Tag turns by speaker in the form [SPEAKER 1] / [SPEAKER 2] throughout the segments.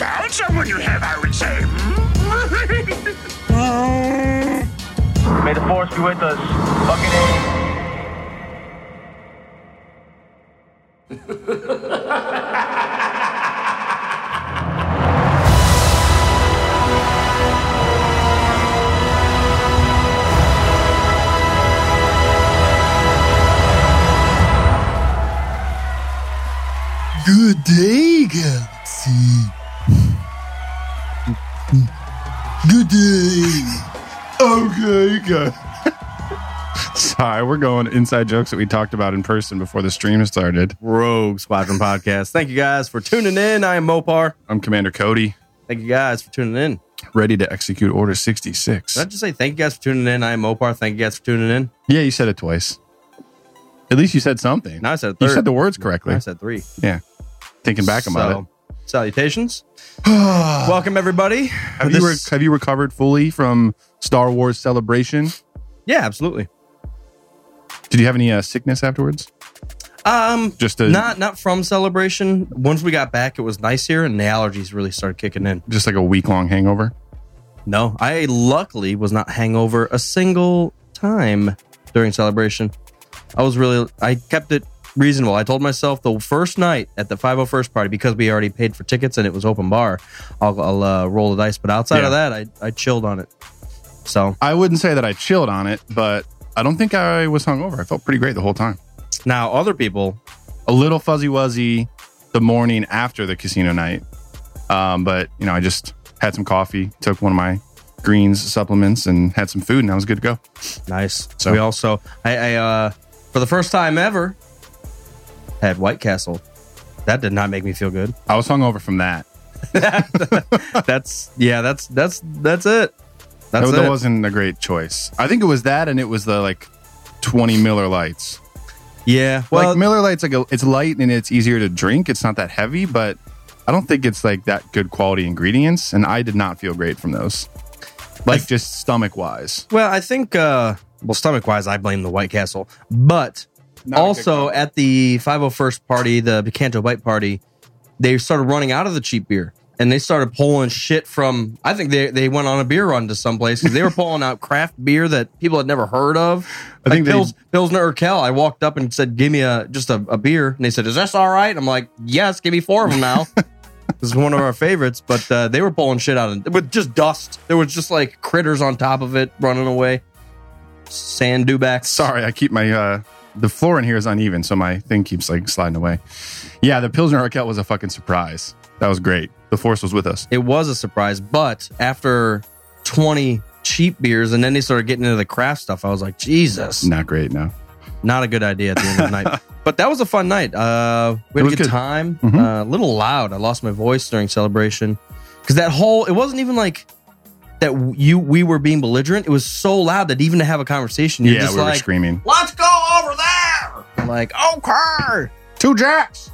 [SPEAKER 1] Found someone you have, I would say.
[SPEAKER 2] May the force be with us. Fucking
[SPEAKER 3] Good day, Galaxy. Good day. Okay, good.
[SPEAKER 4] Sorry, we're going inside jokes that we talked about in person before the stream started.
[SPEAKER 5] Rogue Squadron Podcast. Thank you guys for tuning in. I am Mopar.
[SPEAKER 4] I'm Commander Cody,
[SPEAKER 5] Thank you guys for tuning in.
[SPEAKER 4] ready to execute Order 66.
[SPEAKER 5] Did I just say thank you guys for tuning in? I am Mopar. Thank you guys for tuning in.
[SPEAKER 4] yeah, you said it twice. At least you said something.
[SPEAKER 5] Now I said
[SPEAKER 4] you
[SPEAKER 5] third.
[SPEAKER 4] said the words correctly.
[SPEAKER 5] I said three.
[SPEAKER 4] yeah. Thinking back about it.
[SPEAKER 5] Salutations. Welcome everybody.
[SPEAKER 4] Have you, re- have you recovered fully from Star Wars Celebration?
[SPEAKER 5] yeah, absolutely.
[SPEAKER 4] Did you have any uh, sickness afterwards?
[SPEAKER 5] Um,
[SPEAKER 4] Just a,
[SPEAKER 5] not not from celebration. Once we got back, it was nice here, and the allergies really started kicking in.
[SPEAKER 4] just like a week long hangover?
[SPEAKER 5] No, I luckily was not hangover a single time during celebration. I was really, I kept it reasonable. I told myself the first night at the 501st party, because we already paid for tickets and it was open bar, I'll, I'll uh, roll the dice. But outside
[SPEAKER 4] Yeah.
[SPEAKER 5] of that, I, I chilled on it. So,
[SPEAKER 4] I wouldn't say that I chilled on it, but I don't think I was hungover. I felt pretty great the whole time.
[SPEAKER 5] now other people,
[SPEAKER 4] a little fuzzy wuzzy the morning after the casino night. Um, but you know, I just had some coffee, took one of my greens supplements, and had some food, and I was good to go.
[SPEAKER 5] nice.
[SPEAKER 4] So-
[SPEAKER 5] So, we also, I, I uh, for the first time ever, had White Castle. That did not make me feel good.
[SPEAKER 4] I was hungover from that.
[SPEAKER 5] That's, yeah, that's, that's, that's it.
[SPEAKER 4] That,
[SPEAKER 5] That's
[SPEAKER 4] that
[SPEAKER 5] it.
[SPEAKER 4] wasn't a great choice. I think it was that, and it was the like twenty Miller Lights.
[SPEAKER 5] yeah. Well,
[SPEAKER 4] like Miller Lights, like a, it's light and it's easier to drink. It's not that heavy, but I don't think it's like that good quality ingredients. And I did not feel great from those, like just stomach wise.
[SPEAKER 5] Well, I think, uh, well, stomach wise, I blame the White Castle, but
[SPEAKER 4] Not a good
[SPEAKER 5] also
[SPEAKER 4] combo.
[SPEAKER 5] at the 501st party, the Picanto Bite party, they started running out of the cheap beer and they started pulling shit from, I think they, they went on a beer run to someplace because they were pulling out craft beer that people had never heard of. I
[SPEAKER 4] think
[SPEAKER 5] think
[SPEAKER 4] they-
[SPEAKER 5] Pils, Pilsner Urkel, I walked up and said, give me a, just a, a beer. And they said, is this all right? I'm like, yes, give me four of them now. This is one of our favorites, but uh, they were pulling shit out of it with just dust. There was just like critters on top of it running away. Sand dewbacks.
[SPEAKER 4] Sorry, I keep my uh the floor in here is uneven, so my thing keeps like sliding away. Yeah, the Pilsner Arquette was a fucking surprise. That was great. The force was with us.
[SPEAKER 5] It was a surprise, but after 20 cheap beers and then they started getting into the craft stuff, I was like, Jesus,
[SPEAKER 4] Not great, no.
[SPEAKER 5] not a good idea at the end of the night. But that was a fun night. Uh, we
[SPEAKER 4] It
[SPEAKER 5] had
[SPEAKER 4] was
[SPEAKER 5] a good,
[SPEAKER 4] good.
[SPEAKER 5] time.
[SPEAKER 4] Mhm.
[SPEAKER 5] Uh, a little loud. I lost my voice during celebration because that whole, it wasn't even like, that you we were being belligerent. It was so loud that even to have a conversation, you're
[SPEAKER 4] yeah,
[SPEAKER 5] just
[SPEAKER 4] we were
[SPEAKER 5] like,
[SPEAKER 4] screaming.
[SPEAKER 5] Let's go over there. I'm like, okay.
[SPEAKER 4] Two jacks.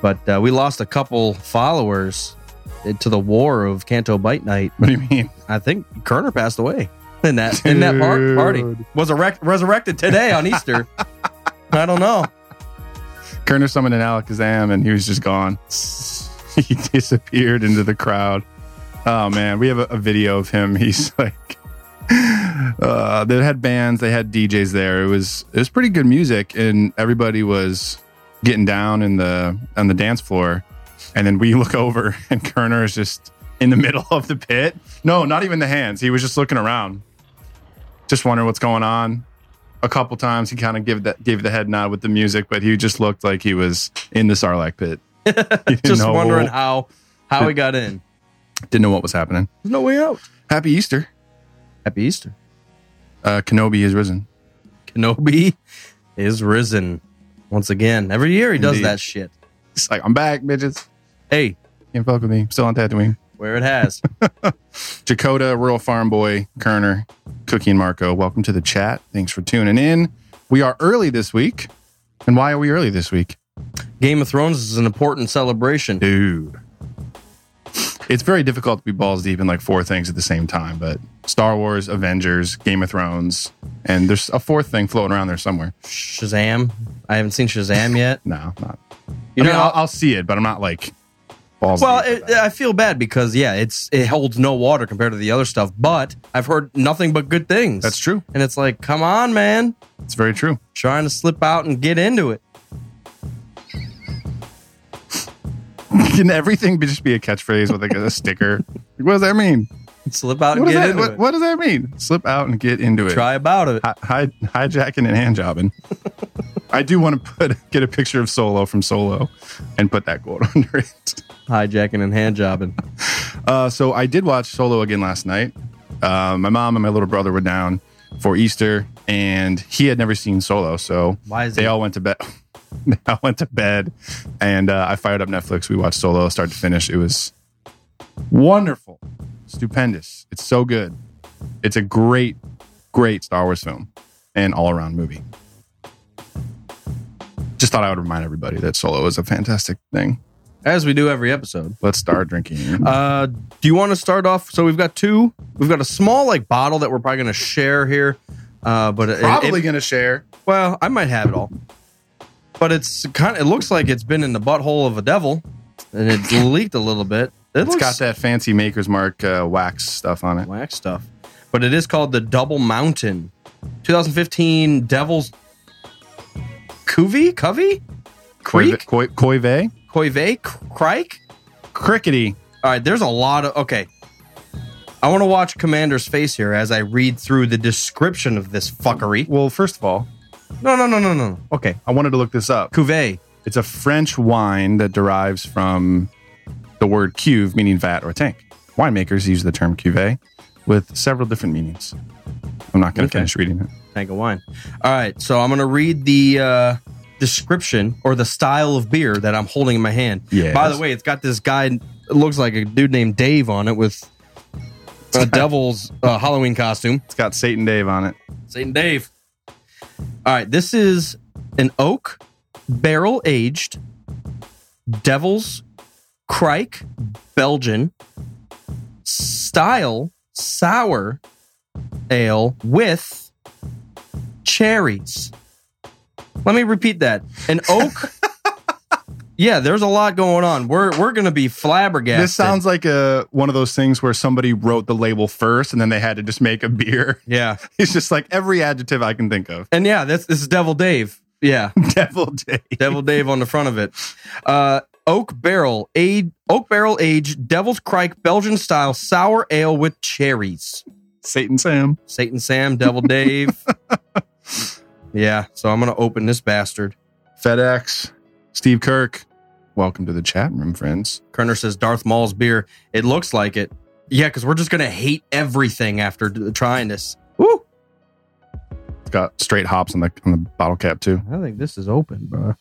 [SPEAKER 5] But uh, we lost a couple followers to the war of Canto Bite Night.
[SPEAKER 4] What do you mean?
[SPEAKER 5] I think Kerner passed away in that in that par- party. Was erect- resurrected today on Easter. I don't know.
[SPEAKER 4] Kerner summoned an Alakazam and he was just gone. he disappeared into the crowd. Oh man, we have a, a video of him. He's like uh they had bands, they had DJs there. It was it was pretty good music and everybody was getting down in the on the dance floor. And then we look over and Kerner is just in the middle of the pit. No, not even the hands. He was just looking around. Just wondering what's going on. A couple times he kind of gave that gave the head nod with the music, but he just looked like he was in the Sarlacc pit. He didn't
[SPEAKER 5] Just
[SPEAKER 4] know-
[SPEAKER 5] wondering how how he got in.
[SPEAKER 4] didn't know what was happening.
[SPEAKER 5] There's no way out.
[SPEAKER 4] Happy Easter.
[SPEAKER 5] Happy Easter.
[SPEAKER 4] Uh, Kenobi is risen.
[SPEAKER 5] Kenobi is risen once again. Every year he does
[SPEAKER 4] Indeed.
[SPEAKER 5] that shit.
[SPEAKER 4] It's like, I'm back, bitches.
[SPEAKER 5] Hey,
[SPEAKER 4] Can't fuck with me. Still on Tatooine.
[SPEAKER 5] Where it has.
[SPEAKER 4] Dakota, Rural Farm Boy, Kerner, Cookie, and Marco. Welcome to the chat. Thanks for tuning in. We are early this week. And why are we early this week?
[SPEAKER 5] Game of Thrones is an important celebration.
[SPEAKER 4] Dude. It's very difficult to be balls deep in like four things at the same time, but Star Wars, Avengers, Game of Thrones, and there's a fourth thing floating around there somewhere.
[SPEAKER 5] Shazam. I haven't seen Shazam yet.
[SPEAKER 4] No, not.
[SPEAKER 5] You
[SPEAKER 4] I mean,
[SPEAKER 5] know-
[SPEAKER 4] I'll, I'll see it, but I'm not like balls
[SPEAKER 5] Well,
[SPEAKER 4] deep.
[SPEAKER 5] it, I feel bad because yeah, it's it holds no water compared to the other stuff. But I've heard nothing but good things.
[SPEAKER 4] That's true.
[SPEAKER 5] And it's like, come on, man,
[SPEAKER 4] It's very true.
[SPEAKER 5] trying to slip out and get into it.
[SPEAKER 4] Can everything be just be a catchphrase with like a sticker? Like, what does that mean?
[SPEAKER 5] Slip out and
[SPEAKER 4] What does
[SPEAKER 5] get
[SPEAKER 4] that,
[SPEAKER 5] into
[SPEAKER 4] what,
[SPEAKER 5] it.
[SPEAKER 4] what does that mean? Slip out and get into it.
[SPEAKER 5] Try about it.
[SPEAKER 4] Hi- hi- hijacking and hand jobbing. I do want to put get a picture of Solo from Solo and put that quote under it.
[SPEAKER 5] Hijacking and hand jobbing.
[SPEAKER 4] Uh, so I did watch Solo again last night. Uh, my mom and my little brother were down for Easter, and he had never seen Solo, so
[SPEAKER 5] Why is
[SPEAKER 4] they
[SPEAKER 5] he-
[SPEAKER 4] all went to bed. they all went to bed, and uh, I fired up Netflix. We watched Solo start to finish. It was wonderful, stupendous. It's so good. It's a great, great Star Wars film and all around movie. Just thought I would remind everybody that Solo is a fantastic thing.
[SPEAKER 5] As we do every episode.
[SPEAKER 4] Let's start drinking.
[SPEAKER 5] Uh, do you want to start off? So we've got two. We've got a small like bottle that we're probably going to share here. Uh, but it- it-
[SPEAKER 4] Probably going to share.
[SPEAKER 5] Well, I might have it all. But it's kind of, it looks like it's been in the butthole of a devil and it leaked a little bit. It
[SPEAKER 4] It's
[SPEAKER 5] looks
[SPEAKER 4] got that fancy Maker's Mark uh, wax stuff on it.
[SPEAKER 5] wax stuff. But it is called the Double Mountain 2015 Devil's Covey? Covey? Creek?
[SPEAKER 4] Koi- koi- Koive?
[SPEAKER 5] Coive? Crike?
[SPEAKER 4] Crickety.
[SPEAKER 5] All right, there's a lot of. Okay. I want to watch Commander's face here as I read through the description of this fuckery.
[SPEAKER 4] Well, first of all,
[SPEAKER 5] No, no, no, no, no. Okay.
[SPEAKER 4] I wanted to look this up.
[SPEAKER 5] Cuvée.
[SPEAKER 4] It's a French wine that derives from the word cuve, meaning vat or tank. Winemakers use the term cuvee with several different meanings. I'm not going to
[SPEAKER 5] Okay.
[SPEAKER 4] finish reading it.
[SPEAKER 5] tank of wine. All right, so I'm going to read the uh, description or the style of beer that I'm holding in my hand.
[SPEAKER 4] Yes.
[SPEAKER 5] By the way, it's got this guy. It looks like a dude named Dave on it with a devil's uh, Halloween costume.
[SPEAKER 4] It's got Satan Dave on it.
[SPEAKER 5] Saint Dave. All right, this is an oak barrel aged Devil's Crike Belgian style sour ale with cherries. Let me repeat that. An oak. yeah, there's a lot going on. We're we're gonna be flabbergasted.
[SPEAKER 4] This sounds like a one of those things where somebody wrote the label first and then they had to just make a beer.
[SPEAKER 5] yeah,
[SPEAKER 4] It's just like every adjective I can think of.
[SPEAKER 5] and yeah, this this is Devil Dave. Yeah.
[SPEAKER 4] Devil Dave.
[SPEAKER 5] Devil Dave on the front of it. Uh, oak barrel age, oak barrel age, Devil's Crike Belgian style sour ale with cherries.
[SPEAKER 4] Satan Sam.
[SPEAKER 5] Satan Sam, Devil Dave. yeah, so I'm gonna open this bastard.
[SPEAKER 4] FedEx, Steve Kirk. Welcome to the chat room, friends.
[SPEAKER 5] Kerner says Darth Maul's beer. It looks like it. Yeah, because we're just gonna hate everything after d- trying this. Woo!
[SPEAKER 4] It's got straight hops on the on the bottle cap too.
[SPEAKER 5] I think this is open, bro.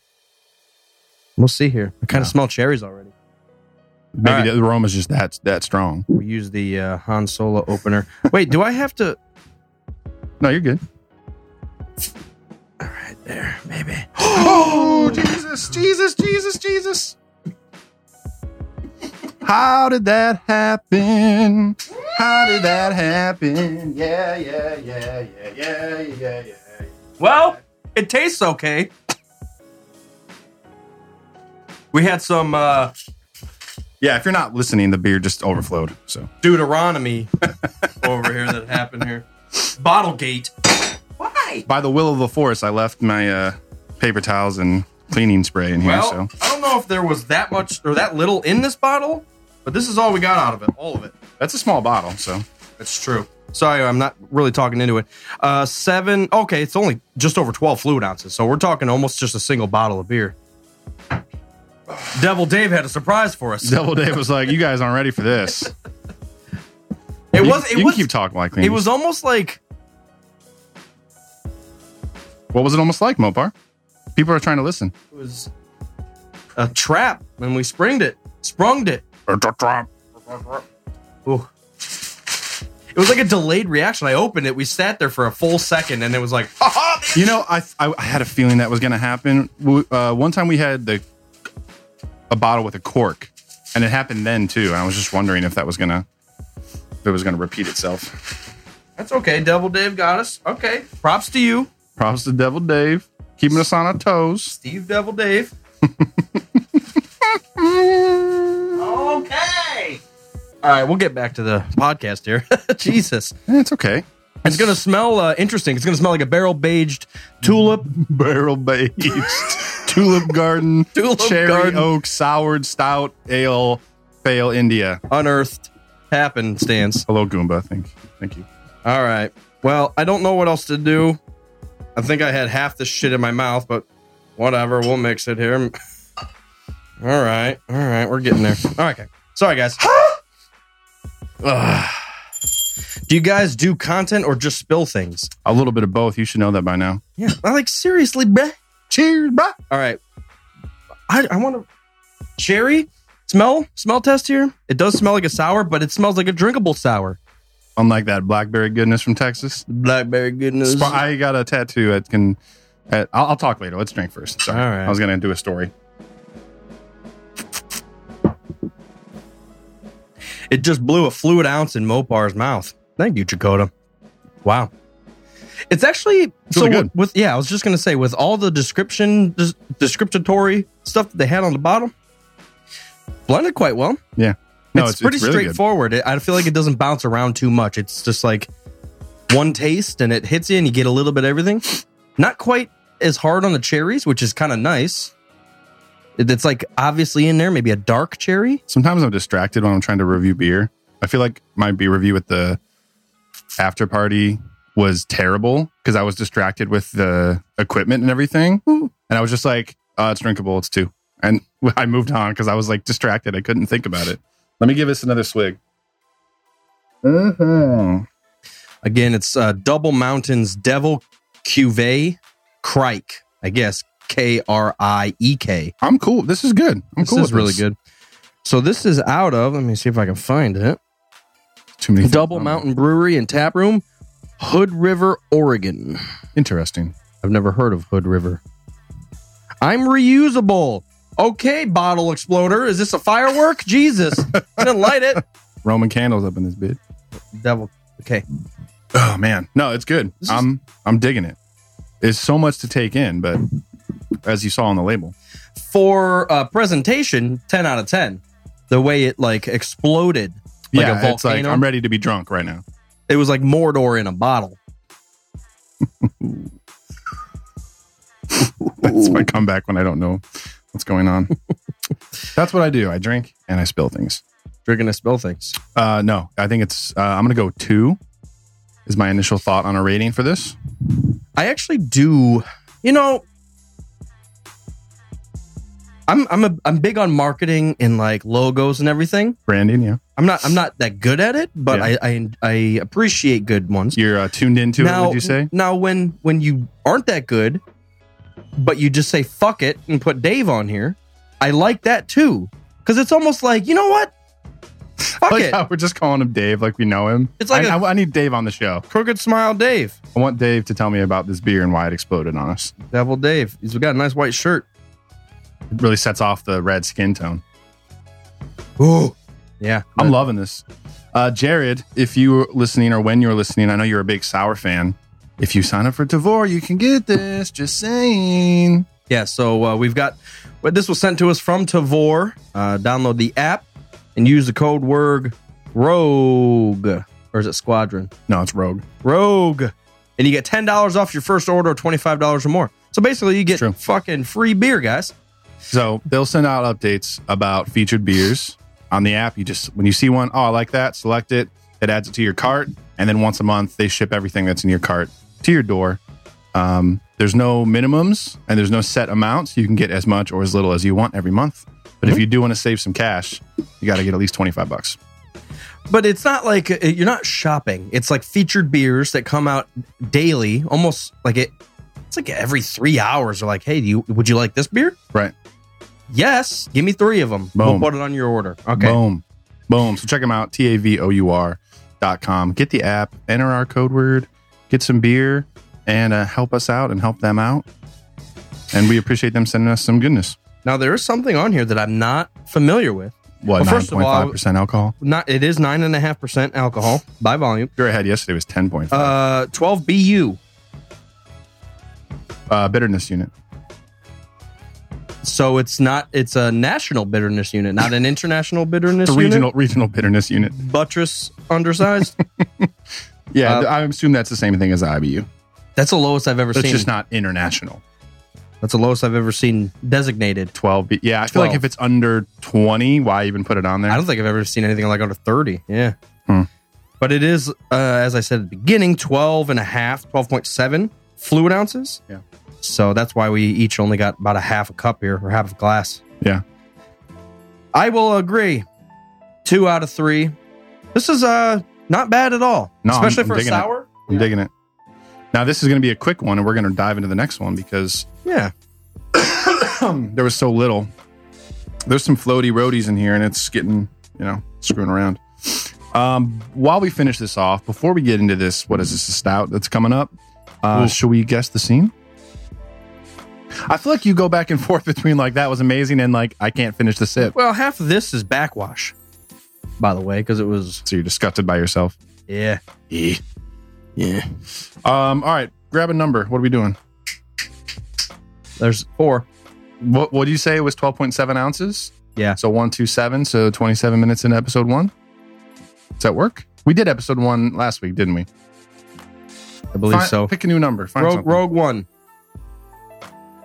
[SPEAKER 5] We'll see here. I kind of smell cherries already.
[SPEAKER 4] Maybe
[SPEAKER 5] All right.
[SPEAKER 4] the aroma's just that that strong.
[SPEAKER 5] We use the uh, Han Solo opener. Wait, do I have to?
[SPEAKER 4] No, you're good.
[SPEAKER 5] There, maybe.
[SPEAKER 4] oh Jesus, Jesus, Jesus, Jesus. How did that happen? How did that happen? Yeah, yeah, yeah, yeah, yeah, yeah, yeah.
[SPEAKER 5] Well, it tastes okay. We had some uh,
[SPEAKER 4] Yeah, if you're not listening, the beer just overflowed. So
[SPEAKER 5] Deuteronomy over here that happened here. Bottlegate. Why?
[SPEAKER 4] by the will of the force, I left my uh, paper towels and cleaning spray in here.
[SPEAKER 5] Well,
[SPEAKER 4] so
[SPEAKER 5] I don't know if there was that much or that little in this bottle, but this is all we got out of it. All of it.
[SPEAKER 4] That's a small bottle, so
[SPEAKER 5] That's true. Sorry, I'm not really talking into it. Uh, seven. Okay, it's only just over 12 fluid ounces, so we're talking almost just a single bottle of beer. Devil Dave had a surprise for us.
[SPEAKER 4] Devil Dave was like, "You guys aren't ready for this."
[SPEAKER 5] It
[SPEAKER 4] You-
[SPEAKER 5] was.
[SPEAKER 4] You,
[SPEAKER 5] It was.
[SPEAKER 4] can keep talking like
[SPEAKER 5] it was almost like
[SPEAKER 4] What was it almost like, Mopar? People are trying to listen.
[SPEAKER 5] was a trap and we springed it, sprunged it.
[SPEAKER 4] It's a trap.
[SPEAKER 5] Ooh. It was like a delayed reaction. I opened it. We sat there for a full second, and it was like, "Ah, ha ha.
[SPEAKER 4] You know, I I, I had a feeling that was going to happen. W- Uh, one time we had the a bottle with a cork, and it happened then too. And I was just wondering if that was gonna if it was gonna repeat itself.
[SPEAKER 5] That's okay. Devil Dave got us. Okay. Props to you,
[SPEAKER 4] Props to Devil Dave, keeping us on our toes.
[SPEAKER 5] Steve Devil Dave. okay. All right, we'll get back to the podcast here. Jesus.
[SPEAKER 4] Eh, It's okay.
[SPEAKER 5] It's going to smell uh, interesting. It's going to smell like a barrel baged tulip.
[SPEAKER 4] Barrel based tulip garden,
[SPEAKER 5] Tulip
[SPEAKER 4] cherry
[SPEAKER 5] garden.
[SPEAKER 4] oak, soured stout ale, fail India.
[SPEAKER 5] unearthed happenstance.
[SPEAKER 4] Hello, Goomba. Thank thank you.
[SPEAKER 5] All right. Well, I don't know what else to do. I think I had half this shit in my mouth, but whatever. We'll mix it here. All right. All right. We're getting there. All right. Okay. Sorry, guys. Ugh. Do you guys do content or just spill things?
[SPEAKER 4] A little bit of both. You should know that by now.
[SPEAKER 5] Yeah. I like seriously, bruh.
[SPEAKER 4] Cheers, bro.
[SPEAKER 5] All right. I, I want to cherry smell smell test here. It does smell like a sour, but it smells like a drinkable sour.
[SPEAKER 4] Unlike that blackberry goodness from Texas.
[SPEAKER 5] Blackberry goodness.
[SPEAKER 4] Sp- I got a tattoo. That can. At, I'll, I'll talk later. Let's drink first. Sorry,
[SPEAKER 5] All right.
[SPEAKER 4] I was gonna do a story.
[SPEAKER 5] It just blew a fluid ounce in Mopar's mouth. Thank you, Chakota. Wow. It's actually so
[SPEAKER 4] really
[SPEAKER 5] with-
[SPEAKER 4] good.
[SPEAKER 5] with yeah, I was just gonna say with all the description des- descriptatory stuff that they had on the bottom, blended quite well.
[SPEAKER 4] Yeah. No,
[SPEAKER 5] it's,
[SPEAKER 4] it's,
[SPEAKER 5] pretty
[SPEAKER 4] it's really good.
[SPEAKER 5] straightforward. It, I feel like it doesn't bounce around too much. It's just like one taste and it hits you and you get a little bit of everything. Not quite as hard on the cherries, which is kind of nice. It- It's like obviously in there, maybe a dark cherry.
[SPEAKER 4] Sometimes I'm distracted when I'm trying to review beer. I feel like my beer review at the after party was terrible because I was distracted with the equipment and everything, and I was just like, uh, "It's drinkable. It's two. And I moved on because I was like distracted. I couldn't think about it. Let me give us another swig. Uh-huh.
[SPEAKER 5] Again, it's uh, Double Mountains Devil Cuvée Crike, I guess K R I E K.
[SPEAKER 4] I'm cool. This is good. I'm
[SPEAKER 5] This
[SPEAKER 4] cool. with
[SPEAKER 5] is really good. So this is out of. Let me see if I can find it.
[SPEAKER 4] Too many things
[SPEAKER 5] Double
[SPEAKER 4] on
[SPEAKER 5] Mountain Brewery and Tap Room, Hood River, Oregon.
[SPEAKER 4] there. Interesting.
[SPEAKER 5] I've never heard of Hood River. I'm reusable. Okay, bottle exploder. Is this a firework? Jesus, I didn't light it.
[SPEAKER 4] Roman candles up in this bit.
[SPEAKER 5] Devil. Okay,
[SPEAKER 4] Oh man, no, it's good.
[SPEAKER 5] This is-
[SPEAKER 4] I'm I'm digging it. It's so much to take in, but as you saw on the label,
[SPEAKER 5] for uh, presentation, ten out of ten. The way it like exploded like a
[SPEAKER 4] it's like
[SPEAKER 5] volcano.
[SPEAKER 4] I'm ready to be drunk right now.
[SPEAKER 5] It was like Mordor in a bottle.
[SPEAKER 4] That's my comeback when I don't know what's going on. That's what I do. I drink and I spill things.
[SPEAKER 5] Drinking to spill things.
[SPEAKER 4] Uh, no, I think it's. Uh, I'm gonna go two. Is my initial thought on a rating for this?
[SPEAKER 5] I actually do. You know, I'm I'm a, I'm big on marketing and like logos and everything.
[SPEAKER 4] Brandon, yeah,
[SPEAKER 5] I'm not I'm not that good at it, but
[SPEAKER 4] Yeah.
[SPEAKER 5] I, I I appreciate good ones.
[SPEAKER 4] you're uh, tuned into it.
[SPEAKER 5] now,
[SPEAKER 4] Would you say?
[SPEAKER 5] now when when you aren't that good, but you just say fuck it and put Dave on here, I like that too because it's almost like you know what, fuck
[SPEAKER 4] Like
[SPEAKER 5] it,
[SPEAKER 4] how we're just calling him Dave, like we know him.
[SPEAKER 5] It's like
[SPEAKER 4] I-
[SPEAKER 5] a-
[SPEAKER 4] I- I need Dave on the show.
[SPEAKER 5] crooked smile, Dave.
[SPEAKER 4] I want Dave to tell me about this beer and why it exploded on us.
[SPEAKER 5] Devil Dave. He's got a nice white shirt.
[SPEAKER 4] It really sets off the red skin tone.
[SPEAKER 5] Ooh. Yeah.
[SPEAKER 4] I'm loving this. Uh, Jared, if you were listening or when you're listening, I know you're a big sour fan. If you sign up for Tavor, you can get this. Just saying.
[SPEAKER 5] Yeah. So uh, we've got, well, this was sent to us from Tavor. Uh, download the app and use the code word rogue, or is it squadron?
[SPEAKER 4] No, it's Rogue.
[SPEAKER 5] Rogue. And you get $10 off your first order or $25 or more. So basically, you get
[SPEAKER 4] True.
[SPEAKER 5] fucking free beer, guys.
[SPEAKER 4] So they'll send out updates about featured beers on the app. You just when you see one, oh, I like that, select it. It adds it to your cart, and then once a month they ship everything that's in your cart to your door. Um, there's no minimums and there's no set amounts. You can get as much or as little as you want every month. But if you do want to save some cash, you got to get at least twenty five bucks.
[SPEAKER 5] But it's not like uh, you're not shopping. It's like featured beers that come out daily, almost like it. It's like every three hours. They're like, "Hey, do you would you like this beer?"
[SPEAKER 4] Right.
[SPEAKER 5] Yes, give me three of them. We'll
[SPEAKER 4] Boom.
[SPEAKER 5] put it on your order. Okay.
[SPEAKER 4] Boom. Boom. So check them out, T A V O U R dot com. Get the app, enter our code word, get some beer, and uh, help us out and help them out. And we appreciate them sending us some goodness.
[SPEAKER 5] Now there is something on here that I'm not familiar with.
[SPEAKER 4] What,
[SPEAKER 5] Well, first of all, I-
[SPEAKER 4] 9.5% alcohol?
[SPEAKER 5] Not it is nine and a half percent alcohol by volume.
[SPEAKER 4] Beer I had yesterday was 10.5. Uh,
[SPEAKER 5] Uh, twelve BU. Uh,
[SPEAKER 4] uh, bitterness unit.
[SPEAKER 5] So it's not. It's a national bitterness unit, not an international bitterness
[SPEAKER 4] The
[SPEAKER 5] unit.
[SPEAKER 4] regional regional bitterness unit.
[SPEAKER 5] buttress undersized.
[SPEAKER 4] Yeah,
[SPEAKER 5] Uh,
[SPEAKER 4] th- I assume that's the same thing as IBU.
[SPEAKER 5] That's the lowest I've ever
[SPEAKER 4] It's
[SPEAKER 5] seen.
[SPEAKER 4] just not international.
[SPEAKER 5] That's the lowest I've ever seen designated.
[SPEAKER 4] 12. Be- yeah, I feel like
[SPEAKER 5] 12.
[SPEAKER 4] if it's under 20, why even put it on there?
[SPEAKER 5] I don't think I've ever seen anything like under 30. Yeah.
[SPEAKER 4] Hmm.
[SPEAKER 5] But it is, uh, as I said at the beginning, 12 and a half, 12.7 fluid ounces.
[SPEAKER 4] Yeah.
[SPEAKER 5] So that's why we each only got about a half a cup here or half a glass.
[SPEAKER 4] Yeah.
[SPEAKER 5] I will agree. Two out of three. This is uh not bad at all.
[SPEAKER 4] No, I'm-
[SPEAKER 5] Especially
[SPEAKER 4] I'm
[SPEAKER 5] for a
[SPEAKER 4] digging it.
[SPEAKER 5] sour.
[SPEAKER 4] I'm digging it. Now, this is going to be a quick one, and we're going to dive into the next one because
[SPEAKER 5] Yeah.
[SPEAKER 4] there was so little. There's some floaty roadies in here, and it's getting, you know, screwing around. Um, while we finish this off, before we get into this, what is this, a stout that's coming up? Uh,
[SPEAKER 5] Ooh.
[SPEAKER 4] should we guess the scene? I feel like you go back and forth between like that was amazing and like I can't finish the sip.
[SPEAKER 5] Well, half of this is backwash, by the way, because it was,
[SPEAKER 4] So you're disgusted by yourself.
[SPEAKER 5] yeah.
[SPEAKER 4] Yeah. Yeah. Um, all right, grab a number. What are we doing?
[SPEAKER 5] There's four.
[SPEAKER 4] What what do you say it was 12.7 ounces?
[SPEAKER 5] Yeah.
[SPEAKER 4] So 127, so 27 minutes in episode 1. Does that work? We did episode 1 last week, didn't we?
[SPEAKER 5] I believe
[SPEAKER 4] Find-
[SPEAKER 5] so.
[SPEAKER 4] Pick a new number. Find
[SPEAKER 5] Rogue,
[SPEAKER 4] something.
[SPEAKER 5] Rogue One.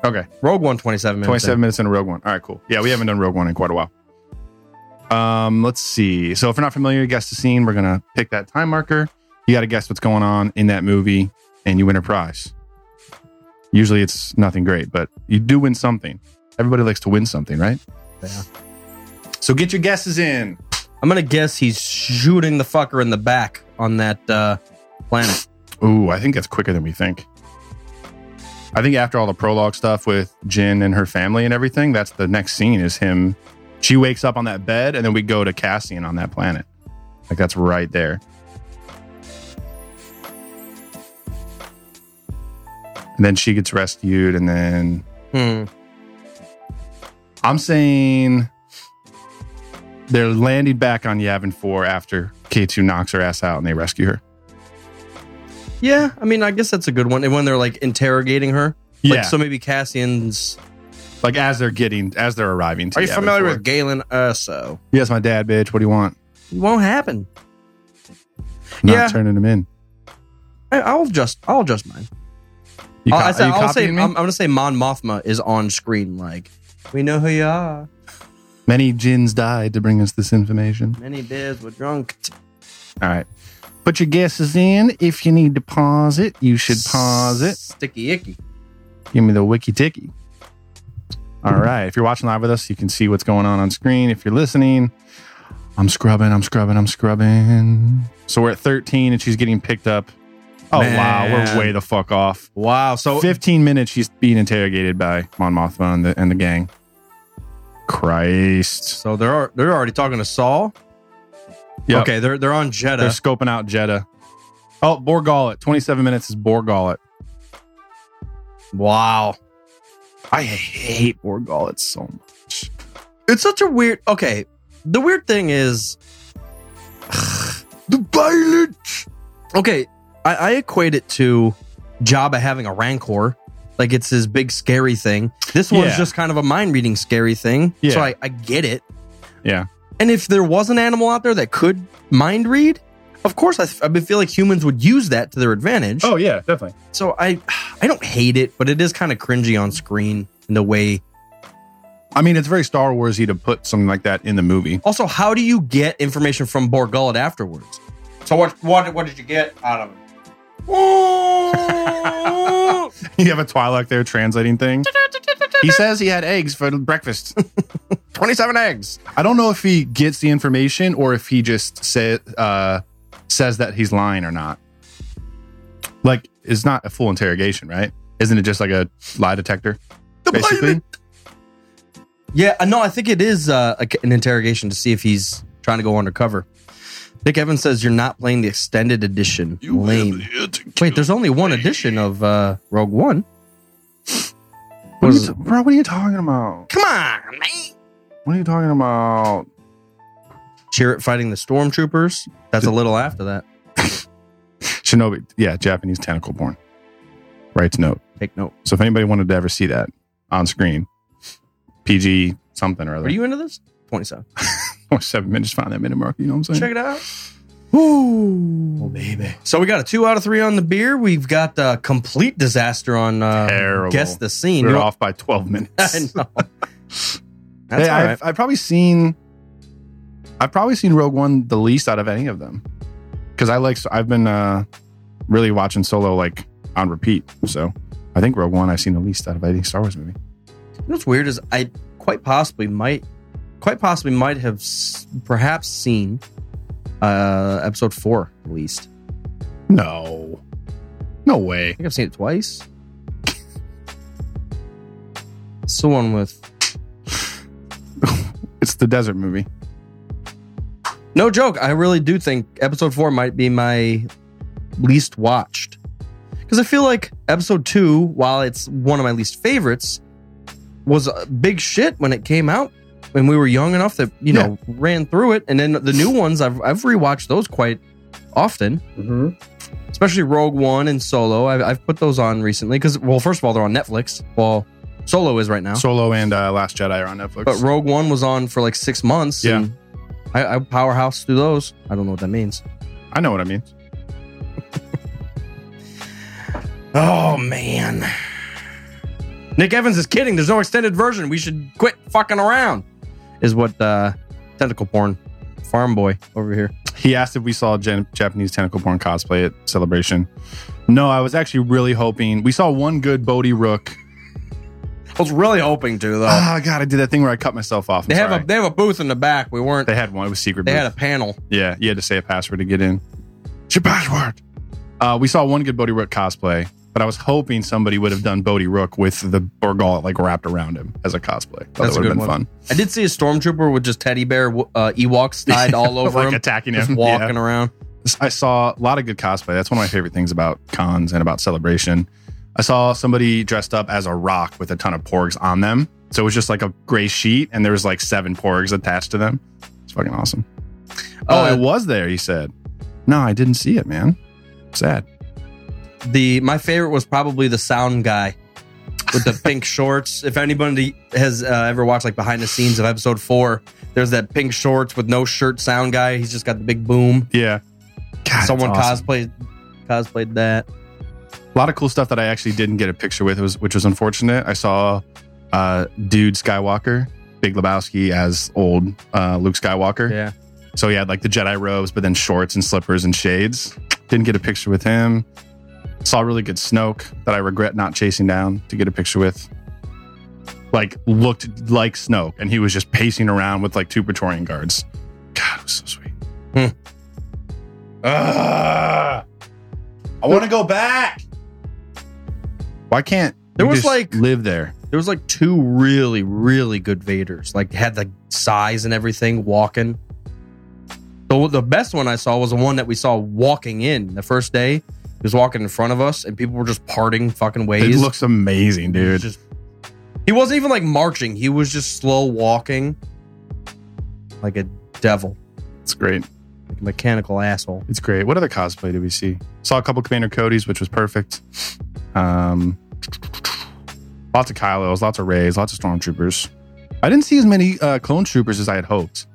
[SPEAKER 4] Okay.
[SPEAKER 5] Rogue One 27 minutes.
[SPEAKER 4] 27 minutes in a Rogue One. All right, cool. Yeah, we haven't done Rogue One in quite a while. Um, let's see. So if you're not familiar, guess the scene. We're gonna pick that time marker. You got to guess what's going on in that movie, and you win a prize. Usually, it's nothing great, but you do win something. Everybody likes to win something, right?
[SPEAKER 5] Yeah.
[SPEAKER 4] So get your guesses in.
[SPEAKER 5] I'm gonna guess he's shooting the fucker in the back on that uh, planet.
[SPEAKER 4] Ooh, I think that's quicker than we think. I think after all the prologue stuff with Jin and her family and everything, that's the next scene is him. She wakes up on that bed, and then we go to Cassian on that planet. Like that's right there. And then she gets rescued, and then
[SPEAKER 5] Hmm.
[SPEAKER 4] I'm saying they're landing back on Yavin 4 after K2 knocks her ass out and they rescue her.
[SPEAKER 5] Yeah, I mean, I guess that's a good one. And when they're like interrogating her,
[SPEAKER 4] Yeah.
[SPEAKER 5] like so maybe Cassian's.
[SPEAKER 4] Like as they're getting, as they're arriving. To
[SPEAKER 5] Are you
[SPEAKER 4] Yavin
[SPEAKER 5] familiar
[SPEAKER 4] 4.
[SPEAKER 5] with Galen Urso?
[SPEAKER 4] Yes, my dad, bitch. What do you want?
[SPEAKER 5] It won't happen.
[SPEAKER 4] Not
[SPEAKER 5] Yeah.
[SPEAKER 4] turning him in.
[SPEAKER 5] I, I'll just, I'll just mine.
[SPEAKER 4] You,
[SPEAKER 5] I'll,
[SPEAKER 4] co-
[SPEAKER 5] Oh, I said,
[SPEAKER 4] are you
[SPEAKER 5] I'll say,
[SPEAKER 4] copying me?
[SPEAKER 5] I'm, I'm gonna say Mon Mothma is on screen. Like, we know who you are.
[SPEAKER 4] Many gins died to bring us this information.
[SPEAKER 5] Many beers were drunk.
[SPEAKER 4] All right. Put your guesses in. If you need to pause it, you should pause it.
[SPEAKER 5] Sticky icky.
[SPEAKER 4] Give me the wiki ticky. All right. If you're watching live with us, you can see what's going on on screen. If you're listening, I'm scrubbing, I'm scrubbing, I'm scrubbing. So we're at 13 and she's getting picked up. Oh, wow.
[SPEAKER 5] Man.
[SPEAKER 4] We're way the fuck off.
[SPEAKER 5] Wow. So
[SPEAKER 4] 15 minutes she's being interrogated by Mon Mothma and the, and the gang. Christ.
[SPEAKER 5] So they're al- they're already talking to Saul.
[SPEAKER 4] Yep.
[SPEAKER 5] Okay, they're they're on Jeddah.
[SPEAKER 4] They're scoping out Jeddah. Oh, Borgullet. 27 minutes is Borgullet.
[SPEAKER 5] wow,
[SPEAKER 4] I hate Borgullet so much.
[SPEAKER 5] it's such a weird. Okay, the weird thing is
[SPEAKER 4] The violence.
[SPEAKER 5] okay. I, I equate it to Jabba having a rancor, like it's his big scary thing. This one's
[SPEAKER 4] Yeah.
[SPEAKER 5] just kind of a mind reading scary thing.
[SPEAKER 4] Yeah.
[SPEAKER 5] So I, I get it.
[SPEAKER 4] Yeah.
[SPEAKER 5] And if there was an animal out there that could mind read, of course I, f- I feel like humans would use that to their advantage.
[SPEAKER 4] Oh, yeah, definitely.
[SPEAKER 5] So I I don't hate it, but it is kind of cringy on screen in the way
[SPEAKER 4] I mean, it's very Star Warsy to put something like that in the movie.
[SPEAKER 5] Also, how do you get information from Borgullet afterwards? So what what what did you get out of it?
[SPEAKER 4] You have a Twi'lek there translating thing. He says he had eggs for breakfast. 27 eggs. I don't know if he gets the information or if he just say, uh, says that he's lying or not. Like, it's not a full interrogation, right? Isn't it just like a lie detector?
[SPEAKER 5] The
[SPEAKER 4] basically?
[SPEAKER 5] pilot. Yeah, uh, no, I think it is uh, a- an interrogation to see if he's trying to go undercover. Nick Evans says you're not playing the extended edition.
[SPEAKER 6] You
[SPEAKER 5] Lame.
[SPEAKER 6] have yet to
[SPEAKER 5] Wait,
[SPEAKER 6] kill
[SPEAKER 5] there's only one edition of uh, Rogue One.
[SPEAKER 4] What are
[SPEAKER 5] Was-
[SPEAKER 4] you, bro, what are you talking about?
[SPEAKER 5] Come on, man.
[SPEAKER 4] What are you talking about?
[SPEAKER 5] Chirrut fighting the stormtroopers. That's a little after that.
[SPEAKER 4] Shinobi, yeah, Japanese tentacle porn. Writes note.
[SPEAKER 5] Take note.
[SPEAKER 4] So if anybody wanted to ever see that on screen, PG something or other.
[SPEAKER 5] Are you into this? 27.
[SPEAKER 4] or seven minutes, find that minute mark. You know what I'm saying?
[SPEAKER 5] Check it out. Ooh,
[SPEAKER 4] Oh,
[SPEAKER 5] baby. So we got a two out of three on the beer. We've got uh, complete disaster on uh,
[SPEAKER 4] Terrible.
[SPEAKER 5] guess the scene.
[SPEAKER 4] We're
[SPEAKER 5] You know-
[SPEAKER 4] off by 12 minutes.
[SPEAKER 5] I know. That's
[SPEAKER 4] Hey,
[SPEAKER 5] all right.
[SPEAKER 4] I've, I've probably seen, I've probably seen Rogue One the least out of any of them, because I like I've been uh, really watching Solo like on repeat. So I think Rogue One I've seen the least out of any Star Wars movie.
[SPEAKER 5] You know what's weird is I quite possibly might, quite possibly might have s- perhaps seen uh episode four at least.
[SPEAKER 4] No, no way.
[SPEAKER 5] I think I've seen it twice. It's the one with
[SPEAKER 4] It's the desert movie.
[SPEAKER 5] no joke. I really do think episode four might be my least watched because I feel like episode two, while it's one of my least favorites, was a big shit when it came out. When we were young enough that you know ran through it, and then the new ones I've I've rewatched those quite often.
[SPEAKER 7] Mm-hmm.
[SPEAKER 5] especially Rogue One and Solo. I've, I've put those on recently because, well, first of all, they're on Netflix. Well, Solo is right now,
[SPEAKER 4] Solo and uh, Last Jedi are on Netflix.
[SPEAKER 5] but Rogue One was on for like six months.
[SPEAKER 4] Yeah.
[SPEAKER 5] and I, I powerhouse through those. I don't know what that means.
[SPEAKER 4] I know what I mean.
[SPEAKER 5] Oh man, Nick Evans is kidding. There's no extended version. We should quit fucking around. Is what uh, tentacle porn farm boy over here.
[SPEAKER 4] He asked if we saw Jan- Japanese tentacle porn cosplay at Celebration. No, I was actually really hoping we saw one good Bodhi Rook.
[SPEAKER 5] I was really hoping to though.
[SPEAKER 4] Ah, God, I did that thing where I cut myself off. I'm
[SPEAKER 5] they have
[SPEAKER 4] sorry.
[SPEAKER 5] a they have a booth in the back. We weren't.
[SPEAKER 4] They had one. It was secret.
[SPEAKER 5] They
[SPEAKER 4] booth.
[SPEAKER 5] had a panel.
[SPEAKER 4] Yeah, you had to say a password to get in. It's your password. Uh, we saw one good Bodhi Rook cosplay, but I was hoping somebody would have done Bodhi Rook with the Borgal like wrapped around him as a cosplay. Thought
[SPEAKER 5] That's
[SPEAKER 4] that
[SPEAKER 5] a
[SPEAKER 4] would have
[SPEAKER 5] good
[SPEAKER 4] been
[SPEAKER 5] one.
[SPEAKER 4] fun.
[SPEAKER 5] I did see a stormtrooper with just teddy bear uh, Ewoks tied all over
[SPEAKER 4] like
[SPEAKER 5] him,
[SPEAKER 4] attacking
[SPEAKER 5] just
[SPEAKER 4] him.
[SPEAKER 5] walking around.
[SPEAKER 4] Yeah. I saw a lot of good cosplay. That's one of my favorite things about cons and about celebration. I saw somebody dressed up as a rock with a ton of porgs on them. So it was just like a gray sheet, and there was like seven porgs attached to them. It's fucking awesome.
[SPEAKER 5] Uh,
[SPEAKER 4] oh, it was there. He said, "No, I didn't see it, man. Sad."
[SPEAKER 5] The my favorite was probably the sound guy with the pink shorts. If anybody has uh, ever watched like behind the scenes of episode four, there's that pink shorts with no shirt sound guy. He's just got the big boom.
[SPEAKER 4] Yeah. God,
[SPEAKER 5] Someone
[SPEAKER 4] that's awesome.
[SPEAKER 5] cosplayed cosplayed that.
[SPEAKER 4] A lot of cool stuff that I actually didn't get a picture with, was, which was unfortunate. I saw uh, Dude Skywalker, Big Lebowski as old uh, Luke Skywalker.
[SPEAKER 5] Yeah.
[SPEAKER 4] So he had like the Jedi robes, but then shorts and slippers and shades. Didn't get a picture with him. Saw a really good Snoke that I regret not chasing down to get a picture with. Like, looked like Snoke, and he was just pacing around with like two Praetorian guards. God, it was so sweet.
[SPEAKER 5] Hmm.
[SPEAKER 4] Ah! I want to go back. Why can't
[SPEAKER 5] There
[SPEAKER 4] we
[SPEAKER 5] was,
[SPEAKER 4] just
[SPEAKER 5] like-
[SPEAKER 4] live there?
[SPEAKER 5] There was like two really really good Vaders. Like had the size and everything walking. The the best one I saw was the one that we saw walking in the first day. He was walking in front of us, and people were just parting fucking ways.
[SPEAKER 4] It looks amazing, dude.
[SPEAKER 5] Just- he wasn't even like marching. He was just slow walking, like a devil,
[SPEAKER 4] It's great.
[SPEAKER 5] like a mechanical asshole.
[SPEAKER 4] It's great. What other cosplay did we see? Saw a couple Commander Cody's, which was perfect. Um, lots of Kylos, lots of Rays, lots of Stormtroopers. I didn't see as many uh, clone troopers as I had hoped.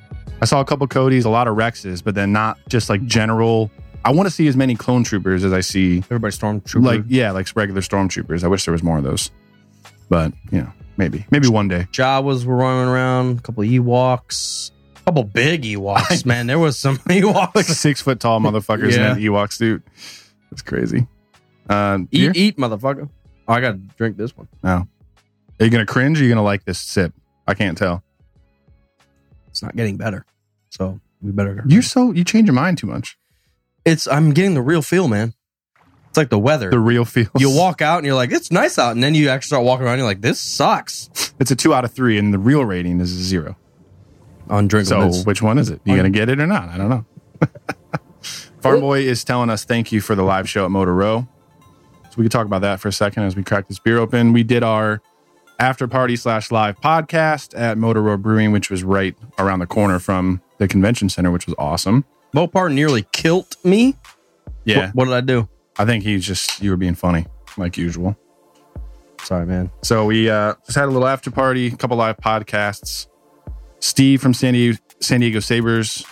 [SPEAKER 4] I saw a couple Cody's, a lot of Rexes, but then not just like general. I want to see as many clone troopers as I see
[SPEAKER 5] Everybody stormtrooper.
[SPEAKER 4] Like yeah, like regular stormtroopers. I wish there was more of those, but you know, maybe maybe one day.
[SPEAKER 5] Jawas were running around. A couple Ewoks. A couple big Ewoks. man, there was some
[SPEAKER 4] Like
[SPEAKER 5] Ewoks.
[SPEAKER 4] six foot tall motherfuckers in an Ewok suit. That's crazy. Uh,
[SPEAKER 5] Eat,
[SPEAKER 4] beer?
[SPEAKER 5] eat, motherfucker. Oh, I gotta drink this one.
[SPEAKER 4] are you gonna cringe? Or are you gonna like this sip? I can't tell.
[SPEAKER 5] It's not getting better, so we better.
[SPEAKER 4] You're so you change your mind too much.
[SPEAKER 5] It's. I'm getting the real feel, man. It's like the weather.
[SPEAKER 4] The real feels.
[SPEAKER 5] you walk out and you're like, it's nice out, and then you actually start walking around. And you're like, this sucks.
[SPEAKER 4] It's a two out of three, and the real rating is a zero. So
[SPEAKER 5] Undrinkable. So,
[SPEAKER 4] which one is it? You gonna get it or not? I don't know. Farm Boy is telling us thank you for the live show at Motor Row. So we could talk about that for a second as we crack this beer open. We did our after party slash live podcast at Motor Row Brewing, which was right around the corner from the convention center, which was awesome.
[SPEAKER 5] Mopar nearly killed me.
[SPEAKER 4] Yeah,
[SPEAKER 5] What, what did I do?
[SPEAKER 4] I think he's just you were being funny like usual.
[SPEAKER 5] Sorry, man.
[SPEAKER 4] So we uh, just had a little after party, a couple live podcasts. Steve from San Diego, San Diego Sabers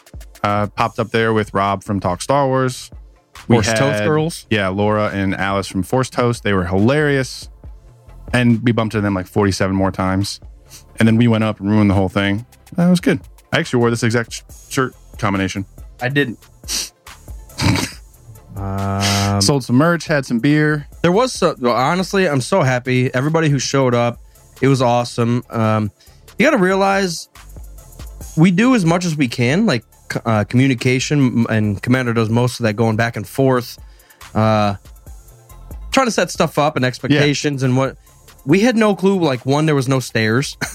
[SPEAKER 4] uh, popped up there with Rob from Talk Star Wars.
[SPEAKER 5] Forced Toast Girls?
[SPEAKER 4] yeah, Laura and Alice from Forced Toast. They were hilarious, and we bumped into them like forty-seven more times, and then we went up and ruined the whole thing. That was good. I actually wore this exact sh- shirt combination.
[SPEAKER 5] I didn't. Um,
[SPEAKER 4] Sold some merch, had some beer.
[SPEAKER 5] there was so well, honestly i'm so happy everybody who showed up it was awesome um, you gotta realize we do as much as we can like c- uh, communication m- and commander does most of that going back and forth uh, trying to set stuff up and expectations and what we had no clue like one there was no stairs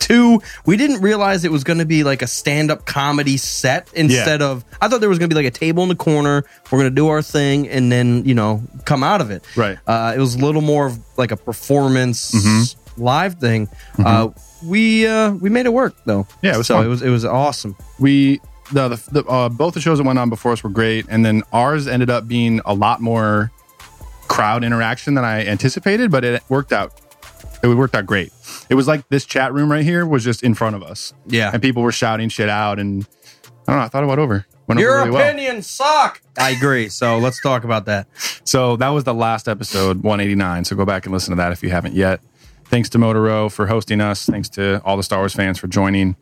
[SPEAKER 5] two we didn't realize it was going to be like a stand-up comedy set instead of i thought there was going to be like a table in the corner we're going to do our thing and then you know come out of it
[SPEAKER 4] Right.
[SPEAKER 5] uh, it was a little more of like a performance live thing uh, we uh, we made it work though
[SPEAKER 4] Yeah, it was
[SPEAKER 5] so
[SPEAKER 4] fun.
[SPEAKER 5] it was it was awesome
[SPEAKER 4] we the, the, the uh, both the shows that went on before us were great and then ours ended up being a lot more crowd interaction than i anticipated but it worked out it worked out great it was like this chat room right here was just in front of us
[SPEAKER 5] yeah
[SPEAKER 4] and people were shouting shit out and i don't know i thought it went over went
[SPEAKER 5] your
[SPEAKER 4] over really well
[SPEAKER 5] opinion suck i agree so let's talk about that
[SPEAKER 4] so that was the last episode 189 so go back and listen to that if you haven't yet thanks to motoro for hosting us thanks to all the star wars fans for joining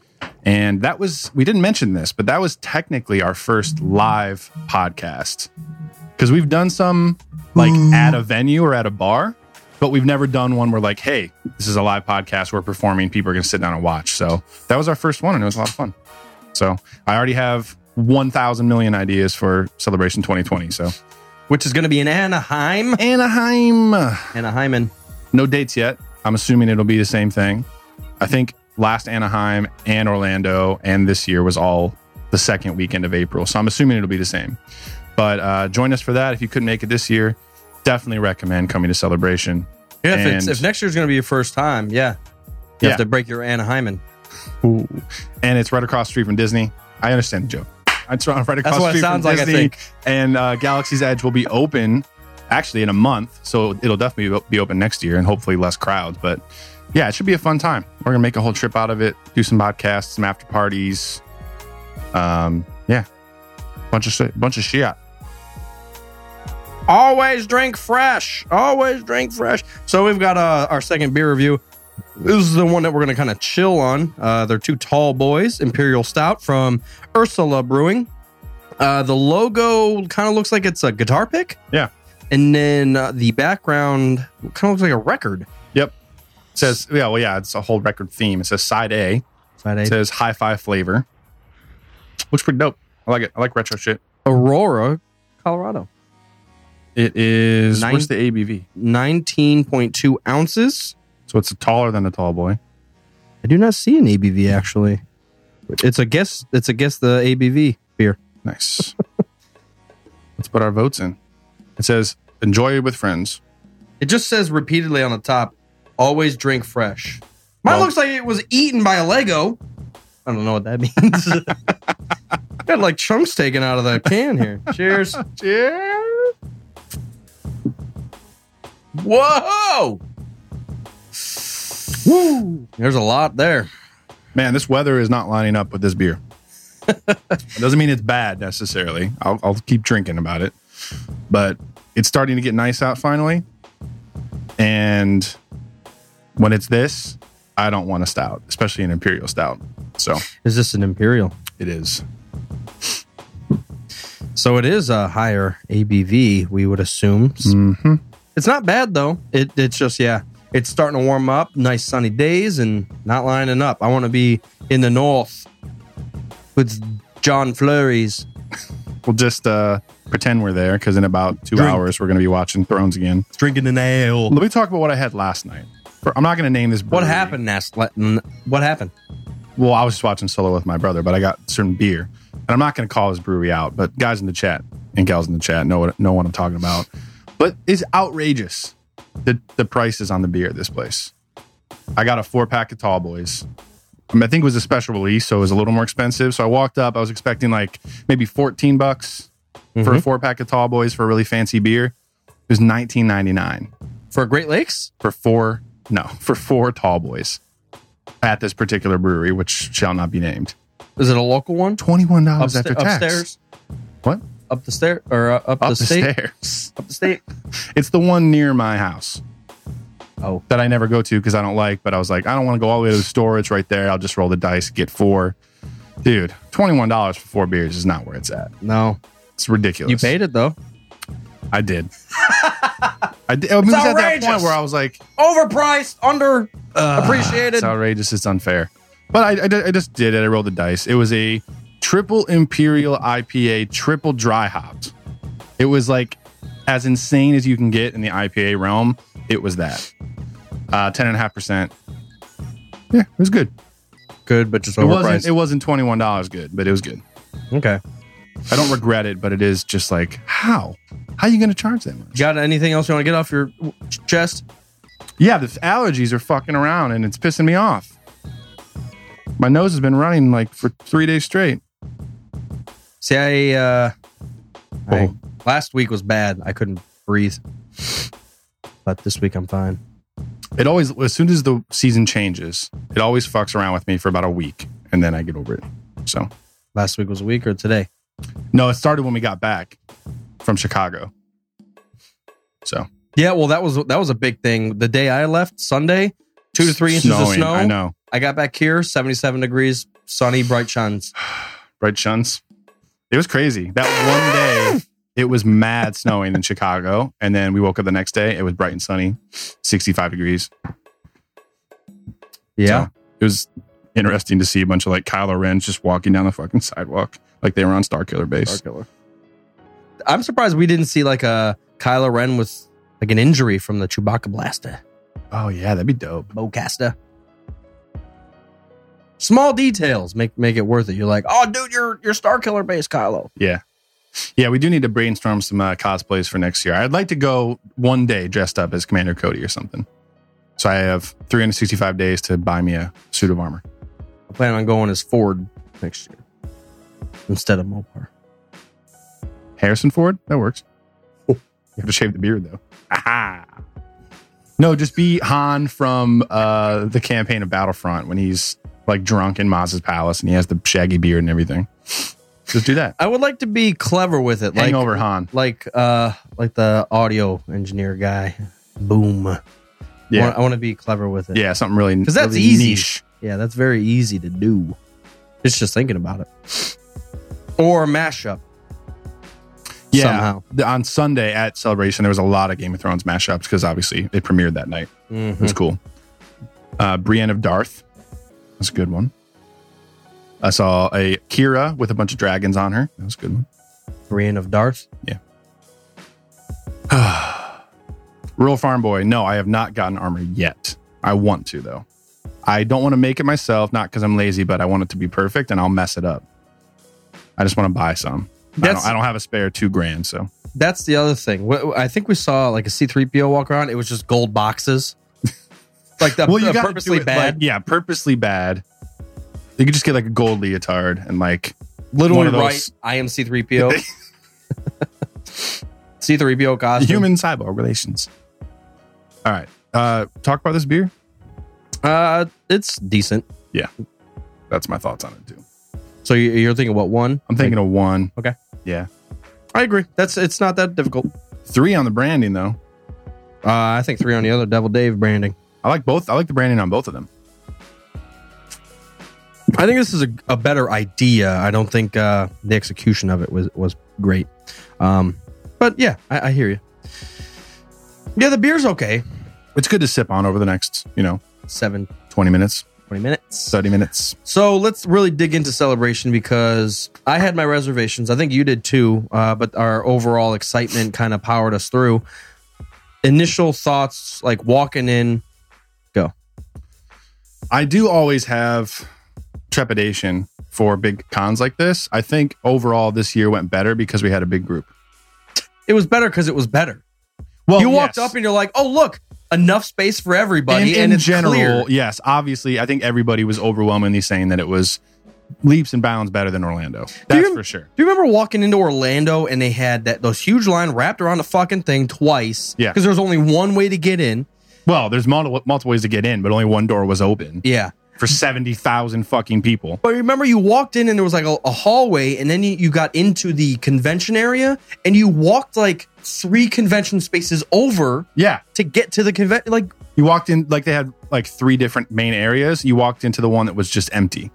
[SPEAKER 4] and that was we didn't mention this but that was technically our first live podcast because we've done some like at a venue or at a bar but we've never done one where like hey this is a live podcast we're performing people are going to sit down and watch so that was our first one and it was a lot of fun so i already have 1000 million ideas for celebration 2020 so
[SPEAKER 5] which is going to be in anaheim
[SPEAKER 4] Anaheim.
[SPEAKER 5] anaheim and
[SPEAKER 4] No dates yet. I'm assuming it'll be the same thing. I think last Anaheim and Orlando and this year was all the second weekend of April. So I'm assuming it'll be the same. But uh, join us for that. If you couldn't make it this year, definitely recommend coming to Celebration.
[SPEAKER 5] yeah, if, it's,
[SPEAKER 4] And-
[SPEAKER 5] if next year's going to be your first time yeah you
[SPEAKER 4] Yeah.
[SPEAKER 5] have to break your anaheiman
[SPEAKER 4] Ooh. And it's right across the street from Disney. I understand the joke. It's right across
[SPEAKER 5] what
[SPEAKER 4] the
[SPEAKER 5] it
[SPEAKER 4] street
[SPEAKER 5] sounds
[SPEAKER 4] from
[SPEAKER 5] like, I
[SPEAKER 4] Disney.
[SPEAKER 5] think.
[SPEAKER 4] And uh, Galaxy's Edge will be open actually in a month. So it'll definitely be open next year and hopefully less crowds. But yeah, it should be a fun time. We're going to make a whole trip out of it, do some podcasts, some after parties. Um, yeah. Bunch of shit. Bunch of shit.
[SPEAKER 5] always drink fresh. Always drink fresh. So we've got uh, our second beer review. This is the one that we're going to kind of chill on. Uh, they're two tall boys, Imperial Stout from Ursula Brewing. Uh, the logo kind of looks like it's a guitar pick.
[SPEAKER 4] Yeah.
[SPEAKER 5] And then uh, the background kind of looks like a record.
[SPEAKER 4] Yep. It says, yeah, well, yeah, it's a whole record theme. It says side A.
[SPEAKER 5] Side A.
[SPEAKER 4] It says hi fi flavor. Looks pretty dope. I like it. I like retro shit.
[SPEAKER 5] Aurora, Colorado.
[SPEAKER 4] It is.
[SPEAKER 5] Nine-
[SPEAKER 4] what's the ABV?
[SPEAKER 5] 19.2 ounces.
[SPEAKER 4] So it's taller than a tall boy.
[SPEAKER 5] I do not see an ABV actually. It's a guess. It's a guess the ABV beer.
[SPEAKER 4] Nice. Let's put our votes in. It says enjoy with friends.
[SPEAKER 5] It just says repeatedly on the top, always drink fresh. Mine
[SPEAKER 4] Well-
[SPEAKER 5] looks like it was eaten by a Lego. I don't know what that means. Got like chunks taken out of the can here. Cheers.
[SPEAKER 4] Cheers.
[SPEAKER 5] Whoa. Woo. There's a lot there.
[SPEAKER 4] Man, this weather is not lining up with this beer. it doesn't mean it's bad necessarily. I'll, I'll keep drinking about it, but it's starting to get nice out finally. And when it's this, I don't want a stout, especially an imperial stout. So
[SPEAKER 5] Is this an Imperial?
[SPEAKER 4] it is.
[SPEAKER 5] So it is a higher ABV, we would assume. Mm-hmm. It's not bad though. It, it's just yeah, it's starting to warm up. Nice sunny days and not lining up. I want to be in the north with John Flurries.
[SPEAKER 4] We'll just uh, pretend we're there because in about two
[SPEAKER 5] Drink.
[SPEAKER 4] hours we're going to be watching Thrones again.
[SPEAKER 5] It's drinking the nail.
[SPEAKER 4] Let me talk about what I had last night. For- I'm not going to name this.
[SPEAKER 5] What
[SPEAKER 4] brewery.
[SPEAKER 5] happened, Nast? let- n- What happened?
[SPEAKER 4] Well, I was just watching Solo with my brother, but I got certain beer, and I'm not going to call his brewery out. But guys in the chat and gals in the chat know what know what I'm talking about. But it's outrageous the the prices on the beer at this place. I got a four pack of Tall Boys. I, mean, I think it was a special release, so it was a little more expensive. So I walked up. I was expecting like maybe 14 bucks for a four pack of Tall Boys for a really fancy beer. It was 19.99
[SPEAKER 5] For Great Lakes?
[SPEAKER 4] for four no for four tall boys at this particular brewery which shall not be named
[SPEAKER 5] Is it a local one?
[SPEAKER 4] $21
[SPEAKER 5] Upsta-
[SPEAKER 4] after tax
[SPEAKER 5] Upstairs?
[SPEAKER 4] what
[SPEAKER 5] Up the stair or uh, up,
[SPEAKER 4] up
[SPEAKER 5] the
[SPEAKER 4] the
[SPEAKER 5] state?
[SPEAKER 4] stairs
[SPEAKER 5] Up the state.
[SPEAKER 4] it's the one near my house
[SPEAKER 5] Oh.
[SPEAKER 4] that i never go to because i don't like but i was like i don't want to go all the way to the store it's right there i'll just roll the dice get four dude $21 for four beers is not where it's at
[SPEAKER 5] No.
[SPEAKER 4] it's ridiculous
[SPEAKER 5] You paid it though.
[SPEAKER 4] i did i did I mean, it was at that
[SPEAKER 5] outrageous.
[SPEAKER 4] point where i was like
[SPEAKER 5] Overpriced, under
[SPEAKER 4] It's
[SPEAKER 5] Ah. appreciated.
[SPEAKER 4] outrageous. It's unfair. But I, I di- I just did it. I rolled the dice. It was a triple imperial IPA, triple dry hopped. It was like as insane as you can get in the IPA realm. It was that. Uh, 10.5%. Yeah, it was good.
[SPEAKER 5] Good, but just
[SPEAKER 4] It wasn't,
[SPEAKER 5] overpriced.
[SPEAKER 4] it wasn't $21 good, but it was good.
[SPEAKER 5] okay.
[SPEAKER 4] I don't regret it, but it is just like, how? How are you going to charge that much?
[SPEAKER 5] Got anything else you want to get off your chest?
[SPEAKER 4] Yeah, the allergies are fucking around and it's pissing me off. My nose has been running like for three days straight.
[SPEAKER 5] See, I, uh, I-
[SPEAKER 4] Oh.
[SPEAKER 5] last week was bad. I couldn't breathe, but this week I'm fine.
[SPEAKER 4] it always as soon as the season changes, it always fucks around with me for about a week, and then I get over it. So
[SPEAKER 5] Last week was a week or today.
[SPEAKER 4] no, it started when we got back from Chicago. So
[SPEAKER 5] Yeah, well, that was that was a big thing. The day I left, Sunday, two to three inches of
[SPEAKER 4] Snowing,
[SPEAKER 5] snow.
[SPEAKER 4] I know,
[SPEAKER 5] I got back here, seventy-seven degrees, sunny, bright shines.
[SPEAKER 4] right, Shuns? It was crazy. That one day, it was mad snowing in Chicago, and then we woke up the next day. It was bright and sunny, sixty-five degrees.
[SPEAKER 5] Yeah,
[SPEAKER 4] So it was interesting to see a bunch of like Kylo Ren's just walking down the fucking sidewalk like they were on Star Killer base.
[SPEAKER 5] I'm surprised we didn't see like a Kylo Ren with like an injury from the Chewbacca blaster,
[SPEAKER 4] Oh yeah, that'd be dope.
[SPEAKER 5] bowcaster. Small details make make it worth it. You're like, oh, dude, you're you're Star Killer base, Kylo.
[SPEAKER 4] Yeah. Yeah, we do need to brainstorm some uh, cosplays for next year. I'd like to go one day dressed up as Commander Cody or something. So I have 365 days to buy me a suit of armor.
[SPEAKER 5] I plan on going as Ford next year instead of Mopar.
[SPEAKER 4] Harrison Ford? That works.
[SPEAKER 5] Oh.
[SPEAKER 4] You have to shave the beard, though. Aha. No, just be Han from uh, the campaign of Battlefront when he's like drunk in Maz's palace and he has the shaggy beard and everything. Just do that.
[SPEAKER 5] I would like to be clever with it, like
[SPEAKER 4] Hangover Han.
[SPEAKER 5] like uh like the audio engineer guy. Boom. I
[SPEAKER 4] Yeah.
[SPEAKER 5] want- I want to be clever with it.
[SPEAKER 4] yeah, something really
[SPEAKER 5] because that's
[SPEAKER 4] really
[SPEAKER 5] easy.
[SPEAKER 4] niche.
[SPEAKER 5] Yeah, that's very easy to do. It's just thinking about it. Or mashup.
[SPEAKER 4] yeah,
[SPEAKER 5] somehow.
[SPEAKER 4] the- on Sunday at Celebration, there was a lot of Game of Thrones mashups because obviously it premiered that night.
[SPEAKER 5] Mm-hmm.
[SPEAKER 4] It was cool. Uh, Brienne of Darth, that's a good one. I saw a Kira with a bunch of dragons on her. That was a good one.
[SPEAKER 5] Brienne of Darth.
[SPEAKER 4] Rural Farm Boy. No, I have not gotten armor yet. I want to though. I don't want to make it myself, not because I'm lazy, but I want it to be perfect, and I'll mess it up. I just want to buy some. I don't,
[SPEAKER 5] That's-
[SPEAKER 4] I don't have a spare two grand, so
[SPEAKER 5] That's the other thing. Wh- I think we saw like a C3PO walk around. It was just gold boxes. like the, the
[SPEAKER 4] gotta
[SPEAKER 5] purposely
[SPEAKER 4] do it,
[SPEAKER 5] bad.
[SPEAKER 4] like- yeah, purposely bad. You could just get like a gold leotard and like
[SPEAKER 5] literally
[SPEAKER 4] one of those-
[SPEAKER 5] right. I am C3PO. C3PO costume.
[SPEAKER 4] human cyborg relations. All right, uh, talk about this beer.
[SPEAKER 5] Uh, it's decent.
[SPEAKER 4] That's my thoughts on it too.
[SPEAKER 5] So you- you're thinking what one?
[SPEAKER 4] I'm thinking a one,
[SPEAKER 5] Okay.
[SPEAKER 4] yeah,
[SPEAKER 5] I agree. That's it's not that difficult.
[SPEAKER 4] three on the branding though.
[SPEAKER 5] Uh, I think three on the other. Devil Dave branding.
[SPEAKER 4] I like both. I like the branding on both of them.
[SPEAKER 5] I think this is a, a better idea. I don't think uh, the execution of it was was great. Um, but yeah, I, I hear you. Yeah, the beer's okay.
[SPEAKER 4] It's good to sip on over the next you know
[SPEAKER 5] Seven.
[SPEAKER 4] 20 minutes.
[SPEAKER 5] 20 minutes.
[SPEAKER 4] 30 minutes.
[SPEAKER 5] So let's really dig into celebration because I had my reservations. I think you did too, uh, but our overall excitement kind of powered us through. Initial thoughts, like walking in,
[SPEAKER 4] I do always have trepidation for big cons like this. I think overall this year went better because we had a big group.
[SPEAKER 5] it was better because it was better.
[SPEAKER 4] Well,
[SPEAKER 5] you walked
[SPEAKER 4] Oh, yes.
[SPEAKER 5] up and you're like, oh look, enough space for everybody,
[SPEAKER 4] In- in
[SPEAKER 5] and, it's
[SPEAKER 4] general,
[SPEAKER 5] clear.
[SPEAKER 4] yes, obviously, I think everybody was overwhelmingly saying that it was leaps and bounds better than Orlando. That's
[SPEAKER 5] rem-
[SPEAKER 4] for sure.
[SPEAKER 5] Do you remember walking into Orlando and they had that those huge line wrapped around the fucking thing twice?
[SPEAKER 4] Yeah.
[SPEAKER 5] because there was only one way to get in.
[SPEAKER 4] Well, there's multiple multiple ways to get in, but only one door was open
[SPEAKER 5] Yeah,
[SPEAKER 4] for seventy thousand fucking people.
[SPEAKER 5] But remember, you walked in and there was like a, a hallway, and then you, you got into the convention area, and you walked like three convention spaces over
[SPEAKER 4] Yeah,
[SPEAKER 5] to get to the convention. Like,
[SPEAKER 4] you walked in like they had like three different main areas. You walked into the one that was just empty,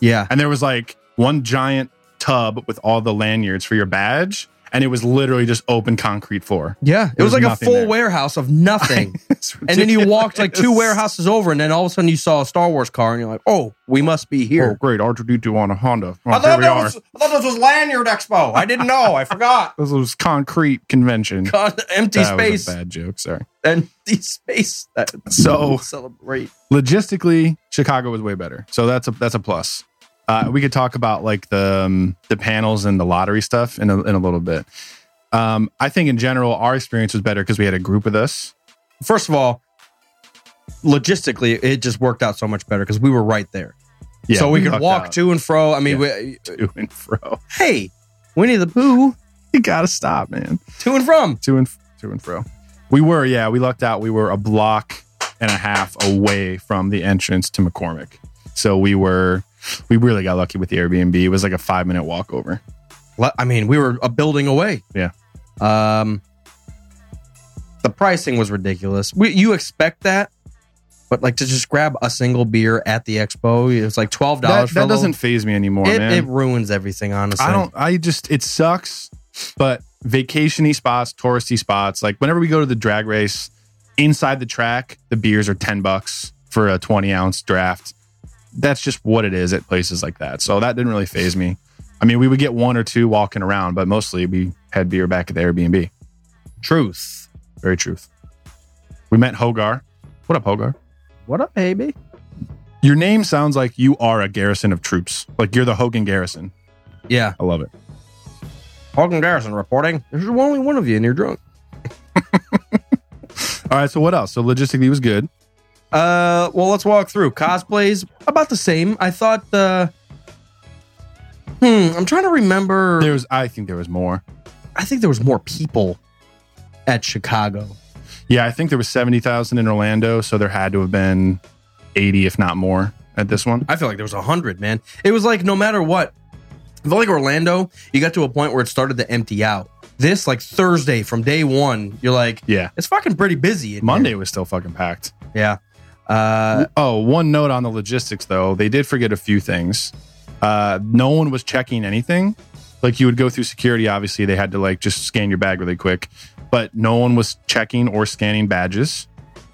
[SPEAKER 5] yeah,
[SPEAKER 4] and there was like one giant tub with all the lanyards for your badge, and it was literally just open concrete floor.
[SPEAKER 5] yeah. It
[SPEAKER 4] There
[SPEAKER 5] was,
[SPEAKER 4] was
[SPEAKER 5] like a
[SPEAKER 4] nothing
[SPEAKER 5] full
[SPEAKER 4] there.
[SPEAKER 5] warehouse of nothing,
[SPEAKER 4] It's
[SPEAKER 5] and then you walked like two
[SPEAKER 4] ridiculous.
[SPEAKER 5] warehouses over, and then all of a sudden you saw a Star Wars car, and you're like, oh, we must be
[SPEAKER 4] Oh,
[SPEAKER 5] here.
[SPEAKER 4] great! R two D two on a Honda. Well, Oh, here we are.
[SPEAKER 5] I thought this was Lanyard Expo. I didn't know. I forgot.
[SPEAKER 4] This was concrete convention.
[SPEAKER 5] God, empty
[SPEAKER 4] That was a
[SPEAKER 5] space.
[SPEAKER 4] bad joke. Sorry.
[SPEAKER 5] Empty space. That-
[SPEAKER 4] So-
[SPEAKER 5] celebrate.
[SPEAKER 4] logistically, Chicago was way better. So that's a that's a plus. Uh, we could talk about like the um, the panels and the lottery stuff in a, in a little bit. Um, I think in general, our experience was better because we had a group with us.
[SPEAKER 5] first of all, logistically, it just worked out so much better because we were right there. so we, could
[SPEAKER 4] lucked
[SPEAKER 5] walk
[SPEAKER 4] out
[SPEAKER 5] to and fro. I mean, we,
[SPEAKER 4] to and fro.
[SPEAKER 5] hey, Winnie the Pooh,
[SPEAKER 4] You gotta stop, man.
[SPEAKER 5] to and from.
[SPEAKER 4] To and to and fro. We were, yeah, we lucked out. We were a block and a half away from the entrance to McCormick. So we were, we really got lucky with the Airbnb. It was like a five minute walk over.
[SPEAKER 5] Le- I mean, we were a building away.
[SPEAKER 4] Yeah.
[SPEAKER 5] Um, the pricing was ridiculous. We, you expect that, but like to just grab a single beer at the expo, it's like twelve
[SPEAKER 4] That,
[SPEAKER 5] dollars.
[SPEAKER 4] that doesn't phase me anymore,
[SPEAKER 5] It,
[SPEAKER 4] man.
[SPEAKER 5] it ruins everything. Honestly,
[SPEAKER 4] I don't. I just it sucks. But vacationy spots, touristy spots, like whenever we go to the drag race inside the track, the beers are ten bucks for a twenty ounce draft. That's just what it is at places like that. So that didn't really phase me. I mean, we would get one or two walking around, but mostly we had beer back at the Airbnb.
[SPEAKER 5] Truth.
[SPEAKER 4] Very truth. We met Hogar. What up, Hogar?
[SPEAKER 5] What up, baby?
[SPEAKER 4] Your name sounds like you are a garrison of troops. Like you're the Hogan garrison.
[SPEAKER 5] Yeah.
[SPEAKER 4] I love it.
[SPEAKER 5] Hogan Garrison reporting. There's only one of you, and you're drunk.
[SPEAKER 4] All right. So what else? So logistically, it was good.
[SPEAKER 5] Uh, well, let's walk through cosplays. About the same. I thought. Uh, hmm. I'm trying to remember.
[SPEAKER 4] There's, I think there was more.
[SPEAKER 5] I think there was more people at Chicago.
[SPEAKER 4] Yeah, I think there was 70,000 in Orlando, so there had to have been 80 if not more at this one.
[SPEAKER 5] I feel like there was a hundred. Man, it was like no matter what. I feel like Orlando, you got to a point where it started to empty out. This like Thursday from day one, you're like,
[SPEAKER 4] Yeah.
[SPEAKER 5] it's fucking pretty busy. in
[SPEAKER 4] Monday was still fucking packed.
[SPEAKER 5] here. yeah. Uh,
[SPEAKER 4] oh, one note on the logistics though. They did forget a few things. Uh, no one was checking anything. Like you would go through security, obviously, they had to like just scan your bag really quick, but no one was checking or scanning badges.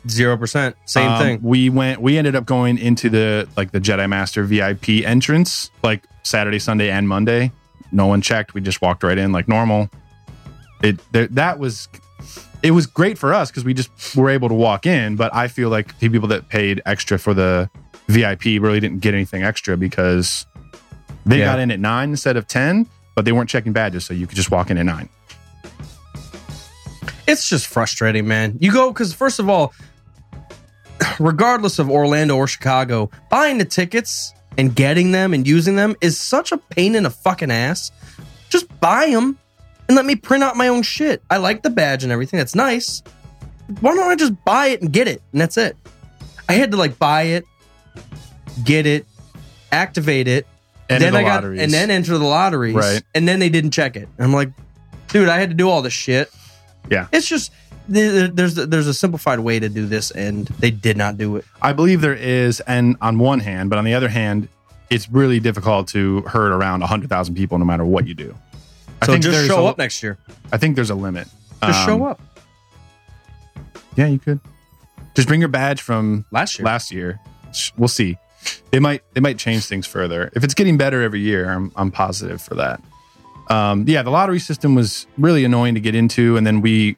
[SPEAKER 5] zero percent. Same
[SPEAKER 4] Um,
[SPEAKER 5] thing.
[SPEAKER 4] We went. We ended up going into the like the Jedi Master VIP entrance, like Saturday, Sunday, and Monday. No one checked. We just walked right in like normal. It there, that was. It was great for us because we just were able to walk in. But I feel like the people that paid extra for the VIP really didn't get anything extra because they
[SPEAKER 5] Yeah.
[SPEAKER 4] got in at nine instead of ten, but they weren't checking badges, so you could just walk in at nine.
[SPEAKER 5] it's just frustrating, man. You go because first of all, regardless of Orlando or Chicago, buying the tickets and getting them and using them is such a pain in the fucking ass. Just buy them and let me print out my own shit. I like the badge and everything. That's nice. Why don't I just buy it and get it and that's it? I had to like buy it, get it, activate it,
[SPEAKER 4] Enter
[SPEAKER 5] then
[SPEAKER 4] the
[SPEAKER 5] I got
[SPEAKER 4] lotteries.
[SPEAKER 5] and then enter the lotteries,
[SPEAKER 4] Right.
[SPEAKER 5] And then they didn't check it. I'm like, dude, I had to do all this shit.
[SPEAKER 4] Yeah.
[SPEAKER 5] it's just th- th- there's there's a simplified way to do this, and they did not do it.
[SPEAKER 4] I believe there is, and on one hand, but on the other hand, it's really difficult to herd around 100,000 people no matter what you do. I
[SPEAKER 5] So just
[SPEAKER 4] there's
[SPEAKER 5] show
[SPEAKER 4] a-
[SPEAKER 5] up next year.
[SPEAKER 4] I think there's a limit.
[SPEAKER 5] Just
[SPEAKER 4] Um,
[SPEAKER 5] show up.
[SPEAKER 4] Yeah, you could. Just bring your badge from
[SPEAKER 5] Last year,
[SPEAKER 4] last year. Sh- We'll see. they might they might change things further. If it's getting better every year, I'm I'm positive for that. Um, yeah, the lottery system was really annoying to get into, and then we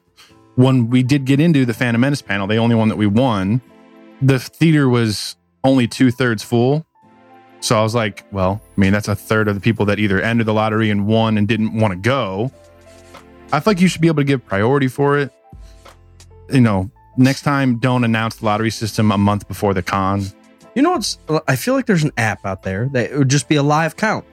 [SPEAKER 4] when we did get into the Phantom Menace panel, the only one that we won, the theater was only two thirds full. So I was like, well, I mean, that's a third of the people that either entered the lottery and won and didn't want to go. I feel like you should be able to give priority for it. You know, next time, don't announce the lottery system a month before the con.
[SPEAKER 5] You know what's? I feel like there's an app out there that it would just be a live count.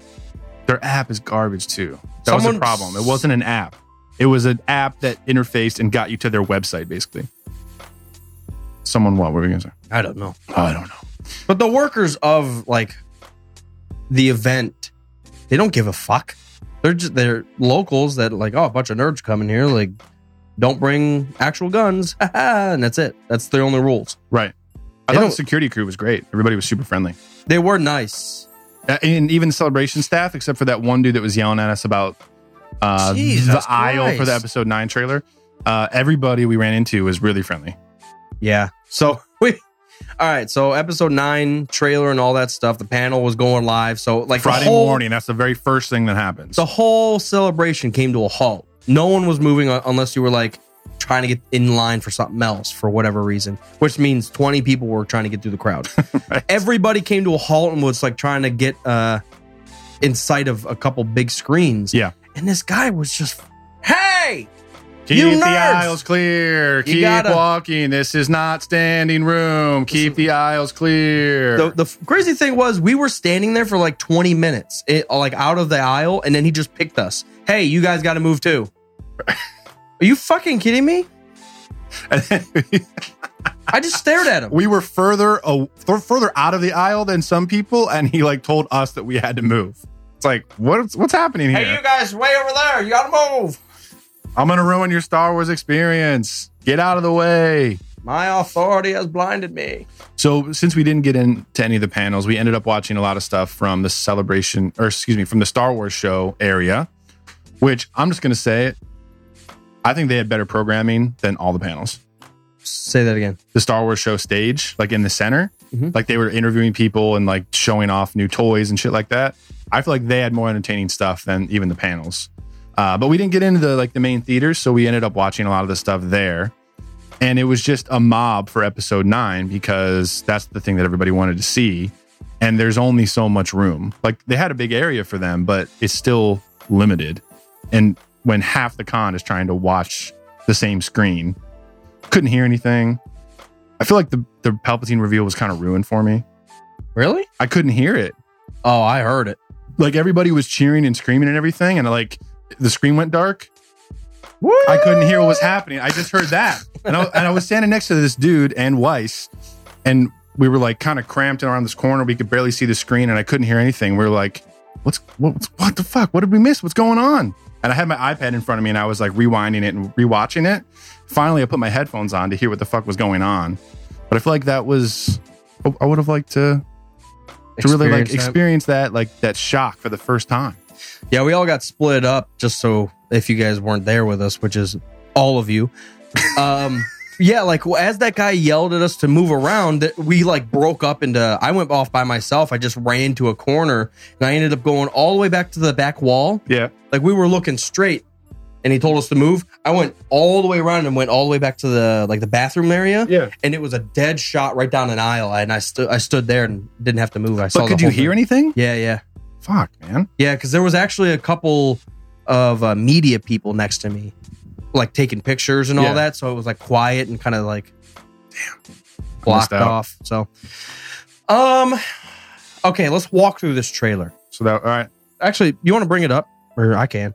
[SPEAKER 4] Their app is garbage too. That was
[SPEAKER 5] Someone-
[SPEAKER 4] the problem. It wasn't an app. It was an app that interfaced and got you to their website, basically. Someone, what were we going to say?
[SPEAKER 5] I don't know.
[SPEAKER 4] I don't know.
[SPEAKER 5] But the workers of like the event, they don't give a fuck. They're just they're locals that like, oh, a bunch of nerds coming here, like don't bring actual guns. and that's it. That's their only rules.
[SPEAKER 4] Right. I
[SPEAKER 5] They
[SPEAKER 4] thought
[SPEAKER 5] don't-
[SPEAKER 4] the security crew was great. Everybody was super friendly.
[SPEAKER 5] They were nice.
[SPEAKER 4] Uh, and even the celebration staff, except for that one dude that was yelling at us about uh,
[SPEAKER 5] Jesus
[SPEAKER 4] the aisle for
[SPEAKER 5] Christ.
[SPEAKER 4] the episode nine trailer. Uh, everybody we ran into was really friendly.
[SPEAKER 5] Yeah. So we all right, so episode nine trailer and all that stuff. The panel was going live. So like the
[SPEAKER 4] Friday
[SPEAKER 5] whole-
[SPEAKER 4] morning, that's the very first thing that happens.
[SPEAKER 5] the whole celebration came to a halt. No one was moving un- unless you were like trying to get in line for something else for whatever reason, which means 20 people were trying to get through the crowd. Everybody came to a halt and was like trying to get uh in sight of a couple big screens.
[SPEAKER 4] Yeah.
[SPEAKER 5] And this guy was just, hey,
[SPEAKER 4] Keep
[SPEAKER 5] You
[SPEAKER 4] the
[SPEAKER 5] nerds!
[SPEAKER 4] aisles clear. Keep
[SPEAKER 5] gotta-
[SPEAKER 4] walking. This is not standing room. Keep the aisles clear.
[SPEAKER 5] the, the f- crazy thing was we were standing there for like 20 minutes it, like out of the aisle and then he just picked us hey you guys got to move too are you fucking kidding me i just stared at him
[SPEAKER 4] we were further a- fur- further out of the aisle than some people, and he like told us that we had to move. It's like what's what's happening here?
[SPEAKER 5] hey you guys way over there you gotta move
[SPEAKER 4] I'm gonna ruin your Star Wars experience. Get out of the way.
[SPEAKER 5] my authority has blinded me
[SPEAKER 4] So since we didn't get into any of the panels, we ended up watching a lot of stuff from the celebration, or excuse me, from the Star Wars show area, which I'm just gonna say it. I think they had better programming than all the panels.
[SPEAKER 5] say that again
[SPEAKER 4] the Star Wars show stage, like in the center.
[SPEAKER 5] Mhm.
[SPEAKER 4] Like they were interviewing people and like showing off new toys and shit like that. I feel like they had more entertaining stuff than even the panels. Uh, but we didn't get into the like the main theaters, so we ended up watching a lot of the stuff there. And it was just a mob for episode nine because that's the thing that everybody wanted to see. And there's only so much room. Like they had a big area for them, but it's still limited. And when half the con is trying to watch the same screen, couldn't hear anything. I feel like the, the Palpatine reveal was kind of ruined for me.
[SPEAKER 5] really
[SPEAKER 4] I couldn't hear it.
[SPEAKER 5] oh i heard it
[SPEAKER 4] Like everybody was cheering and screaming and everything, and like the screen went dark. I couldn't hear what was happening. I just heard that, and I, and I was standing next to this dude and Weiss, and we were like kind of cramped around this corner. We could barely see the screen, and I couldn't hear anything. We were like, "What's what? What the fuck? What did we miss? What's going on?" And I had my iPad in front of me, and I was like rewinding it and rewatching it. Finally, I put my headphones on to hear what the fuck was going on. But I feel like that was I- I would have liked to to really like
[SPEAKER 5] Experience that.
[SPEAKER 4] experience that like that shock for the first time.
[SPEAKER 5] Yeah, we all got split up just so if you guys weren't there with us, which is all of you. Um, yeah, like well, as that guy yelled at us to move around, that we like broke up into. I went off by myself. I just ran to a corner and I ended up going all the way back to the back wall.
[SPEAKER 4] Yeah.
[SPEAKER 5] Like we were looking straight, and he told us to move. I went all the way around and went all the way back to the like the bathroom area.
[SPEAKER 4] Yeah.
[SPEAKER 5] and it was a dead shot right down an aisle, and I stood I stood there and didn't have to move. I saw.
[SPEAKER 4] But
[SPEAKER 5] the
[SPEAKER 4] could you
[SPEAKER 5] whole
[SPEAKER 4] hear
[SPEAKER 5] thing.
[SPEAKER 4] anything?
[SPEAKER 5] Yeah, yeah.
[SPEAKER 4] Fuck, man.
[SPEAKER 5] Yeah, because there was actually a couple of uh, media people next to me, like taking pictures and
[SPEAKER 4] Yeah.
[SPEAKER 5] all that. So it was like quiet and kind of like, damn,
[SPEAKER 4] Missed
[SPEAKER 5] blocked
[SPEAKER 4] out.
[SPEAKER 5] off. So, um, okay, let's walk through this trailer.
[SPEAKER 4] So that all right.
[SPEAKER 5] Actually, you want to bring it up, or I can?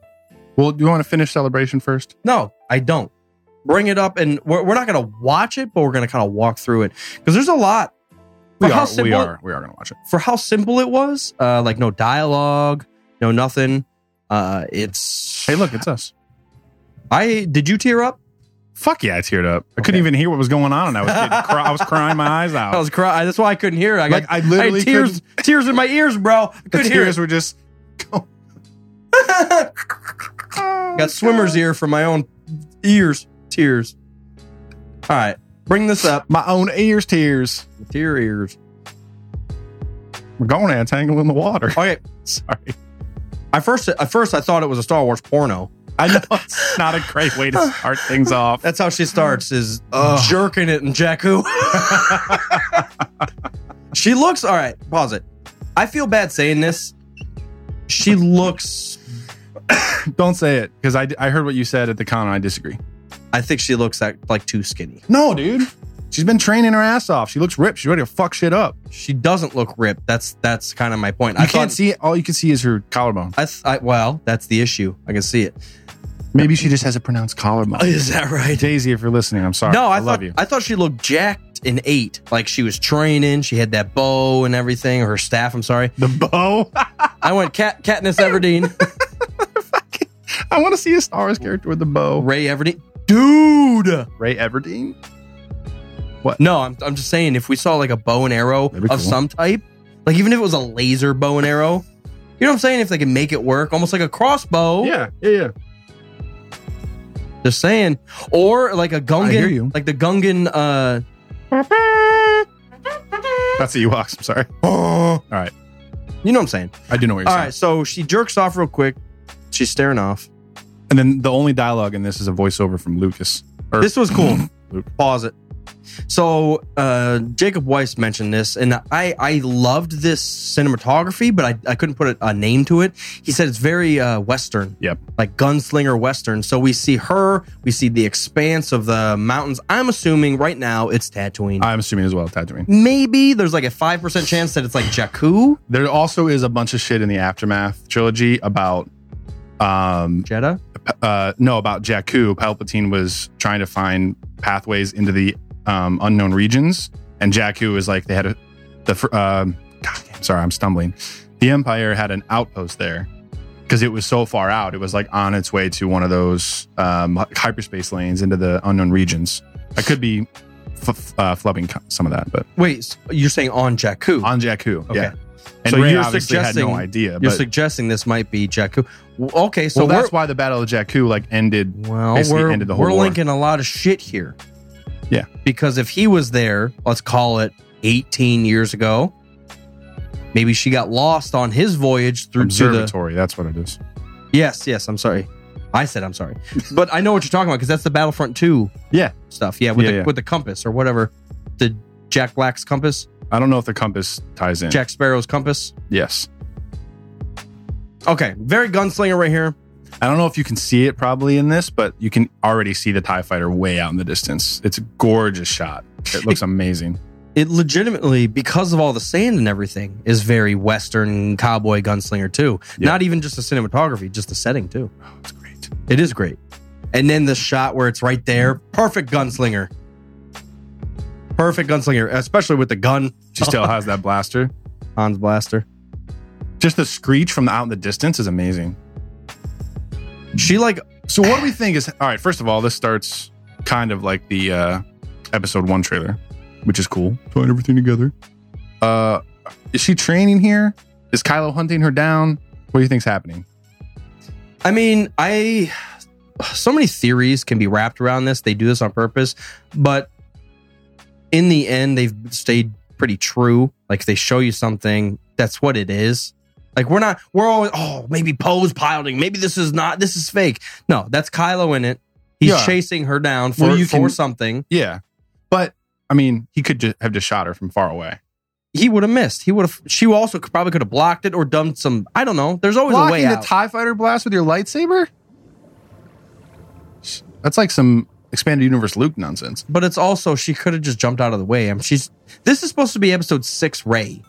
[SPEAKER 4] Well, do you want to finish celebration first?
[SPEAKER 5] No, I don't. Bring it up, and we're, we're not going to watch it, but we're going to kind of walk through it because there's a lot.
[SPEAKER 4] We
[SPEAKER 5] For how
[SPEAKER 4] are, we
[SPEAKER 5] simple-
[SPEAKER 4] are. We are going to watch it.
[SPEAKER 5] for how simple it was, uh, like no dialogue, no nothing. Uh, it's
[SPEAKER 4] Hey, look, it's us.
[SPEAKER 5] I did you tear up?
[SPEAKER 4] Fuck yeah, I teared up. I couldn't
[SPEAKER 5] Okay.
[SPEAKER 4] even hear what was going on, and I was getting cry- I was crying my eyes out.
[SPEAKER 5] I was crying. That's why I couldn't hear. I got
[SPEAKER 4] like I
[SPEAKER 5] I had
[SPEAKER 4] literally
[SPEAKER 5] tears,
[SPEAKER 4] couldn't-
[SPEAKER 5] tears in my ears, bro. I
[SPEAKER 4] The
[SPEAKER 5] couldn't hear.
[SPEAKER 4] tears
[SPEAKER 5] It.
[SPEAKER 4] were just.
[SPEAKER 5] Got swimmer's ear from my own ears. Tears. All right, bring this up.
[SPEAKER 4] My own ears, tears.
[SPEAKER 5] Tear ears.
[SPEAKER 4] my gonads hanging in the water.
[SPEAKER 5] Okay.
[SPEAKER 4] Sorry.
[SPEAKER 5] At first, at first, I thought it was a Star Wars porno.
[SPEAKER 4] I know it's not a great way to start things off.
[SPEAKER 5] That's how she starts is jerking it in Jakku. she looks all right. Pause it. I feel bad saying this. She looks.
[SPEAKER 4] Don't say it because I, I heard what you said at the con and I disagree.
[SPEAKER 5] I think she looks act- like too skinny.
[SPEAKER 4] No, dude. She's been training her ass off. She looks ripped. She's ready to fuck shit up.
[SPEAKER 5] She doesn't look ripped. That's that's kind of my point.
[SPEAKER 4] You
[SPEAKER 5] I
[SPEAKER 4] can't
[SPEAKER 5] thought,
[SPEAKER 4] see it. All you can see is her collarbone.
[SPEAKER 5] I, th- I well, that's the issue. I can see it.
[SPEAKER 4] Maybe she just has a pronounced collarbone.
[SPEAKER 5] Is that right?
[SPEAKER 4] Daisy, if you're listening, I'm sorry.
[SPEAKER 5] Oh, No, I,
[SPEAKER 4] I,
[SPEAKER 5] thought
[SPEAKER 4] love you.
[SPEAKER 5] I thought she looked jacked in eight. Like she was training. She had that bow and everything, or her staff. I'm sorry.
[SPEAKER 4] the bow.
[SPEAKER 5] I went Cat Katniss Everdeen,
[SPEAKER 4] I want to see a Star Wars character with the bow.
[SPEAKER 5] Ray Everdeen, dude.
[SPEAKER 4] Ray Everdeen.
[SPEAKER 5] No, I'm, I'm just saying if we saw like a bow and arrow of
[SPEAKER 4] That'd be cool.
[SPEAKER 5] some type, like even if it was a laser bow and arrow, you know what I'm saying? If they can make it work, almost like a crossbow.
[SPEAKER 4] Yeah, yeah, yeah.
[SPEAKER 5] Just saying, or like a Gungan,
[SPEAKER 4] I hear you.
[SPEAKER 5] like the Gungan. uh
[SPEAKER 4] That's the Ewoks. I'm sorry. All right,
[SPEAKER 5] You know what I'm saying?
[SPEAKER 4] I do know what you're
[SPEAKER 5] All
[SPEAKER 4] saying.
[SPEAKER 5] right, so she jerks off real quick. She's staring off.
[SPEAKER 4] And then the only dialogue in this is a voiceover from Lucas. Or-
[SPEAKER 5] This was cool. Pause it. So uh, Jacob Weiss mentioned this, and I I loved this cinematography, but I, I couldn't put a, a name to it. He said it's very uh, western.
[SPEAKER 4] Yep.
[SPEAKER 5] like gunslinger western. So we see her, we see the expanse of the mountains. I'm assuming right now it's Tatooine.
[SPEAKER 4] I'm assuming as well, Tatooine.
[SPEAKER 5] Maybe there's like a five percent chance that it's like Jakku,
[SPEAKER 4] There also is a bunch of shit in the aftermath trilogy about, um,
[SPEAKER 5] Jeddah.
[SPEAKER 4] uh, no, about Jakku. Palpatine was trying to find pathways into the um, unknown regions, and Jakku is like they had a the fr- um, God, damn, sorry, I'm stumbling. The Empire had an outpost there because it was so far out. It was like on its way to one of those um, hy- hyperspace lanes into the unknown regions. I could be f- f- uh, flubbing co- some of that, but
[SPEAKER 5] Wait, s- you're saying on Jakku?
[SPEAKER 4] on Jakku,
[SPEAKER 5] Okay.
[SPEAKER 4] yeah. And
[SPEAKER 5] So
[SPEAKER 4] Rey
[SPEAKER 5] you're
[SPEAKER 4] obviously had no
[SPEAKER 5] suggesting-
[SPEAKER 4] idea.
[SPEAKER 5] you're
[SPEAKER 4] But,
[SPEAKER 5] suggesting this might be Jakku. W- Okay, so
[SPEAKER 4] well,
[SPEAKER 5] we're-
[SPEAKER 4] that's why the Battle of Jakku like ended
[SPEAKER 5] Well,
[SPEAKER 4] basically
[SPEAKER 5] we're,
[SPEAKER 4] ended the whole
[SPEAKER 5] we're
[SPEAKER 4] war.
[SPEAKER 5] linking a lot of shit here.
[SPEAKER 4] Yeah.
[SPEAKER 5] Because if he was there, let's call it 18 years ago, maybe she got lost on his voyage through to the.
[SPEAKER 4] observatory. that's what it is.
[SPEAKER 5] Yes, yes, I'm sorry. I said I'm sorry. but I know what you're talking about because that's the Battlefront 2
[SPEAKER 4] Yeah.
[SPEAKER 5] stuff. Yeah, with,
[SPEAKER 4] Yeah,
[SPEAKER 5] the,
[SPEAKER 4] yeah.
[SPEAKER 5] with the compass or whatever. The Jack Black's compass,
[SPEAKER 4] I don't know if the compass ties in.
[SPEAKER 5] Jack Sparrow's compass.
[SPEAKER 4] Yes.
[SPEAKER 5] Okay, very gunslinger right here.
[SPEAKER 4] I don't know if you can see it probably in this, but you can already see the TIE fighter way out in the distance. It's a gorgeous shot. It looks amazing.
[SPEAKER 5] It legitimately, because of all the sand and everything, is very Western cowboy gunslinger too.
[SPEAKER 4] Yeah.
[SPEAKER 5] Not even just the cinematography, just the setting too.
[SPEAKER 4] Oh, it's great.
[SPEAKER 5] It is great. And then the shot where it's right there, perfect gunslinger. Perfect gunslinger, especially with the gun
[SPEAKER 4] She still has that blaster.
[SPEAKER 5] Hans blaster.
[SPEAKER 4] Just the screech from out in the distance is amazing.
[SPEAKER 5] She like
[SPEAKER 4] So what do we think is all right? First of all, this starts kind of like the uh, episode one trailer, which is cool. Tying everything together. Uh, is she training here? Is Kylo hunting her down? What do you think's happening?
[SPEAKER 5] I mean, I so many theories can be wrapped around this. They do this on purpose, but in the end, they've stayed pretty true. Like if they show you something, that's what it is. Like we're not, we're always, oh, maybe Poe's piloting. Maybe this is not, this is fake. No, that's Kylo in it. He's
[SPEAKER 4] Yeah.
[SPEAKER 5] chasing her down for
[SPEAKER 4] Well, you
[SPEAKER 5] for
[SPEAKER 4] can-
[SPEAKER 5] something.
[SPEAKER 4] Yeah, but I mean, he could ju- have just shot her from far away.
[SPEAKER 5] He would have missed. He would have. She also could, probably could have blocked it or done some. I don't know. There's always a way
[SPEAKER 4] Blocking the
[SPEAKER 5] out.
[SPEAKER 4] Tie Fighter blast with your lightsaber? That's like some expanded universe Luke nonsense.
[SPEAKER 5] but it's also she could have just jumped out of the way. I mean, she's this is supposed to be episode six Ray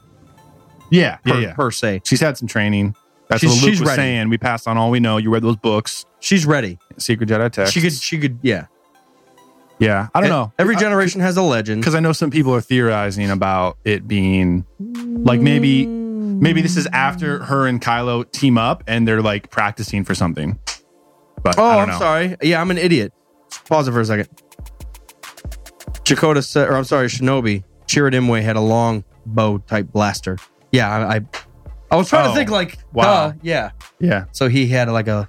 [SPEAKER 4] Yeah,
[SPEAKER 5] per, per se.
[SPEAKER 4] She's had some training. That's
[SPEAKER 5] She's-
[SPEAKER 4] what Luke
[SPEAKER 5] she's
[SPEAKER 4] was
[SPEAKER 5] ready.
[SPEAKER 4] saying. We passed on all we know. You read those books,
[SPEAKER 5] She's ready.
[SPEAKER 4] Secret Jedi text.
[SPEAKER 5] She could. Eh, She could. Yeah.
[SPEAKER 4] yeah, I don't know.
[SPEAKER 5] Every generation has a legend.
[SPEAKER 4] because I know some people are theorizing about it being like maybe maybe this is after her and Kylo team up and they're like practicing for something. But
[SPEAKER 5] Oh,
[SPEAKER 4] I don't
[SPEAKER 5] I'm
[SPEAKER 4] know.
[SPEAKER 5] sorry. Yeah, I'm an idiot. Pause it for a second. Dakota said, or I'm sorry, Shinobi. Chirrut Imwe had a long bow type blaster. Yeah, I. I, I was trying
[SPEAKER 4] Oh,
[SPEAKER 5] to think like,
[SPEAKER 4] wow.
[SPEAKER 5] duh, yeah.
[SPEAKER 4] Yeah,
[SPEAKER 5] So he had like a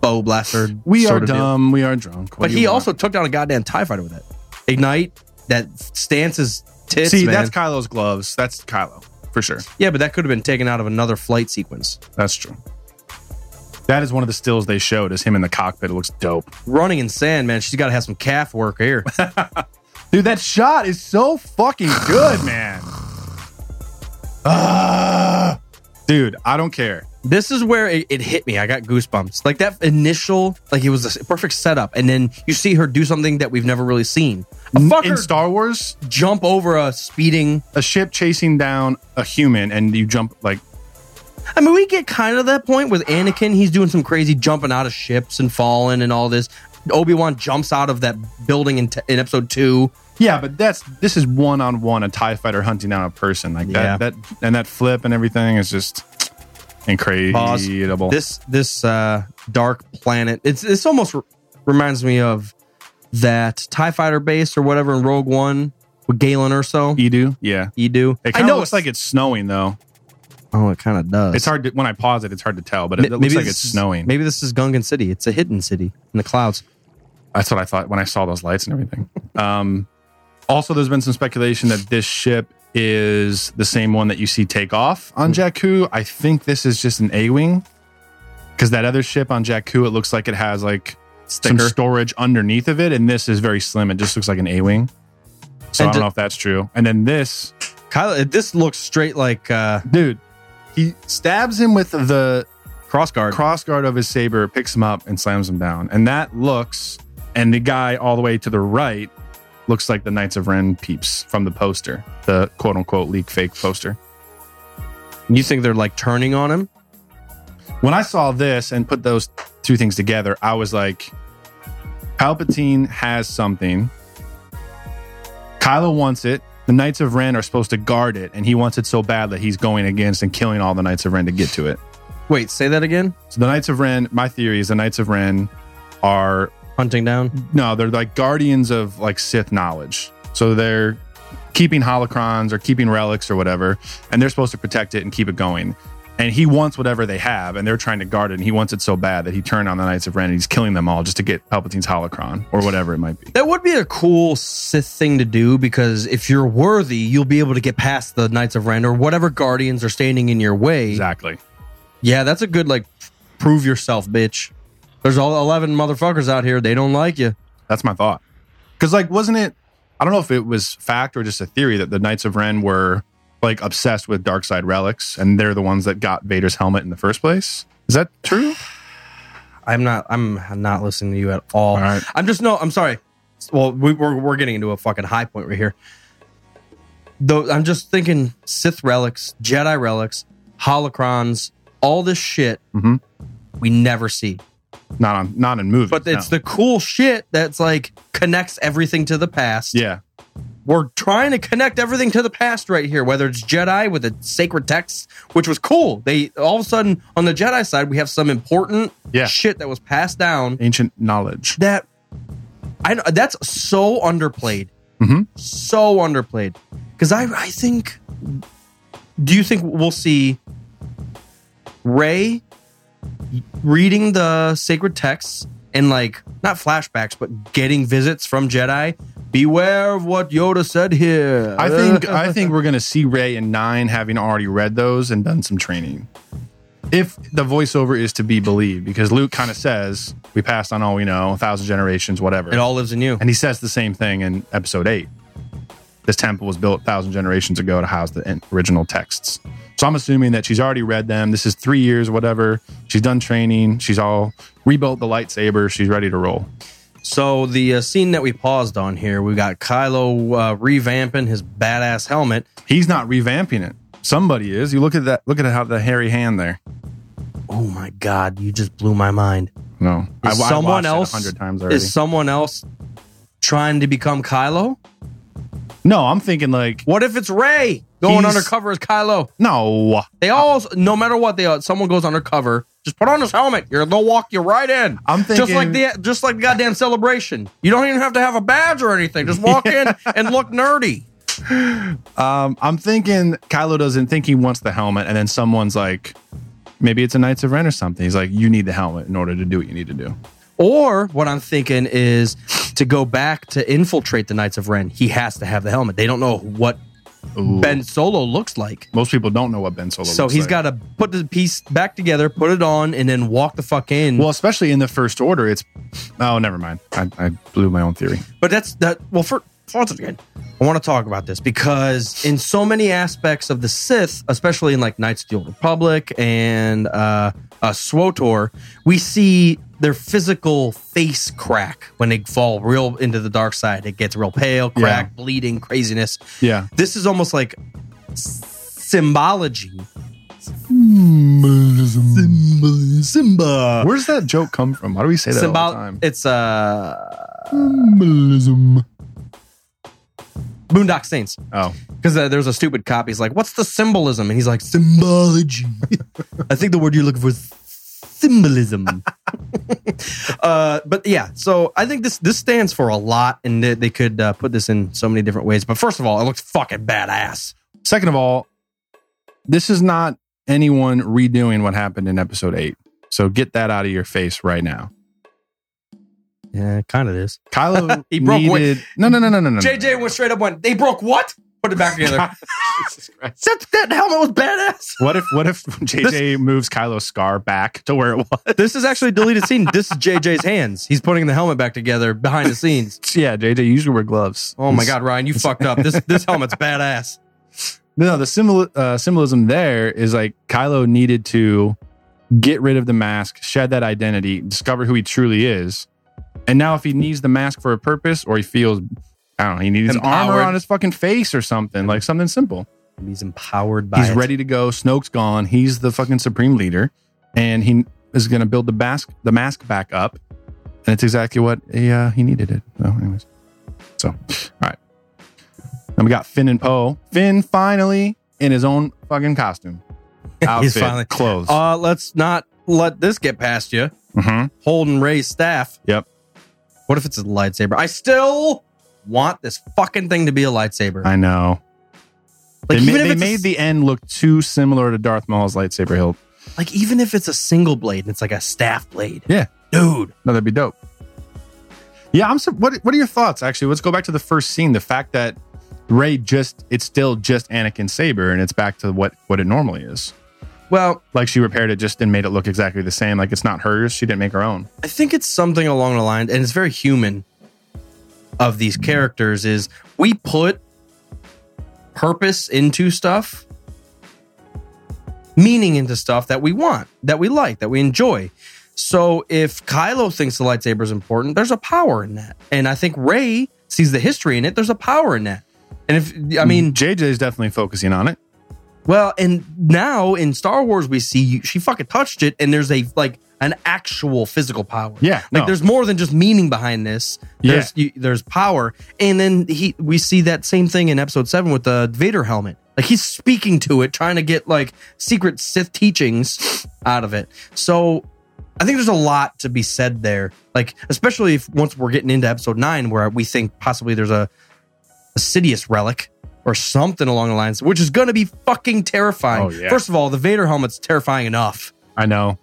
[SPEAKER 5] bow blaster.
[SPEAKER 4] we
[SPEAKER 5] sort
[SPEAKER 4] are
[SPEAKER 5] of deal.
[SPEAKER 4] dumb. We are drunk. What
[SPEAKER 5] But
[SPEAKER 4] do you
[SPEAKER 5] he
[SPEAKER 4] want?
[SPEAKER 5] also took down a goddamn TIE fighter with it. Ignite, that stance is tits.
[SPEAKER 4] see
[SPEAKER 5] man.
[SPEAKER 4] that's Kylo's gloves. That's Kylo for for sure.
[SPEAKER 5] Yeah, but that could have been taken out of another flight sequence.
[SPEAKER 4] That's true. That is one of the stills they showed is him in the cockpit. It looks dope.
[SPEAKER 5] Running in sand, man. She's got to have some calf work here.
[SPEAKER 4] Dude, that shot is so fucking good, man. Ah, dude, I don't care.
[SPEAKER 5] this is where it, it hit me. I got goosebumps. Like that initial, like it was a s- perfect setup, and then you see her do something that we've never really seen. A fucker
[SPEAKER 4] In Star Wars,
[SPEAKER 5] jump over a speeding.
[SPEAKER 4] a ship chasing down a human and you jump like
[SPEAKER 5] I mean, we get kind of that point with Anakin. He's doing some crazy jumping out of ships and falling and all this. Obi Wan jumps out of that building in, t- in Episode Two.
[SPEAKER 4] yeah, but that's this is one on one a tie fighter hunting down a person like that.
[SPEAKER 5] Yeah.
[SPEAKER 4] That and that flip and everything is just
[SPEAKER 5] Pause.
[SPEAKER 4] incredible.
[SPEAKER 5] This this uh, dark planet. It's this almost r- reminds me of that Tie Fighter base or whatever in Rogue One with Galen Urso.
[SPEAKER 4] Edu, yeah.
[SPEAKER 5] You do.
[SPEAKER 4] It kind of looks like it's snowing though.
[SPEAKER 5] Oh, it kind of does.
[SPEAKER 4] It's hard to, when I pause it. It's hard to tell, but
[SPEAKER 5] Ma-
[SPEAKER 4] it, it looks like
[SPEAKER 5] this
[SPEAKER 4] it's
[SPEAKER 5] is-
[SPEAKER 4] snowing.
[SPEAKER 5] Maybe this is Gungan City. It's a hidden city in the clouds.
[SPEAKER 4] That's what I thought when I saw those lights and everything. Um, also, there's been some speculation that this ship is the same one that you see take off on
[SPEAKER 5] Hmm.
[SPEAKER 4] Jakku. I think this is just an A-wing because that other ship on Jakku, it looks like it has like some
[SPEAKER 5] Sticker.
[SPEAKER 4] storage underneath of it, and this is very slim. It just looks like an A-wing. So
[SPEAKER 5] And
[SPEAKER 4] I don't
[SPEAKER 5] d-
[SPEAKER 4] know if that's true. And then this
[SPEAKER 5] Kyle, it- this looks straight like uh,
[SPEAKER 4] dude, he stabs him with the
[SPEAKER 5] cross guard.
[SPEAKER 4] cross guard of his saber, picks him up and slams him down. And that looks, and the guy all the way to the right looks like the Knights of Ren peeps from the poster, the quote unquote leak fake poster.
[SPEAKER 5] you think they're like turning on him?
[SPEAKER 4] When I saw this and put those two things together, I was like, Palpatine has something. Kylo wants it. The Knights of Ren are supposed to guard it, and he wants it so bad that he's going against and killing all the Knights of Ren to get to it.
[SPEAKER 5] Wait, say that again.
[SPEAKER 4] So the Knights of Ren, my theory is the Knights of Ren are
[SPEAKER 5] Hunting down.
[SPEAKER 4] No, they're like guardians of like Sith knowledge. So they're keeping holocrons or keeping relics or whatever, and they're supposed to protect it and keep it going. And he wants whatever they have, and they're trying to guard it, and he wants it so bad that he turned on the Knights of Ren and he's killing them all just to get Palpatine's holocron or whatever it might be.
[SPEAKER 5] That would be a cool Sith thing to do because if you're worthy, you'll be able to get past the Knights of Ren or whatever guardians are standing in your way.
[SPEAKER 4] Exactly.
[SPEAKER 5] Yeah, that's a good like prove yourself, bitch. There's all eleven motherfuckers out here. They don't like you.
[SPEAKER 4] That's my thought. Because like, wasn't it? I don't know if it was fact or just a theory that the Knights of Ren were like obsessed with dark side relics, and they're the ones that got Vader's helmet in the first place. Is that true?
[SPEAKER 5] I'm not. I'm not listening to you at all.
[SPEAKER 4] All right.
[SPEAKER 5] I'm just no. I'm sorry. Well, we, we're we're getting into a fucking high point right here. Though I'm just thinking Sith relics, Jedi relics, holocrons, all this shit
[SPEAKER 4] Mhm.
[SPEAKER 5] we never see,
[SPEAKER 4] Not on, not in movies.
[SPEAKER 5] but
[SPEAKER 4] no.
[SPEAKER 5] it's the cool shit that's like connects everything to the past.
[SPEAKER 4] yeah.
[SPEAKER 5] We're trying to connect everything to the past right here, whether it's Jedi with the sacred texts, which was cool. They all of a sudden on the Jedi side we have some important
[SPEAKER 4] Yeah.
[SPEAKER 5] shit that was passed down
[SPEAKER 4] ancient knowledge.
[SPEAKER 5] that I know that's so underplayed.
[SPEAKER 4] Mhm.
[SPEAKER 5] So underplayed. Because I I think do you think we'll see Ray reading the sacred texts and like not flashbacks but getting visits from Jedi? Beware of what Yoda said here.
[SPEAKER 4] I think I think we're gonna see Ray and Nine having already read those and done some training. If the voiceover is to be believed, because Luke kind of says, We passed on all we know, a thousand generations, whatever.
[SPEAKER 5] it all lives in you.
[SPEAKER 4] and he says the same thing in episode eight. This temple was built a thousand generations ago to house the in- original texts. So I'm assuming that she's already read them. This is three years, whatever. She's done training. She's all rebuilt the lightsaber. She's ready to roll.
[SPEAKER 5] So the uh, scene that we paused on here, we got Kylo uh, revamping his badass helmet.
[SPEAKER 4] He's not revamping it. Somebody is. You look at that. Look at how the hairy hand there.
[SPEAKER 5] Oh my god, you just blew my mind.
[SPEAKER 4] No,
[SPEAKER 5] Is someone else
[SPEAKER 4] hundred times already.
[SPEAKER 5] Is someone else trying to become Kylo?
[SPEAKER 4] no, I'm thinking like
[SPEAKER 5] What if it's Ray going
[SPEAKER 4] He's-
[SPEAKER 5] undercover as Kylo?
[SPEAKER 4] no.
[SPEAKER 5] They all, no matter what, they all- someone goes undercover. Just put on his helmet. You're they'll walk you right in.
[SPEAKER 4] I'm
[SPEAKER 5] just like the just like the goddamn celebration. You don't even have to have a badge or anything. Just walk in and look nerdy.
[SPEAKER 4] Um, I'm thinking Kylo doesn't think he wants the helmet, and then someone's like, maybe it's a Knights of Ren or something. He's like, you need the helmet in order to do what you need to do.
[SPEAKER 5] Or what I'm thinking is to go back to infiltrate the Knights of Ren. He has to have the helmet. They don't know what
[SPEAKER 4] Ooh.
[SPEAKER 5] Ben Solo looks like.
[SPEAKER 4] Most people don't know what Ben Solo.
[SPEAKER 5] So
[SPEAKER 4] looks
[SPEAKER 5] he's
[SPEAKER 4] like.
[SPEAKER 5] got to put the piece back together, put it on, and then walk the fuck in.
[SPEAKER 4] Well, especially in the first order, it's. Oh, never mind. I, I blew my own theory.
[SPEAKER 5] But that's that. Well, for once again, I want to talk about this because in so many aspects of the Sith, especially in like Knights of the Old Republic and uh, uh, Swotor, we see their physical face crack when they fall real into the dark side. It gets real pale, crack, bleeding, craziness.
[SPEAKER 4] Yeah.
[SPEAKER 5] This is almost like s- symbology. Symbolism. Simba.
[SPEAKER 4] Uh, Where's that joke come from? Why do we say that all the time?
[SPEAKER 5] Symbol. It's uh,
[SPEAKER 4] Symbolism.
[SPEAKER 5] Boondock Saints.
[SPEAKER 4] Oh,
[SPEAKER 5] Because uh, there's a stupid cop. He's like, "What's the symbolism?" And he's like, "Symbology." I think the word you're looking for is symbolism. uh, but yeah, so I think this this stands for a lot, and they, they could uh, put this in so many different ways. But first of all, it looks fucking badass.
[SPEAKER 4] Second of all, this is not anyone redoing what happened in episode eight. So get that out of your face right now.
[SPEAKER 5] Yeah, it kind of is.
[SPEAKER 4] Kylo
[SPEAKER 5] He broke away.
[SPEAKER 4] needed. No, no, no, no, no, no. no.
[SPEAKER 5] JJ went straight up one. They broke what? Put it back together. that, that helmet was badass.
[SPEAKER 4] What if what if JJ moves Kylo's scar back to where it was?
[SPEAKER 5] This is actually a deleted scene. This is JJ's hands. He's putting the helmet back together behind the scenes.
[SPEAKER 4] Yeah, JJ usually wear gloves.
[SPEAKER 5] Oh my God, Ryan, you fucked up. This this helmet's badass.
[SPEAKER 4] No, the symbol uh, symbolism there is like Kylo needed to get rid of the mask, shed that identity, discover who he truly is, and now if he needs the mask for a purpose or he feels, I don't know, he needs armor
[SPEAKER 5] Empowered.
[SPEAKER 4] on his fucking face or something like something simple.
[SPEAKER 5] He's empowered by
[SPEAKER 4] he's ready to go. Snoke's gone. He's the fucking supreme leader, and he is going to build the mask the mask back up, and it's exactly what he uh, he needed it. So, anyways, so all right. Then we got Finn and Poe. Finn finally in his own fucking costume, outfit,
[SPEAKER 5] He's finally-
[SPEAKER 4] clothes.
[SPEAKER 5] Uh, let's not let this get past you.
[SPEAKER 4] Mhm.
[SPEAKER 5] Holding Ray's staff.
[SPEAKER 4] Yep.
[SPEAKER 5] What if it's a lightsaber? I still want this fucking thing to be a lightsaber.
[SPEAKER 4] I know.
[SPEAKER 5] Like
[SPEAKER 4] they ma-
[SPEAKER 5] even
[SPEAKER 4] they
[SPEAKER 5] if
[SPEAKER 4] made
[SPEAKER 5] it's a,
[SPEAKER 4] the end look too similar to Darth Maul's lightsaber hilt.
[SPEAKER 5] like even if it's a single blade and it's like a staff blade.
[SPEAKER 4] Yeah.
[SPEAKER 5] Dude,
[SPEAKER 4] No, that'd be dope. Yeah, I'm. sur- What What are your thoughts? Actually, let's go back to the first scene. The fact that Ray just it's still just Anakin saber, and it's back to what what it normally is.
[SPEAKER 5] well,
[SPEAKER 4] Like she repaired it just and made it look exactly the same. Like it's not hers. She didn't make her own.
[SPEAKER 5] I think it's something along the line, and it's very human of these characters is we put purpose into stuff, meaning into stuff that we want, that we like, that we enjoy. So if Kylo thinks the lightsaber is important, there's a power in that. And I think Ray sees the history in it, there's a power in that. And if I mean
[SPEAKER 4] JJ is definitely focusing on it.
[SPEAKER 5] well, and now in Star Wars, we see she fucking touched it, and there's a like an actual physical power.
[SPEAKER 4] Yeah,
[SPEAKER 5] like
[SPEAKER 4] no.
[SPEAKER 5] there's more than just meaning behind this. There's you, there's power, and then he we see that same thing in Episode Seven with the Vader helmet. Like he's speaking to it, trying to get like secret Sith teachings out of it. So I think there's a lot to be said there. Like especially if once we're getting into Episode Nine, where we think possibly there's a a Sidious relic or something along the lines, which is going to be fucking terrifying.
[SPEAKER 4] Oh, yeah.
[SPEAKER 5] First of all, the Vader helmet's terrifying enough.
[SPEAKER 4] I know.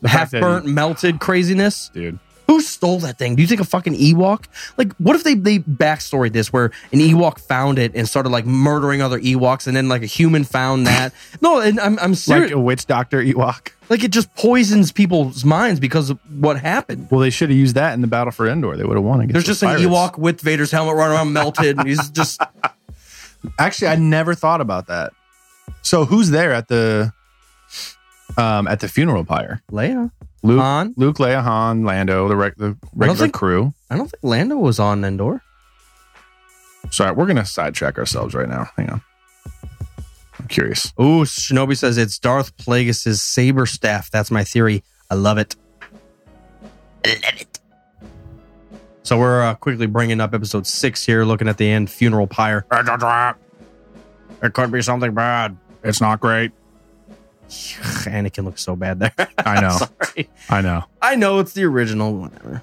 [SPEAKER 4] The
[SPEAKER 5] Half
[SPEAKER 4] fact that he-
[SPEAKER 5] burnt, melted craziness.
[SPEAKER 4] dude.
[SPEAKER 5] Who stole that thing? Do you think a fucking Ewok? Like, what if they they backstory this where an Ewok found it and started like murdering other Ewoks, and then like a human found that? no, and I'm I'm serious.
[SPEAKER 4] Like a witch doctor Ewok.
[SPEAKER 5] like it just poisons people's minds because of what happened.
[SPEAKER 4] Well, they should have used that in the battle for Endor. They would have won against.
[SPEAKER 5] There's
[SPEAKER 4] the
[SPEAKER 5] just an
[SPEAKER 4] pirates.
[SPEAKER 5] Ewok with Vader's helmet running around melted, and he's just
[SPEAKER 4] Actually, I never thought about that. So who's there at the um at the funeral pyre?
[SPEAKER 5] Leia.
[SPEAKER 4] Luke,
[SPEAKER 5] Han?
[SPEAKER 4] Luke, Leia, Han, Lando, the, reg- the regular
[SPEAKER 5] think-
[SPEAKER 4] crew.
[SPEAKER 5] I don't think Lando was on Endor.
[SPEAKER 4] Sorry, we're gonna sidetrack ourselves right now. Hang on, I'm curious.
[SPEAKER 5] Ooh, Shinobi says it's Darth Plagueis' saber staff. That's my theory. I love it. I love it. So we're uh, quickly bringing up episode six here, looking at the end funeral pyre. It could be something bad.
[SPEAKER 4] It's not great.
[SPEAKER 5] Anakin looks so bad there.
[SPEAKER 4] I know.
[SPEAKER 5] Sorry.
[SPEAKER 4] I know.
[SPEAKER 5] I know it's the original, whatever.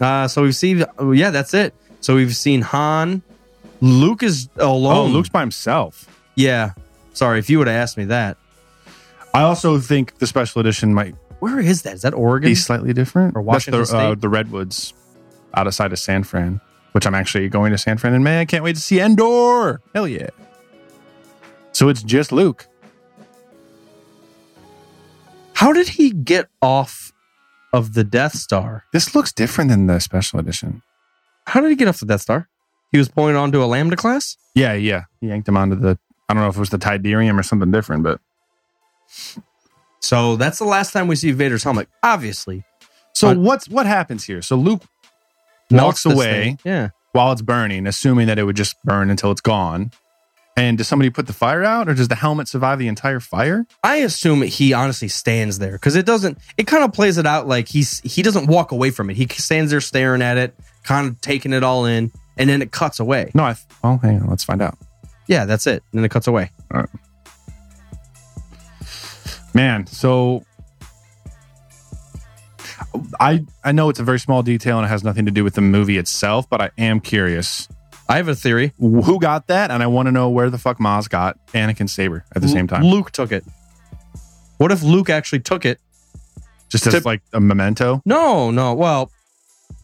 [SPEAKER 5] Uh, so we've seen, oh, yeah, that's it. So we've seen Han. Luke is alone.
[SPEAKER 4] Oh, Luke's by himself.
[SPEAKER 5] yeah. Sorry, if you would have asked me that.
[SPEAKER 4] I also think the special edition might
[SPEAKER 5] Where is that? Is that Oregon?
[SPEAKER 4] be slightly different.
[SPEAKER 5] Or
[SPEAKER 4] That's
[SPEAKER 5] Washington
[SPEAKER 4] the, uh,
[SPEAKER 5] State?
[SPEAKER 4] the redwoods outside of San Fran, which I'm actually going to San Fran in May. I can't wait to see Endor. Hell yeah! So it's just Luke.
[SPEAKER 5] How did he get off of the Death Star?
[SPEAKER 4] This looks different than the special edition.
[SPEAKER 5] How did he get off the Death Star? He was pulling onto a Lambda class?
[SPEAKER 4] Yeah, yeah. He yanked him onto the. I don't know if it was the Tiderium or something different, but
[SPEAKER 5] So that's the last time we see Vader's helmet, obviously.
[SPEAKER 4] so
[SPEAKER 5] But-
[SPEAKER 4] what's what happens here? So Luke walks
[SPEAKER 5] Melts this
[SPEAKER 4] away.
[SPEAKER 5] thing. Yeah.
[SPEAKER 4] while it's burning, assuming that it would just burn until it's gone. And does somebody put the fire out, or does the helmet survive the entire fire?
[SPEAKER 5] I assume he honestly stands there because it doesn't. It kind of plays it out like he's he doesn't walk away from it. He stands there staring at it, kind of taking it all in, and then it cuts away.
[SPEAKER 4] No, I. Th- well, hang on, let's find out.
[SPEAKER 5] Yeah, that's it. And then it cuts away.
[SPEAKER 4] Man, so I I know it's a very small detail and it has nothing to do with the movie itself, but I am curious
[SPEAKER 5] I have a theory.
[SPEAKER 4] who got that, and I want to know where the fuck Maz got Anakin's saber at the same time,
[SPEAKER 5] Luke took it. What if Luke actually took it?
[SPEAKER 4] just as
[SPEAKER 5] tip-
[SPEAKER 4] like a memento.
[SPEAKER 5] No, no. Well,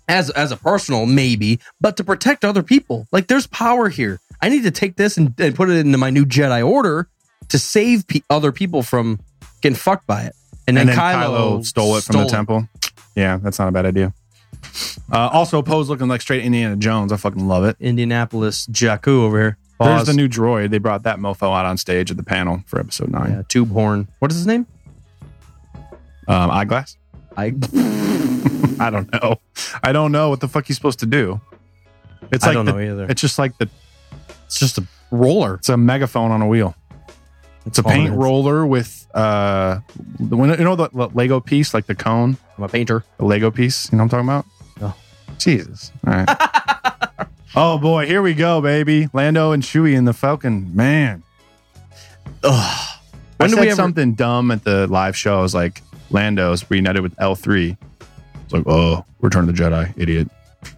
[SPEAKER 5] as as a personal maybe, but to protect other people. Like there's power here. I need to take this and, and put it into my new Jedi order to save pe- other people from getting fucked by it. And then,
[SPEAKER 4] And, then
[SPEAKER 5] Kylo,
[SPEAKER 4] Kylo, stole it from the temple. Yeah, that's not a bad idea. Uh, also, Poe's looking like straight Indiana Jones. I fucking love it.
[SPEAKER 5] Indianapolis Jakku over here.
[SPEAKER 4] There's
[SPEAKER 5] Boz.
[SPEAKER 4] the new droid. They brought that mofo out on stage at the panel for episode nine.
[SPEAKER 5] yeah, tube horn. What is his name?
[SPEAKER 4] Um, eyeglass.
[SPEAKER 5] I
[SPEAKER 4] I don't know. I don't know what the fuck he's supposed to do. It's
[SPEAKER 5] I
[SPEAKER 4] like
[SPEAKER 5] don't
[SPEAKER 4] the-
[SPEAKER 5] know either.
[SPEAKER 4] It's just like the.
[SPEAKER 5] It's just a roller.
[SPEAKER 4] It's a megaphone on a wheel. It's a
[SPEAKER 5] all it
[SPEAKER 4] paint
[SPEAKER 5] is.
[SPEAKER 4] roller with uh, the one- you know the the Lego piece, like the cone,
[SPEAKER 5] I'm a painter.
[SPEAKER 4] the Lego piece. You know what I'm talking
[SPEAKER 5] No.
[SPEAKER 4] about? Jesus. All right. oh boy, here we go, baby. Lando and Chewie and the Falcon. Man,
[SPEAKER 5] Ugh.
[SPEAKER 4] I
[SPEAKER 5] When did
[SPEAKER 4] said
[SPEAKER 5] we ever-
[SPEAKER 4] something dumb at the live show. I was like, Lando's reunited with L3. It's like, oh, Return of the Jedi, idiot.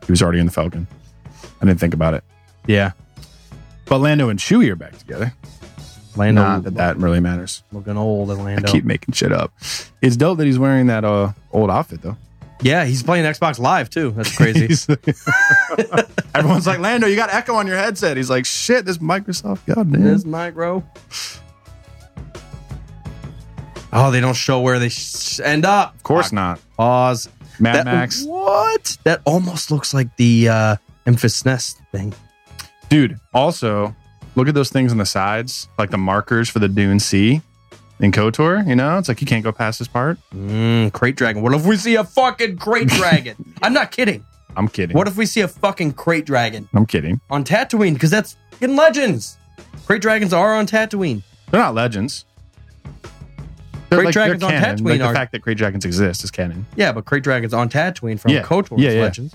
[SPEAKER 4] He was already in the Falcon. I didn't think about it.
[SPEAKER 5] Yeah.
[SPEAKER 4] But Lando and Chewie are back together.
[SPEAKER 5] Lando
[SPEAKER 4] Not that that really matters.
[SPEAKER 5] looking old and Lando.
[SPEAKER 4] I keep making shit up. It's dope that he's wearing that uh, old outfit, though.
[SPEAKER 5] yeah, he's playing Xbox Live too. That's crazy.
[SPEAKER 4] He's- Everyone's like, Lando, you got echo on your headset. He's like, shit, this Microsoft, goddamn.
[SPEAKER 5] This micro. Oh, they don't show where they sh- end up.
[SPEAKER 4] of course not.
[SPEAKER 5] Pause.
[SPEAKER 4] Mad
[SPEAKER 5] That-
[SPEAKER 4] Max.
[SPEAKER 5] What? That almost looks like the uh, Memphis Nest thing.
[SPEAKER 4] Dude, also, look at those things on the sides, like the markers for the Dune Sea in KOTOR. You know, it's like you can't go past this part.
[SPEAKER 5] Mm, crate dragon. What if we see a fucking crate dragon? I'm not kidding.
[SPEAKER 4] I'm kidding.
[SPEAKER 5] What if we see a fucking crate dragon
[SPEAKER 4] I'm kidding.
[SPEAKER 5] on Tatooine? Because that's in Legends. Crate dragons are on Tatooine.
[SPEAKER 4] They're not legends. They're
[SPEAKER 5] Great
[SPEAKER 4] like- they're
[SPEAKER 5] dragons on
[SPEAKER 4] canon.
[SPEAKER 5] Tatooine
[SPEAKER 4] Like,
[SPEAKER 5] are-
[SPEAKER 4] the fact that great dragons exist is canon.
[SPEAKER 5] Yeah, but crate dragons on Tatooine from
[SPEAKER 4] Yeah.
[SPEAKER 5] KOTOR's
[SPEAKER 4] Yeah, yeah.
[SPEAKER 5] Legends.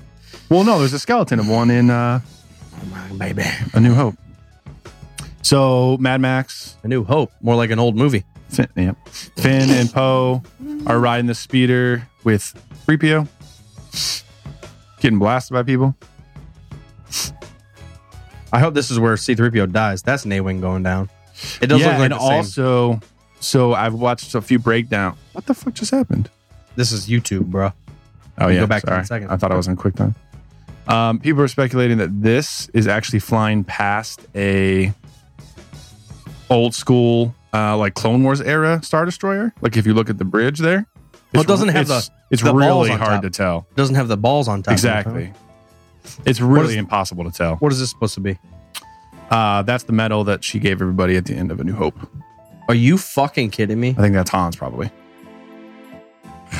[SPEAKER 4] Well, no, there's a skeleton of one in uh,
[SPEAKER 5] Baby.
[SPEAKER 4] A New Hope. So Mad Max,
[SPEAKER 5] A New Hope. More like an old movie.
[SPEAKER 4] Finn, yeah. Finn and Poe are riding the speeder with 3PO, getting blasted by people.
[SPEAKER 5] I hope this is where C3PO dies. That's an A Wing going down. It does look like
[SPEAKER 4] and
[SPEAKER 5] the same.
[SPEAKER 4] also, so I've watched a few breakdown. What the fuck just happened?
[SPEAKER 5] This is YouTube, bro.
[SPEAKER 4] Oh
[SPEAKER 5] We'll
[SPEAKER 4] yeah,
[SPEAKER 5] go back to
[SPEAKER 4] sorry.
[SPEAKER 5] that second.
[SPEAKER 4] I thought I was in quick time. Um, people are speculating that this is actually flying past a old school, uh, like Clone Wars era Star Destroyer. Like if you look at the bridge there,
[SPEAKER 5] Well, it doesn't have
[SPEAKER 4] it's,
[SPEAKER 5] the-
[SPEAKER 4] It's
[SPEAKER 5] the balls
[SPEAKER 4] really
[SPEAKER 5] on
[SPEAKER 4] hard
[SPEAKER 5] top.
[SPEAKER 4] to tell.
[SPEAKER 5] It doesn't have the balls on top.
[SPEAKER 4] Exactly. It's really
[SPEAKER 5] is-
[SPEAKER 4] impossible to tell.
[SPEAKER 5] What is this supposed to be?
[SPEAKER 4] Uh, that's the medal that she gave everybody at the end of A New Hope.
[SPEAKER 5] Are you fucking kidding me?
[SPEAKER 4] I think that's Hans probably.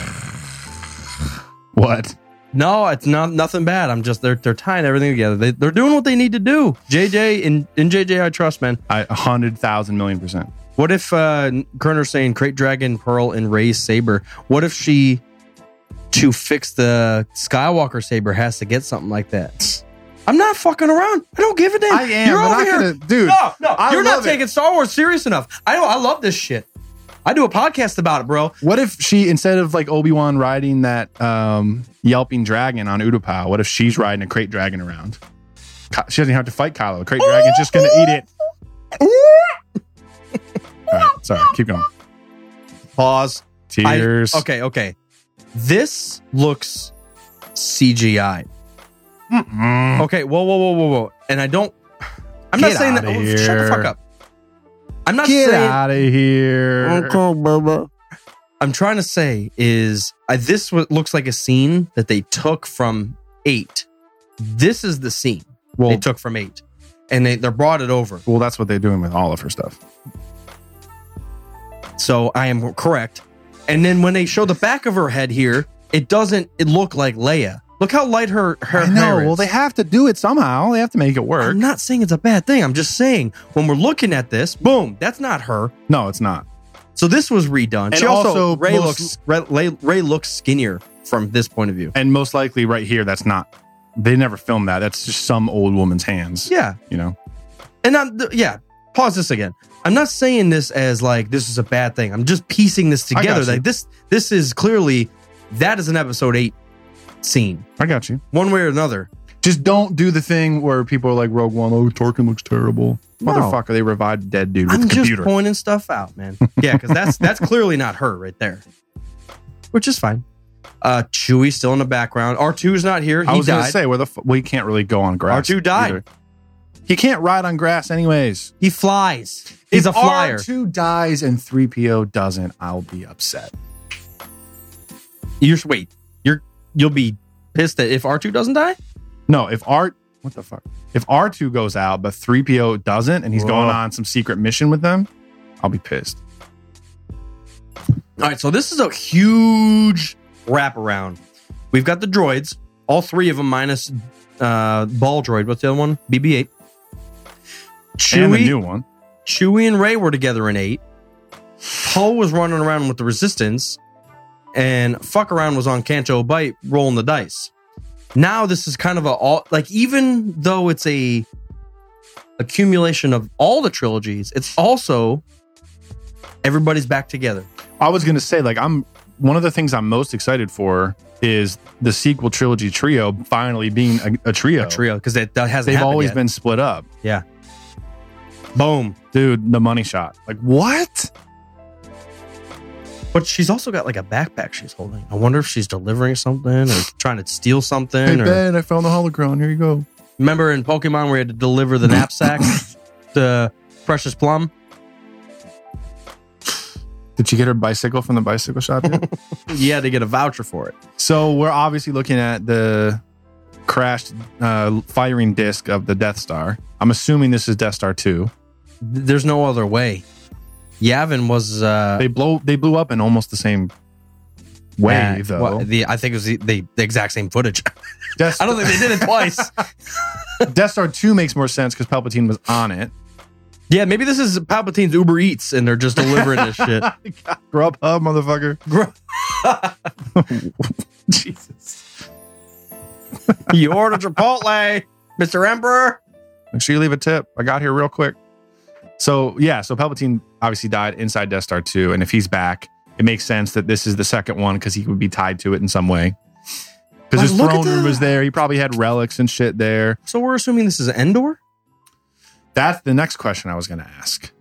[SPEAKER 4] What?
[SPEAKER 5] No, it's not nothing bad. I'm just they're they're tying everything together. They, they're doing what they need to do. JJ in in JJ, I trust, man.
[SPEAKER 4] I a hundred thousand million percent.
[SPEAKER 5] What if uh Kerner's saying Crate Dragon, Pearl, and Ray's saber? What if she to fix the Skywalker saber has to get something like that? I'm not fucking around. I don't give a damn.
[SPEAKER 4] I am,
[SPEAKER 5] You're
[SPEAKER 4] but
[SPEAKER 5] over
[SPEAKER 4] I
[SPEAKER 5] here,
[SPEAKER 4] could've- dude,
[SPEAKER 5] No, no,
[SPEAKER 4] I
[SPEAKER 5] you're not
[SPEAKER 4] love it.
[SPEAKER 5] taking Star Wars serious enough. I don't. I love this shit. I do a podcast about it, bro.
[SPEAKER 4] What if she instead of like Obi Wan riding that um, yelping dragon on Utapau, what if she's riding a crate dragon around? Ki- She doesn't have to fight Kylo. The crate dragon's just gonna eat it. All right, sorry, keep going.
[SPEAKER 5] Pause. I-
[SPEAKER 4] Tears.
[SPEAKER 5] okay, okay. This looks CGI. Okay, whoa, whoa, whoa, whoa, whoa. And I don't. I'm not
[SPEAKER 4] Get
[SPEAKER 5] saying that.
[SPEAKER 4] outta
[SPEAKER 5] oh, shut the
[SPEAKER 4] here.
[SPEAKER 5] fuck up. I'm not
[SPEAKER 4] Get
[SPEAKER 5] saying
[SPEAKER 4] out of here.
[SPEAKER 5] Bubba. I'm trying to say is I, this what looks like a scene that they took from eight. This is the scene they
[SPEAKER 4] Well,
[SPEAKER 5] took from eight, and they they brought it over.
[SPEAKER 4] well, that's what they're doing with all of her stuff.
[SPEAKER 5] So I am correct. And then when they show the back of her head here, it doesn't it look like Leia. Look how light her her
[SPEAKER 4] I know.
[SPEAKER 5] hair is.
[SPEAKER 4] Well, they have to do it somehow. They have to make it work.
[SPEAKER 5] I'm not saying it's a bad thing. I'm just saying when we're looking at this, boom, that's not her.
[SPEAKER 4] no, it's not.
[SPEAKER 5] So this was redone.
[SPEAKER 4] And
[SPEAKER 5] she also,
[SPEAKER 4] also
[SPEAKER 5] Ray
[SPEAKER 4] most-
[SPEAKER 5] looks Ray, Ray, Ray looks skinnier from this point of view.
[SPEAKER 4] And most likely, right here, that's not. They never filmed that. That's just some old woman's hands.
[SPEAKER 5] Yeah,
[SPEAKER 4] You know.
[SPEAKER 5] and I'm th- yeah. Pause this again. I'm not saying this as like this is a bad thing. I'm just piecing this
[SPEAKER 4] I got
[SPEAKER 5] together.
[SPEAKER 4] you.
[SPEAKER 5] Like this, this is clearly that is an episode eight scene,
[SPEAKER 4] I got you.
[SPEAKER 5] one way or another.
[SPEAKER 4] Just don't do the thing where people are like Rogue One. Oh, Tarkin looks terrible.
[SPEAKER 5] No.
[SPEAKER 4] Motherfucker, they revived a dead dude with
[SPEAKER 5] I'm
[SPEAKER 4] a computer.
[SPEAKER 5] just pointing stuff out, man. Yeah, because that's that's clearly not her right there, which is fine. Uh, Chewie's still in the background. R 2s not here. He
[SPEAKER 4] I was gonna
[SPEAKER 5] died.
[SPEAKER 4] say where the f- well, he can't really go on grass.
[SPEAKER 5] R2 died.
[SPEAKER 4] either. He can't ride on grass anyways.
[SPEAKER 5] he flies. He's
[SPEAKER 4] if
[SPEAKER 5] a flyer.
[SPEAKER 4] R2 dies and 3PO doesn't, I'll be upset.
[SPEAKER 5] You're wait. You're you'll be pissed that if R two doesn't die.
[SPEAKER 4] No, if R what the fuck? If R2 goes out but 3PO doesn't and he's going
[SPEAKER 5] Whoa.
[SPEAKER 4] on some secret mission with them, I'll be pissed.
[SPEAKER 5] All right, so this is a huge wraparound. We've got the droids, all three of them minus uh, ball droid. What's the other one? BB-8.
[SPEAKER 4] And the
[SPEAKER 5] Chewie,
[SPEAKER 4] new one.
[SPEAKER 5] Chewie and Ray were together in eight. Poe was running around with the Resistance, and fuck around was on Canto Bite rolling the dice. Now this is kind of a all like even though it's a accumulation of all the trilogies, it's also everybody's back together.
[SPEAKER 4] I was gonna say, like, I'm one of the things I'm most excited for is the sequel trilogy trio finally being a, a trio.
[SPEAKER 5] A trio because that, that hasn't
[SPEAKER 4] They've
[SPEAKER 5] happened
[SPEAKER 4] always
[SPEAKER 5] yet.
[SPEAKER 4] been split up.
[SPEAKER 5] Boom.
[SPEAKER 4] Dude, the money shot. Like what?
[SPEAKER 5] But she's also got like a backpack she's holding. I wonder if she's delivering something or trying to steal something. or,
[SPEAKER 4] I found the holocron. Here you go.
[SPEAKER 5] remember in Pokemon where you had to deliver the knapsack to Precious Plum?
[SPEAKER 4] Did she get her bicycle from the bicycle shop? yet?
[SPEAKER 5] You had to get a voucher for it.
[SPEAKER 4] so we're obviously looking at the crashed uh, firing disc of the Death Star. I'm assuming this is Death Star two.
[SPEAKER 5] Th- There's no other way. Yavin was uh,
[SPEAKER 4] They blow. They blew up in almost the same way,
[SPEAKER 5] uh,
[SPEAKER 4] though.
[SPEAKER 5] well, the, I think it was the, the, the exact same footage.
[SPEAKER 4] Death,
[SPEAKER 5] I don't think they did it twice.
[SPEAKER 4] Death Star two makes more sense because Palpatine was on it.
[SPEAKER 5] yeah, maybe this is Palpatine's Uber Eats and they're just delivering this shit.
[SPEAKER 4] Grow up, hub, motherfucker.
[SPEAKER 5] You ordered Chipotle, Mr. Emperor.
[SPEAKER 4] Make sure you leave a tip. I got here real quick. So yeah, so Palpatine obviously died inside Death Star two, and if he's back, it makes sense that this is the second one because he would be tied to it in some way.
[SPEAKER 5] But
[SPEAKER 4] Because his
[SPEAKER 5] look at
[SPEAKER 4] throne room
[SPEAKER 5] that.
[SPEAKER 4] was there, he probably had relics and shit there.
[SPEAKER 5] So we're assuming this is Endor?
[SPEAKER 4] That's the next question I was going to ask.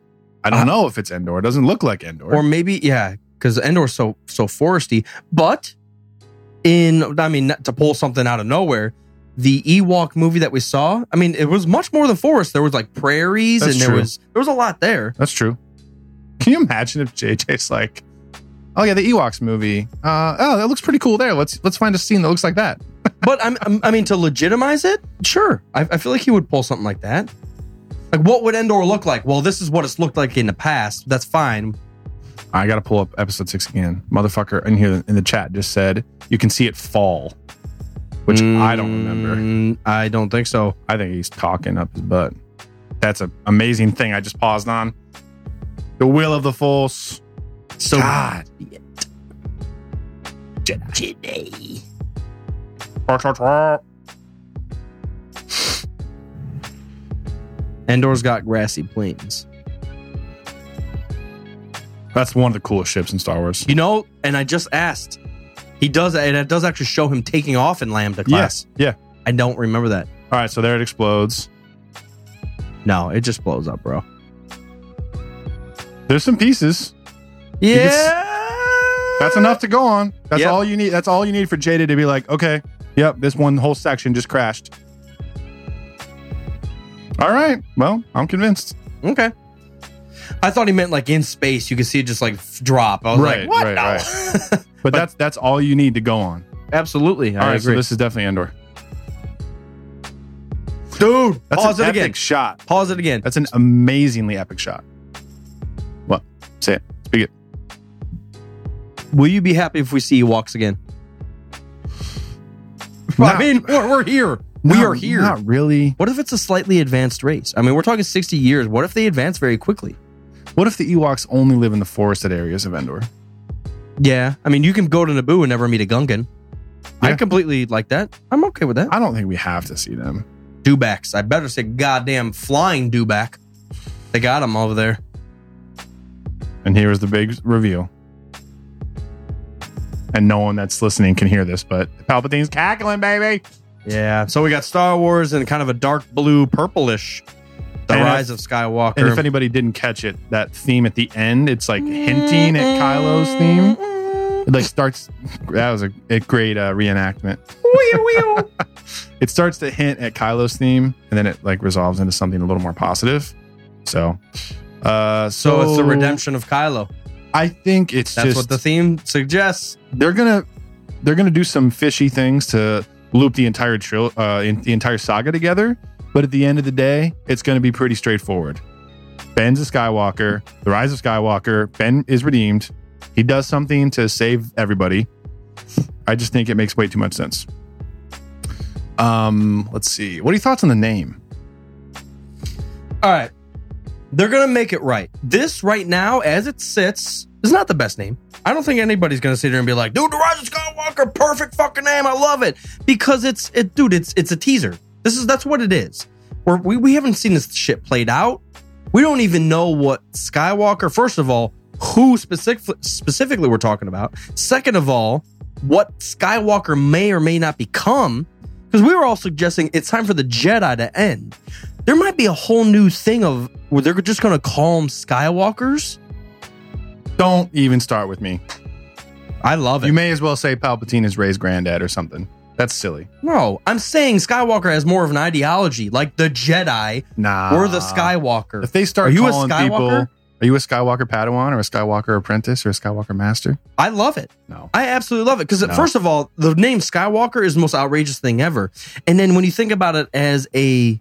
[SPEAKER 4] I don't
[SPEAKER 5] Uh,
[SPEAKER 4] know if it's Endor. It doesn't look like Endor.
[SPEAKER 5] or maybe yeah, because Endor's so so foresty. But in I mean, not to pull something out of nowhere, the Ewok movie that we saw, I mean, it was much more than forest. There was like prairies,
[SPEAKER 4] That's
[SPEAKER 5] and there
[SPEAKER 4] true.
[SPEAKER 5] was there was a lot there.
[SPEAKER 4] That's true. Can you imagine if JJ's like, "Oh yeah, the Ewoks movie. Uh, oh, that looks pretty cool there. Let's let's find a scene that looks like that."
[SPEAKER 5] But I'm, I'm- i mean, to legitimize it, sure, I, I feel like he would pull something like that. Like, what would Endor look like? Well, this is what it's looked like in the past. That's fine.
[SPEAKER 4] I got to pull up episode six again. Motherfucker in here in the chat just said you can see it fall, which I don't remember.
[SPEAKER 5] Mm, I don't think so.
[SPEAKER 4] I think he's talking up his butt. That's an amazing thing I just paused on. The will of the force.
[SPEAKER 5] So
[SPEAKER 4] God. Jedi.
[SPEAKER 5] Endor's got grassy plains.
[SPEAKER 4] That's one of the coolest ships in Star Wars.
[SPEAKER 5] You know, and I just asked. He does, and it does actually show him taking off in Lambda class.
[SPEAKER 4] Yeah.
[SPEAKER 5] I don't remember that.
[SPEAKER 4] All right, so there it explodes.
[SPEAKER 5] No, it just blows up, bro.
[SPEAKER 4] There's some pieces.
[SPEAKER 5] Yeah.
[SPEAKER 4] That's enough to go on. That's
[SPEAKER 5] Yep.
[SPEAKER 4] all you need. That's all you need for Jada to be like, okay, yep, this one whole section just crashed. All right. Well, I'm convinced.
[SPEAKER 5] Okay. I thought he meant like in space. You could see it just like f- drop. I was
[SPEAKER 4] Right,
[SPEAKER 5] like, what?
[SPEAKER 4] right,
[SPEAKER 5] No.
[SPEAKER 4] But, that's that's all you need to go on.
[SPEAKER 5] Absolutely.
[SPEAKER 4] All
[SPEAKER 5] I
[SPEAKER 4] right, so
[SPEAKER 5] agree.
[SPEAKER 4] this is definitely Endor.
[SPEAKER 5] Dude,
[SPEAKER 4] That's
[SPEAKER 5] pause
[SPEAKER 4] Oh, an
[SPEAKER 5] it
[SPEAKER 4] epic
[SPEAKER 5] again.
[SPEAKER 4] shot.
[SPEAKER 5] Pause it again.
[SPEAKER 4] That's an amazingly epic shot. What? Say it. Speak it.
[SPEAKER 5] Will you be happy if we see Ewoks again?
[SPEAKER 4] Not-
[SPEAKER 5] I mean, we're, we're here. We
[SPEAKER 4] Not-
[SPEAKER 5] are here.
[SPEAKER 4] Not really.
[SPEAKER 5] What if it's a slightly advanced race? I mean, we're talking 60 years. What if they advance very quickly?
[SPEAKER 4] What if the Ewoks only live in the forested areas of Endor?
[SPEAKER 5] Yeah. I mean, you can go to Naboo and never meet a Gungan. I
[SPEAKER 4] Yeah.
[SPEAKER 5] completely like that. I'm okay with that.
[SPEAKER 4] I don't think we have to see them.
[SPEAKER 5] Dubacks. I better say goddamn flying Dubac. They got him over there.
[SPEAKER 4] And here is the big reveal. And no one that's listening can hear this, but Palpatine's cackling, baby.
[SPEAKER 5] Yeah. So we got Star Wars and kind of a dark blue purplish. The
[SPEAKER 4] And if-
[SPEAKER 5] Rise of Skywalker.
[SPEAKER 4] And if anybody didn't catch it, that theme at the end, it's like hinting at Kylo's theme. It like starts. That was a, a great uh, reenactment. it starts to hint at Kylo's theme, and then it like resolves into something a little more positive. So, uh, so,
[SPEAKER 5] so it's the redemption of Kylo.
[SPEAKER 4] I think it's
[SPEAKER 5] That's
[SPEAKER 4] just
[SPEAKER 5] what the theme suggests.
[SPEAKER 4] they're gonna they're gonna do some fishy things to loop the entire tril- uh, in, the entire saga together. But at the end of the day, it's gonna be pretty straightforward. Ben's a Skywalker. The rise of Skywalker. Ben is redeemed. He does something to save everybody. I just think it makes way too much sense. Um, let's see. What are your thoughts on the name?
[SPEAKER 5] All right. They're going to make it right. This right now, as it sits, is not the best name. I don't think anybody's going to sit here and be like, dude, The Rise of Skywalker, perfect fucking name. I love it. Because it's, it, dude, it's it's a teaser. This is, that's what it is. We're, we, we haven't seen this shit played out. We don't even know what Skywalker, first of all, who specific, specifically we're talking about. Second of all, what Skywalker may or may not become. Because we were all suggesting it's time for the Jedi to end there might be a whole new thing of where they're just going to call them Skywalkers.
[SPEAKER 4] Don't even start with me.
[SPEAKER 5] I love it.
[SPEAKER 4] You may as well say Palpatine is Ray's granddad or something. That's silly.
[SPEAKER 5] no, I'm saying Skywalker has more of an ideology, like the Jedi
[SPEAKER 4] Nah.
[SPEAKER 5] or the Skywalker.
[SPEAKER 4] Ah. If they start
[SPEAKER 5] Are you a
[SPEAKER 4] calling people,
[SPEAKER 5] Skywalker?
[SPEAKER 4] are you a Skywalker Padawan or a Skywalker apprentice or a Skywalker master?
[SPEAKER 5] I love it.
[SPEAKER 4] No.
[SPEAKER 5] I absolutely love it because
[SPEAKER 4] No.
[SPEAKER 5] first of all, the name Skywalker is the most outrageous thing ever, and then when you think about it as a,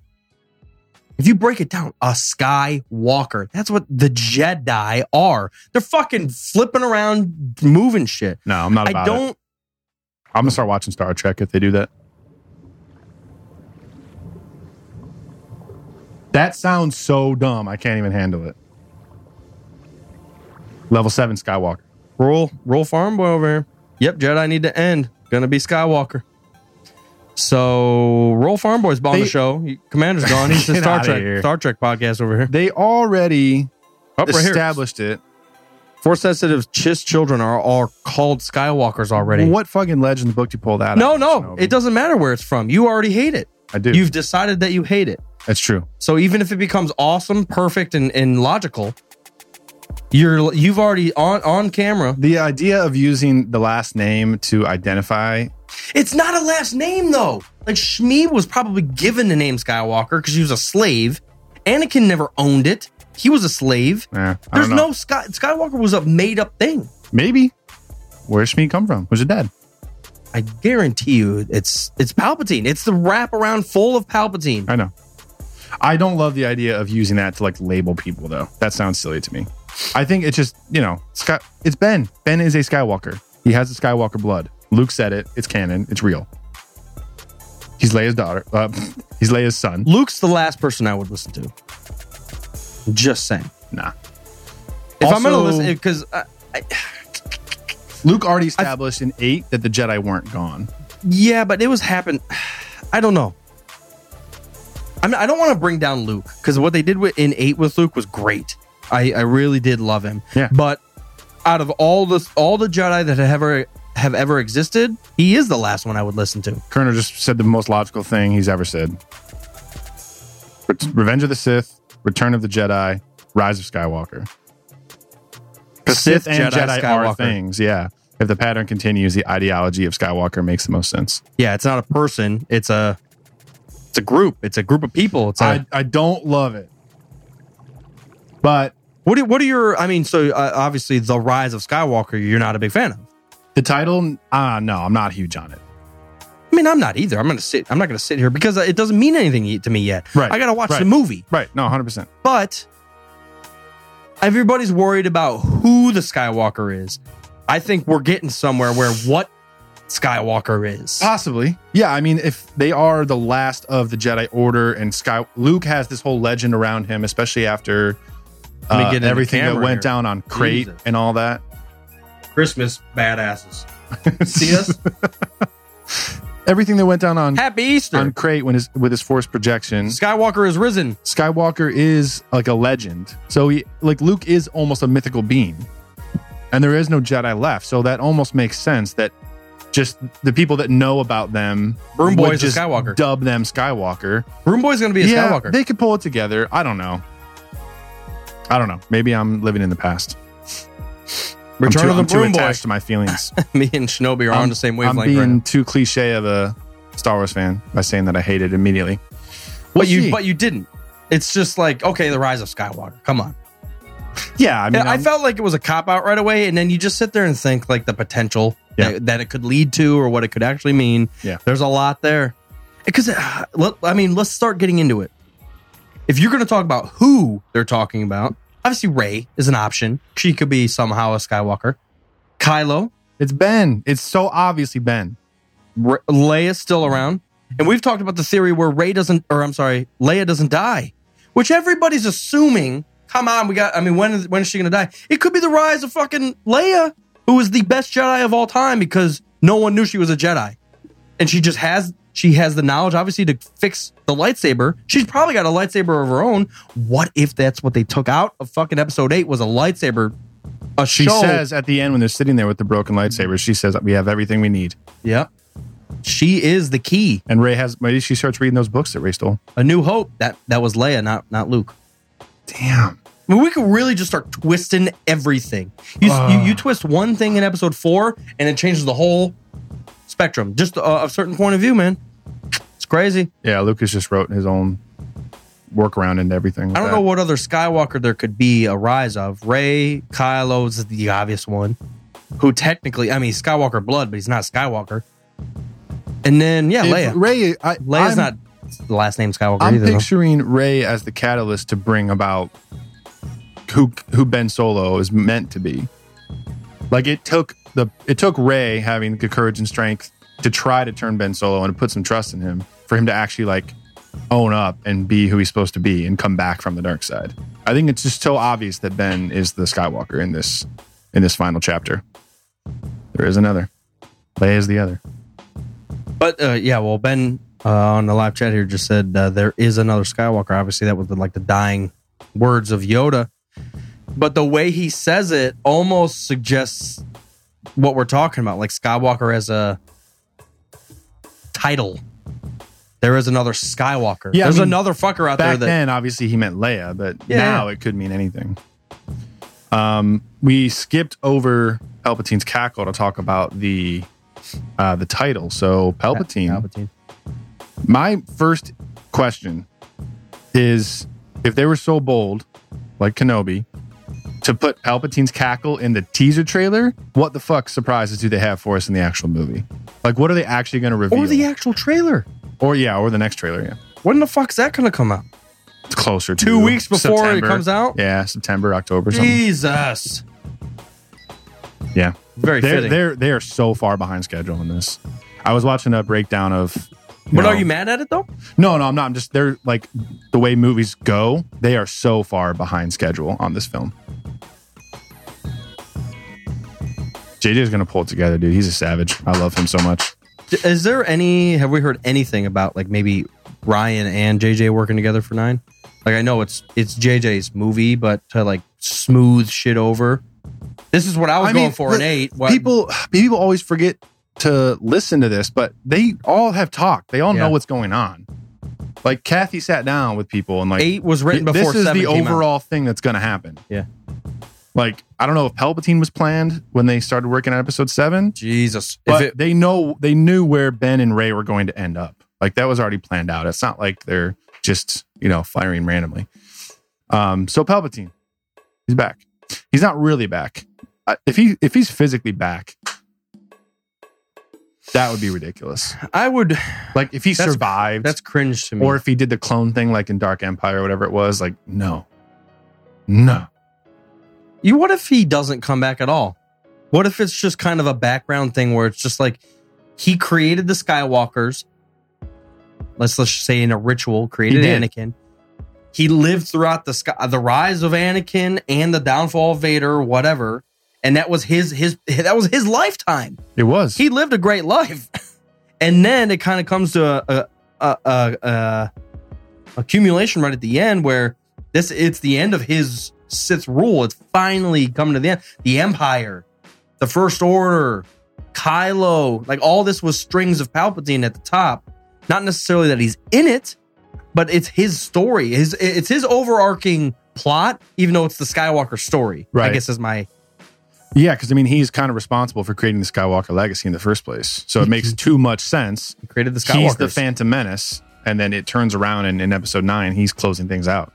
[SPEAKER 5] if you break it down, a Skywalker, that's what the Jedi are. They're fucking flipping around, moving shit.
[SPEAKER 4] No, I'm not
[SPEAKER 5] I
[SPEAKER 4] about
[SPEAKER 5] don't.
[SPEAKER 4] it. I'm gonna start watching Star Trek if they do that. That sounds so dumb. I can't even handle it. Level seven Skywalker.
[SPEAKER 5] Roll, roll farm boy over here. Yep, Jedi need to end. Gonna be Skywalker. So roll farm boy's been on
[SPEAKER 4] They-
[SPEAKER 5] the show. He- Commander's gone. He's the
[SPEAKER 4] Get
[SPEAKER 5] Star
[SPEAKER 4] outta
[SPEAKER 5] Trek
[SPEAKER 4] here.
[SPEAKER 5] Star Trek podcast over here.
[SPEAKER 4] They already
[SPEAKER 5] Up Oh, right here.
[SPEAKER 4] established it.
[SPEAKER 5] Force sensitive chis children are all called Skywalkers already.
[SPEAKER 4] What fucking legend book do you pull that
[SPEAKER 5] No,
[SPEAKER 4] out?
[SPEAKER 5] no, it doesn't matter where it's from. You already hate it.
[SPEAKER 4] I do.
[SPEAKER 5] You've decided that you hate it.
[SPEAKER 4] That's true.
[SPEAKER 5] So even if it becomes awesome, perfect, and, and logical, you're you've already on on camera.
[SPEAKER 4] The idea of using the last name to identify eh,
[SPEAKER 5] It's not a last name though. Like Shmi was probably given the name Skywalker because he was a slave. Anakin never owned it. He was a slave.
[SPEAKER 4] Yeah, I
[SPEAKER 5] There's
[SPEAKER 4] don't know.
[SPEAKER 5] no Sky- Skywalker was a made up thing.
[SPEAKER 4] Maybe. Where's Shmi come from? Was it dead?
[SPEAKER 5] I guarantee you, it's it's Palpatine. It's the wraparound full of Palpatine.
[SPEAKER 4] I know. I don't love the idea of using that to like label people though. That sounds silly to me. I think it's just, you know, Sky- it's Ben. Ben is a Skywalker. He has the Skywalker blood. Luke said it. It's canon. It's real. He's Leia's daughter. Uh, he's Leia's son.
[SPEAKER 5] Luke's the last person I would listen to. Just saying.
[SPEAKER 4] Nah.
[SPEAKER 5] If I'm gonna
[SPEAKER 4] Also-
[SPEAKER 5] listen, because uh,
[SPEAKER 4] Luke already established in eight that the Jedi weren't gone.
[SPEAKER 5] yeah, but it was happen. I don't know. I mean, I don't want to bring down Luke because what they did with, in eight with Luke was great. I, I really did love him.
[SPEAKER 4] Yeah.
[SPEAKER 5] But out of all the all the Jedi that have ever have ever existed, he is the last one I would listen to.
[SPEAKER 4] Kerner just said the most logical thing he's ever said. Ret- Revenge of the Sith, Return of the Jedi, Rise of Skywalker. 'Cause Sith, and Jedi, are things, yeah. If the pattern continues, the ideology of Skywalker makes the most sense.
[SPEAKER 5] Yeah, it's not a person. It's a it's a group. It's a group of people. It's a
[SPEAKER 4] I, I don't love it, but
[SPEAKER 5] What do, what are your? I mean, so uh, obviously the Rise of Skywalker, you're not a big fan of.
[SPEAKER 4] The title? Uh, no, I'm not huge on it.
[SPEAKER 5] I mean, I'm not either. I'm gonna sit. I'm not gonna sit here because it doesn't mean anything to me yet.
[SPEAKER 4] Right.
[SPEAKER 5] I gotta watch
[SPEAKER 4] Right.
[SPEAKER 5] the movie.
[SPEAKER 4] Right. No, 100%.
[SPEAKER 5] But everybody's worried about who the Skywalker is. I think we're getting somewhere where what Skywalker is.
[SPEAKER 4] Possibly. Yeah, I mean, if they are the last of the Jedi Order and Sky Luke has this whole legend around him, especially after
[SPEAKER 5] Let me
[SPEAKER 4] uh,
[SPEAKER 5] get in the
[SPEAKER 4] everything that
[SPEAKER 5] camera
[SPEAKER 4] went
[SPEAKER 5] here.
[SPEAKER 4] down on Crate
[SPEAKER 5] Jesus.
[SPEAKER 4] and all that.
[SPEAKER 5] Christmas badasses. See us?
[SPEAKER 4] Everything that went down on
[SPEAKER 5] Happy Easter.
[SPEAKER 4] on Crate when his with his force projection.
[SPEAKER 5] Skywalker is risen.
[SPEAKER 4] Skywalker is like a legend. So he like Luke is almost a mythical being. And there is no Jedi left. So that almost makes sense that just the people that know about them
[SPEAKER 5] Broom
[SPEAKER 4] would
[SPEAKER 5] Boy's a
[SPEAKER 4] just
[SPEAKER 5] Skywalker.
[SPEAKER 4] dub them Skywalker.
[SPEAKER 5] Room Boy's gonna be a Skywalker.
[SPEAKER 4] They could pull it together. I don't know. I don't know. Maybe I'm living in the past. I'm
[SPEAKER 5] Return
[SPEAKER 4] too,
[SPEAKER 5] of the
[SPEAKER 4] I'm too
[SPEAKER 5] Broom Boy.
[SPEAKER 4] attached to my feelings.
[SPEAKER 5] Me and Shinobi are on the same wavelength.
[SPEAKER 4] I'm being
[SPEAKER 5] right now.
[SPEAKER 4] too cliche of a Star Wars fan by saying that I hate it immediately.
[SPEAKER 5] but you
[SPEAKER 4] see.
[SPEAKER 5] but you didn't. It's just like okay, the rise of Skywalker. Come on.
[SPEAKER 4] Yeah, I mean,
[SPEAKER 5] I
[SPEAKER 4] I'm-
[SPEAKER 5] felt like it was a cop out right away, and then you just sit there and think like the potential
[SPEAKER 4] Yeah.
[SPEAKER 5] that, that it could lead to, or what it could actually mean.
[SPEAKER 4] Yeah.
[SPEAKER 5] there's a lot there. Because I mean, let's start getting into it. If you're going to talk about who they're talking about, obviously Ray is an option. She could be somehow a Skywalker. Kylo,
[SPEAKER 4] it's Ben. It's so obviously Ben.
[SPEAKER 5] Re- Leia's still around, and we've talked about the theory where Ray doesn't, or I'm sorry, Leia doesn't die, which everybody's assuming. Come on, we got. I mean, when is, when is she going to die? It could be the rise of fucking Leia, who was the best Jedi of all time because no one knew she was a Jedi, and she just has she has the knowledge, obviously, to fix the lightsaber. She's probably got a lightsaber of her own. What if that's what they took out of fucking Episode Eight was a lightsaber? A
[SPEAKER 4] She
[SPEAKER 5] show.
[SPEAKER 4] says at the end when they're sitting there with the broken lightsaber, she says we have everything we need.
[SPEAKER 5] "Yep, she is the key."
[SPEAKER 4] And Ray has maybe she starts reading those books that Ray stole.
[SPEAKER 5] A New Hope. That that was Leia, not not Luke.
[SPEAKER 4] Damn.
[SPEAKER 5] I mean, we could really just start twisting everything. You,
[SPEAKER 4] Uh.
[SPEAKER 5] you you twist one thing in Episode Four, and it changes the whole spectrum. Just uh, a certain point of view, man. It's crazy.
[SPEAKER 4] Yeah, Lucas just wrote his own workaround into everything. with
[SPEAKER 5] I don't
[SPEAKER 4] that.
[SPEAKER 5] know what other Skywalker there could be a rise of. Ray Kylo's the obvious one, who technically, I mean, he's Skywalker blood, but he's not Skywalker. And then yeah,
[SPEAKER 4] If
[SPEAKER 5] Leia.
[SPEAKER 4] Ray, I, I'm-
[SPEAKER 5] Leia's not the last name Skywalker
[SPEAKER 4] I'm
[SPEAKER 5] either. though.
[SPEAKER 4] picturing Ray as the catalyst to bring about who who Ben Solo is meant to be. Like it took the it took Ray having the courage and strength to try to turn Ben Solo and put some trust in him for him to actually like own up and be who he's supposed to be and come back from the dark side. I think it's just so obvious that Ben is the Skywalker in this in this final chapter. There is another. Leia is the other.
[SPEAKER 5] But uh, yeah, well, Ben uh, on the live chat here just said uh, there is another Skywalker. Obviously, that was the, like the dying words of Yoda. But the way he says it almost suggests what we're talking about, like Skywalker as a title. There is another Skywalker.
[SPEAKER 4] Yeah, I
[SPEAKER 5] There's
[SPEAKER 4] mean,
[SPEAKER 5] another fucker out there
[SPEAKER 4] back
[SPEAKER 5] that
[SPEAKER 4] then obviously he meant Leia, but
[SPEAKER 5] Yeah.
[SPEAKER 4] now it could mean anything. Um, we skipped over Palpatine's cackle to talk about the uh, the title. So Palpatine,
[SPEAKER 5] Palpatine.
[SPEAKER 4] my first question is if they were so bold, like Kenobi, to put Palpatine's cackle in the teaser trailer, what the fuck surprises do they have for us in the actual movie? Like, what are they actually going to reveal?
[SPEAKER 5] or the actual trailer.
[SPEAKER 4] or yeah, or the next trailer. Yeah,
[SPEAKER 5] When the fuck's that gonna come out?
[SPEAKER 4] it's closer. To
[SPEAKER 5] Two weeks before it comes out?
[SPEAKER 4] Yeah, September, October, something.
[SPEAKER 5] Jesus,
[SPEAKER 4] Yeah.
[SPEAKER 5] very
[SPEAKER 4] they're,
[SPEAKER 5] fitting.
[SPEAKER 4] they're they're so far behind schedule in this. I was watching a breakdown of.
[SPEAKER 5] but
[SPEAKER 4] know-
[SPEAKER 5] are you mad at it though?
[SPEAKER 4] No, no, I'm not. I'm just they're like the way movies go. They are so far behind schedule on this film. JJ is gonna pull it together, dude. He's a savage. I love him so much.
[SPEAKER 5] Is there any? Have we heard anything about like maybe Ryan and JJ working together for nine? Like I know it's it's JJ's movie, but to like smooth shit over. This is what I was going for
[SPEAKER 4] look,
[SPEAKER 5] an eight. What,
[SPEAKER 4] People people always forget to listen to this, but they all have talked. They all
[SPEAKER 5] Yeah.
[SPEAKER 4] know what's going on. Like Kathy sat down with people and like
[SPEAKER 5] eight was written
[SPEAKER 4] Th-
[SPEAKER 5] before
[SPEAKER 4] this is
[SPEAKER 5] seven
[SPEAKER 4] the
[SPEAKER 5] came out.
[SPEAKER 4] overall thing that's going to happen.
[SPEAKER 5] Yeah.
[SPEAKER 4] Like I don't know if Palpatine was planned when they started working on Episode Seven,
[SPEAKER 5] Jesus, if
[SPEAKER 4] but
[SPEAKER 5] it,
[SPEAKER 4] they know they knew where Ben and Ray were going to end up. Like that was already planned out. It's not like they're just you know firing randomly. Um, so Palpatine, He's back. He's not really back. I- If he if he's physically back, that would be ridiculous.
[SPEAKER 5] I would.
[SPEAKER 4] Like if he
[SPEAKER 5] That's-
[SPEAKER 4] survived,
[SPEAKER 5] That's cringe to me.
[SPEAKER 4] or if he did the clone thing, like in Dark Empire or whatever it was. Like no, no.
[SPEAKER 5] you, what if he doesn't come back at all? What if it's just kind of a background thing where it's just like he created the Skywalkers? Let's let's say in a ritual, created
[SPEAKER 4] He did.
[SPEAKER 5] Anakin. He lived throughout the sky, the rise of Anakin and the downfall of Vader, whatever. And that was his his that was his lifetime.
[SPEAKER 4] It was.
[SPEAKER 5] he lived a great life. And then it kind of comes to a, a, a, a, a accumulation right at the end where this it's the end of his Sith rule. It's finally coming to the end. The Empire, the First Order, Kylo, like all this was strings of Palpatine at the top. Not necessarily that he's in it, but it's his story. His it's his overarching plot, even though it's the Skywalker story. I
[SPEAKER 4] Right.
[SPEAKER 5] guess is my
[SPEAKER 4] yeah, because I mean, he's kind of responsible for creating the Skywalker legacy in the first place. So it makes too much sense.
[SPEAKER 5] he created the Skywalker.
[SPEAKER 4] He's the Phantom Menace, and then it turns around, and in Episode Nine, he's closing things out.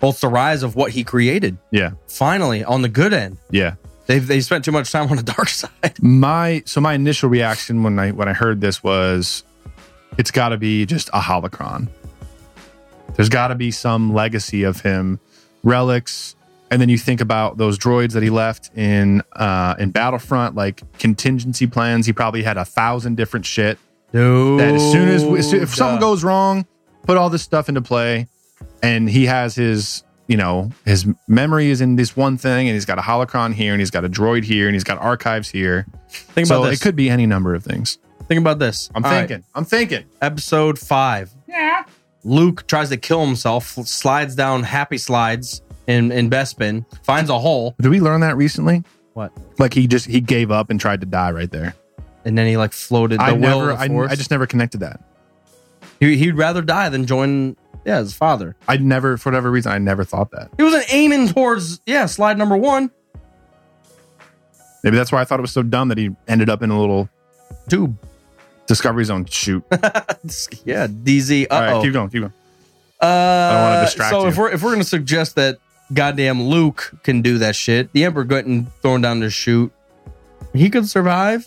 [SPEAKER 5] both the rise of what he created.
[SPEAKER 4] Yeah,
[SPEAKER 5] finally on the good end.
[SPEAKER 4] yeah.
[SPEAKER 5] They've they spent too much time on the dark side.
[SPEAKER 4] my so my initial reaction when I when I heard this was it's got to be just a holocron. There's got to be some legacy of him, relics, and then you think about those droids that he left in uh in Battlefront, like contingency plans. He probably had a thousand different shit
[SPEAKER 5] Dude,
[SPEAKER 4] that as soon as, as soon, if something goes wrong, put all this stuff into play, and he has his you know his memory is in this one thing, and he's got a holocron here, and he's got a droid here, and he's got archives here.
[SPEAKER 5] think
[SPEAKER 4] so
[SPEAKER 5] about this.
[SPEAKER 4] it could be any number of things.
[SPEAKER 5] think about this.
[SPEAKER 4] I'm
[SPEAKER 5] All right,
[SPEAKER 4] thinking. I'm thinking.
[SPEAKER 5] episode five. Yeah. Luke tries to kill himself, slides down happy slides in in Bespin, finds a hole,
[SPEAKER 4] Did we learn that recently?
[SPEAKER 5] What?
[SPEAKER 4] Like he just he gave up and tried to die right there.
[SPEAKER 5] and then he like floated the
[SPEAKER 4] I
[SPEAKER 5] will
[SPEAKER 4] never.
[SPEAKER 5] of
[SPEAKER 4] I,
[SPEAKER 5] the force.
[SPEAKER 4] I just never connected that.
[SPEAKER 5] he, he'd rather die than join yeah his father.
[SPEAKER 4] I never, for whatever reason, I never thought that.
[SPEAKER 5] He wasn't aiming towards yeah slide number one.
[SPEAKER 4] Maybe that's why I thought it was so dumb that he ended up in a little
[SPEAKER 5] Dude,
[SPEAKER 4] Discovery Zone shoot. All
[SPEAKER 5] yeah, DZ. Uh
[SPEAKER 4] right,
[SPEAKER 5] oh.
[SPEAKER 4] keep going, keep going.
[SPEAKER 5] Uh, I
[SPEAKER 4] don't wanna distract
[SPEAKER 5] so
[SPEAKER 4] you.
[SPEAKER 5] if we're if we're gonna suggest that goddamn Luke can do that shit, the Emperor getting thrown down the chute, he could survive.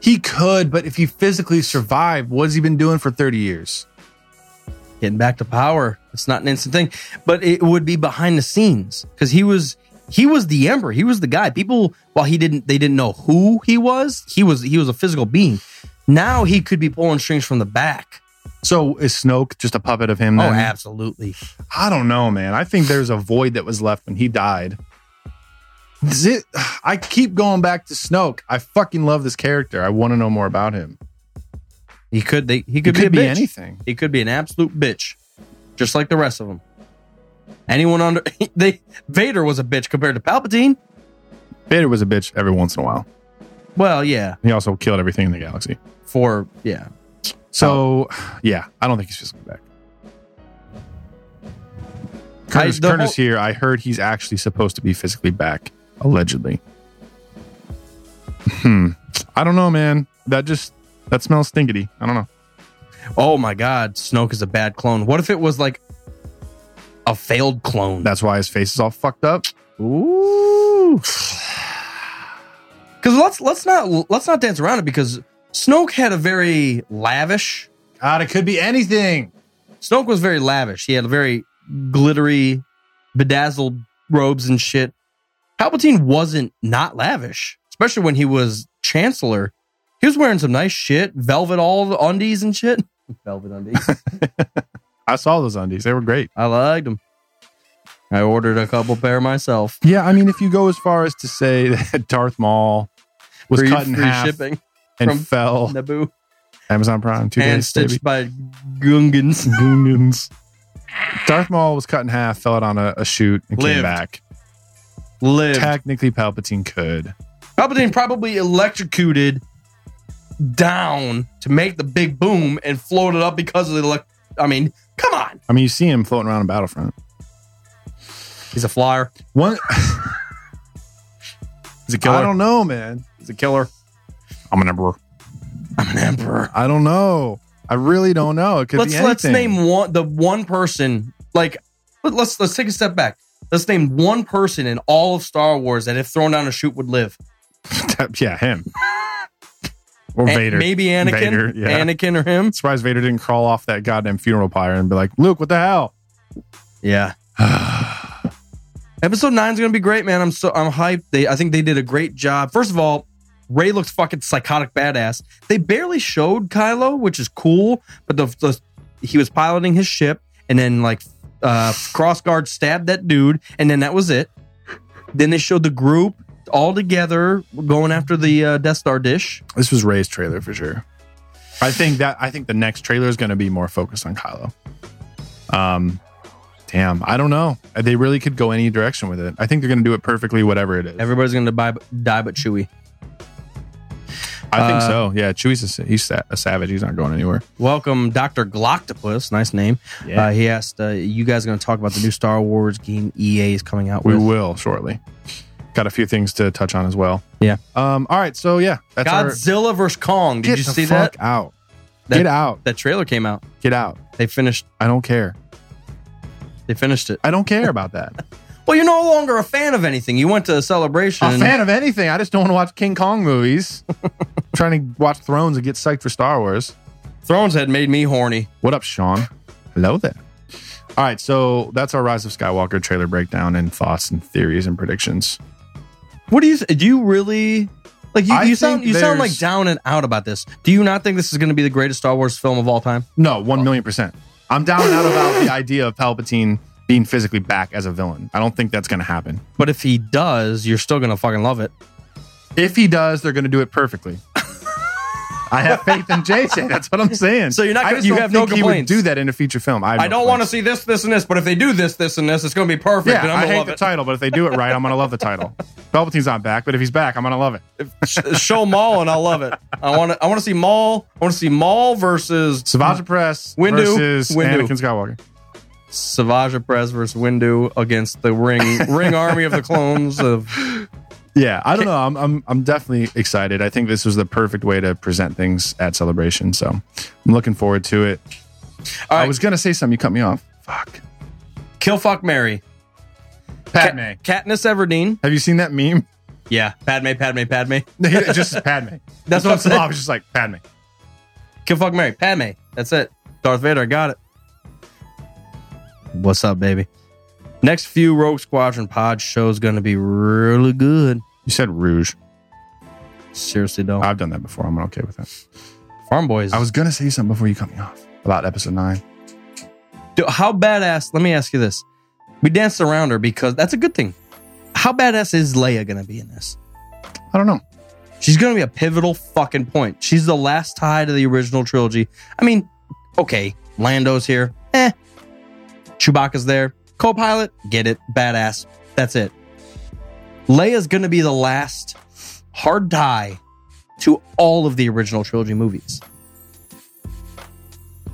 [SPEAKER 4] He could, but if he physically survived, what has he been doing for 30 years?
[SPEAKER 5] Getting back to power, it's not an instant thing, but it would be behind the scenes because he was he was the Emperor, he was the guy. People, while he didn't they didn't know who he was, he was he was a physical being. Now he could be pulling strings from the back.
[SPEAKER 4] So is Snoke just a puppet of him?
[SPEAKER 5] Oh,
[SPEAKER 4] then?
[SPEAKER 5] absolutely.
[SPEAKER 4] I don't know, man. I think there's a void that was left when he died. Is it- I keep going back to Snoke. I fucking love this character. I want to know more about him.
[SPEAKER 5] He could they he
[SPEAKER 4] He
[SPEAKER 5] could, be, a bitch.
[SPEAKER 4] anything.
[SPEAKER 5] He could be an absolute bitch, just like the rest of them. Anyone under they Vader was a bitch compared to Palpatine.
[SPEAKER 4] Vader was a bitch every once in a while.
[SPEAKER 5] Well, yeah,
[SPEAKER 4] He also killed everything in the galaxy.
[SPEAKER 5] for yeah,
[SPEAKER 4] So, yeah, I don't think he's physically back. Curtis,
[SPEAKER 5] I- the
[SPEAKER 4] Curtis
[SPEAKER 5] whole-
[SPEAKER 4] here. I heard he's actually supposed to be physically back, allegedly. Hmm. I don't know, man. That just that smells stinkity. I don't know.
[SPEAKER 5] Oh my God, Snoke is a bad clone. What if it was like a failed clone?
[SPEAKER 4] That's why his face is all fucked up.
[SPEAKER 5] Ooh. Because let's let's not let's not dance around it because Snoke had a very lavish.
[SPEAKER 4] God, it could be anything.
[SPEAKER 5] Snoke was very lavish. He had a very glittery, bedazzled robes and shit. Palpatine wasn't not lavish, especially when he was chancellor. He was wearing some nice shit, velvet all the undies and shit. Velvet undies.
[SPEAKER 4] I saw those undies. They were great.
[SPEAKER 5] I liked them. I ordered a couple pair myself.
[SPEAKER 4] Yeah, I mean, if you go as far as to say that Darth Maul was
[SPEAKER 5] free,
[SPEAKER 4] cut in
[SPEAKER 5] free
[SPEAKER 4] half
[SPEAKER 5] shipping
[SPEAKER 4] and
[SPEAKER 5] from
[SPEAKER 4] fell,
[SPEAKER 5] Naboo
[SPEAKER 4] Amazon Prime, two
[SPEAKER 5] and
[SPEAKER 4] days, baby.
[SPEAKER 5] stitched by Gungans.
[SPEAKER 4] Goonies. Darth Maul was cut in half, fell out on a, a chute, and
[SPEAKER 5] Lived.
[SPEAKER 4] came back.
[SPEAKER 5] Lived.
[SPEAKER 4] Technically, Palpatine could.
[SPEAKER 5] Palpatine probably electrocuted down to make the big boom and floated up because of the elect. I mean, come on.
[SPEAKER 4] I mean, you see him floating around in Battlefront.
[SPEAKER 5] He's a flyer.
[SPEAKER 4] One. He's a
[SPEAKER 5] killer.
[SPEAKER 4] I don't know, man. He's a killer. I'm an emperor.
[SPEAKER 5] I'm an emperor.
[SPEAKER 4] I don't know. I really don't know. It could
[SPEAKER 5] Let's
[SPEAKER 4] be
[SPEAKER 5] let's
[SPEAKER 4] anything.
[SPEAKER 5] name one the one person like let, us let's take a step back. Let's name one person in all of Star Wars that if thrown down a chute would live.
[SPEAKER 4] yeah, him. Or
[SPEAKER 5] A-
[SPEAKER 4] Vader.
[SPEAKER 5] Maybe Anakin.
[SPEAKER 4] Vader, yeah.
[SPEAKER 5] Anakin or him.
[SPEAKER 4] Surprised Vader didn't crawl off that goddamn funeral pyre and be like, Luke, what the hell?
[SPEAKER 5] Yeah. Episode nine's gonna be great, man. I'm so I'm hyped. They I think they did a great job. First of all, Ray looks fucking psychotic badass. They barely showed Kylo, which is cool, but the, the he was piloting his ship and then like uh crossguard stabbed that dude, and then that was it. Then they showed the group all together going after the uh, Death Star dish.
[SPEAKER 4] This was Ray's trailer for sure. I think that I think the next trailer is going to be more focused on Kylo. Um, damn, I don't know. They really could go any direction with it. I think they're going to do it perfectly, whatever it is.
[SPEAKER 5] Everybody's gonna die, die but Chewie.
[SPEAKER 4] I think
[SPEAKER 5] uh,
[SPEAKER 4] so. Yeah, Chewie's a, sa- he's sa- a savage. He's not going anywhere.
[SPEAKER 5] Welcome, Dr. Gloctopus. Nice name. Uh, he asked, uh, you guys going to talk about the new Star Wars game EA is coming out
[SPEAKER 4] We
[SPEAKER 5] with?
[SPEAKER 4] will shortly. Got a few things to touch on as well.
[SPEAKER 5] Yeah.
[SPEAKER 4] Um. All right. So yeah, that's our.
[SPEAKER 5] Godzilla vs. Kong. Did
[SPEAKER 4] Get
[SPEAKER 5] you
[SPEAKER 4] the
[SPEAKER 5] see
[SPEAKER 4] fuck
[SPEAKER 5] that?
[SPEAKER 4] Out.
[SPEAKER 5] That-
[SPEAKER 4] Get out.
[SPEAKER 5] That trailer came out.
[SPEAKER 4] Get out.
[SPEAKER 5] They finished
[SPEAKER 4] I don't care.
[SPEAKER 5] They finished it.
[SPEAKER 4] I don't care about that.
[SPEAKER 5] Well, you're no longer a fan of anything. You went to a celebration.
[SPEAKER 4] I'm a fan of anything. I just don't want to watch King Kong movies. I'm trying to watch Thrones and get psyched for Star Wars.
[SPEAKER 5] Thrones had made me horny.
[SPEAKER 4] What up, Sean? Hello there. All right, so that's our Rise of Skywalker trailer breakdown and thoughts and theories and predictions.
[SPEAKER 5] What do you, do you really, like you,
[SPEAKER 4] I
[SPEAKER 5] you sound,
[SPEAKER 4] think
[SPEAKER 5] you sound
[SPEAKER 4] there's-
[SPEAKER 5] like down and out about this. Do you not think this is going to be the greatest Star Wars film of all time?
[SPEAKER 4] No, one million percent. I'm down and out about the idea of Palpatine being physically back as a villain. I don't think that's going to happen.
[SPEAKER 5] But if he does, you're still going to fucking love it.
[SPEAKER 4] If he does, they're going to do it perfectly. I have faith in JJ. That's what I'm saying.
[SPEAKER 5] So you're not
[SPEAKER 4] I
[SPEAKER 5] gonna-
[SPEAKER 4] just
[SPEAKER 5] you
[SPEAKER 4] don't
[SPEAKER 5] have no
[SPEAKER 4] think he
[SPEAKER 5] complaints.
[SPEAKER 4] would do that in a feature film. I, have
[SPEAKER 5] I
[SPEAKER 4] no
[SPEAKER 5] don't want to
[SPEAKER 4] complaints.
[SPEAKER 5] see this, this, and this. But if they do this, this, and this, it's going to be perfect. and
[SPEAKER 4] Yeah,
[SPEAKER 5] I'm
[SPEAKER 4] I
[SPEAKER 5] gonna
[SPEAKER 4] hate
[SPEAKER 5] love
[SPEAKER 4] the
[SPEAKER 5] it.
[SPEAKER 4] title, but if they do it right, I'm going to love the title. Palpatine's not back, but if he's back, I'm going to love it.
[SPEAKER 5] Sh- Show Maul, and I'll love it. I want to. I want to see Maul. I want to see Maul versus
[SPEAKER 4] Savage Press
[SPEAKER 5] Windu.
[SPEAKER 4] versus
[SPEAKER 5] Windu.
[SPEAKER 4] Anakin Skywalker.
[SPEAKER 5] Savage Press versus Windu against the Ring Ring Army of the Clones of
[SPEAKER 4] Yeah, I don't know. I'm, I'm I'm definitely excited. I think this was the perfect way to present things at celebration. So I'm looking forward to it.
[SPEAKER 5] All
[SPEAKER 4] I
[SPEAKER 5] right.
[SPEAKER 4] was gonna say something. You cut me off. Fuck.
[SPEAKER 5] Kill Fuck Mary.
[SPEAKER 4] Padme.
[SPEAKER 5] Katniss Everdeen.
[SPEAKER 4] Have you seen that meme?
[SPEAKER 5] Yeah, Padme, Padme, Padme.
[SPEAKER 4] Just Padme.
[SPEAKER 5] That's what I'm saying.
[SPEAKER 4] I was just like Padme.
[SPEAKER 5] Kill Fuck Mary. Padme. That's it. Darth Vader. I got it. What's up, baby? Next few Rogue Squadron pod shows going to be really good.
[SPEAKER 4] You said Rouge.
[SPEAKER 5] Seriously though,
[SPEAKER 4] I've done that before. I'm okay with that.
[SPEAKER 5] Farm Boys.
[SPEAKER 4] I was gonna say something before you cut me off about episode nine.
[SPEAKER 5] Dude, how badass? Let me ask you this: We danced around her because that's a good thing. How badass is Leia gonna be in this?
[SPEAKER 4] I don't know.
[SPEAKER 5] She's gonna be a pivotal fucking point. She's the last tie to the original trilogy. I mean, okay, Lando's here. Eh, Chewbacca's there. Co-pilot, get it, badass. That's it. Leia's gonna be the last hard tie to all of the original trilogy movies.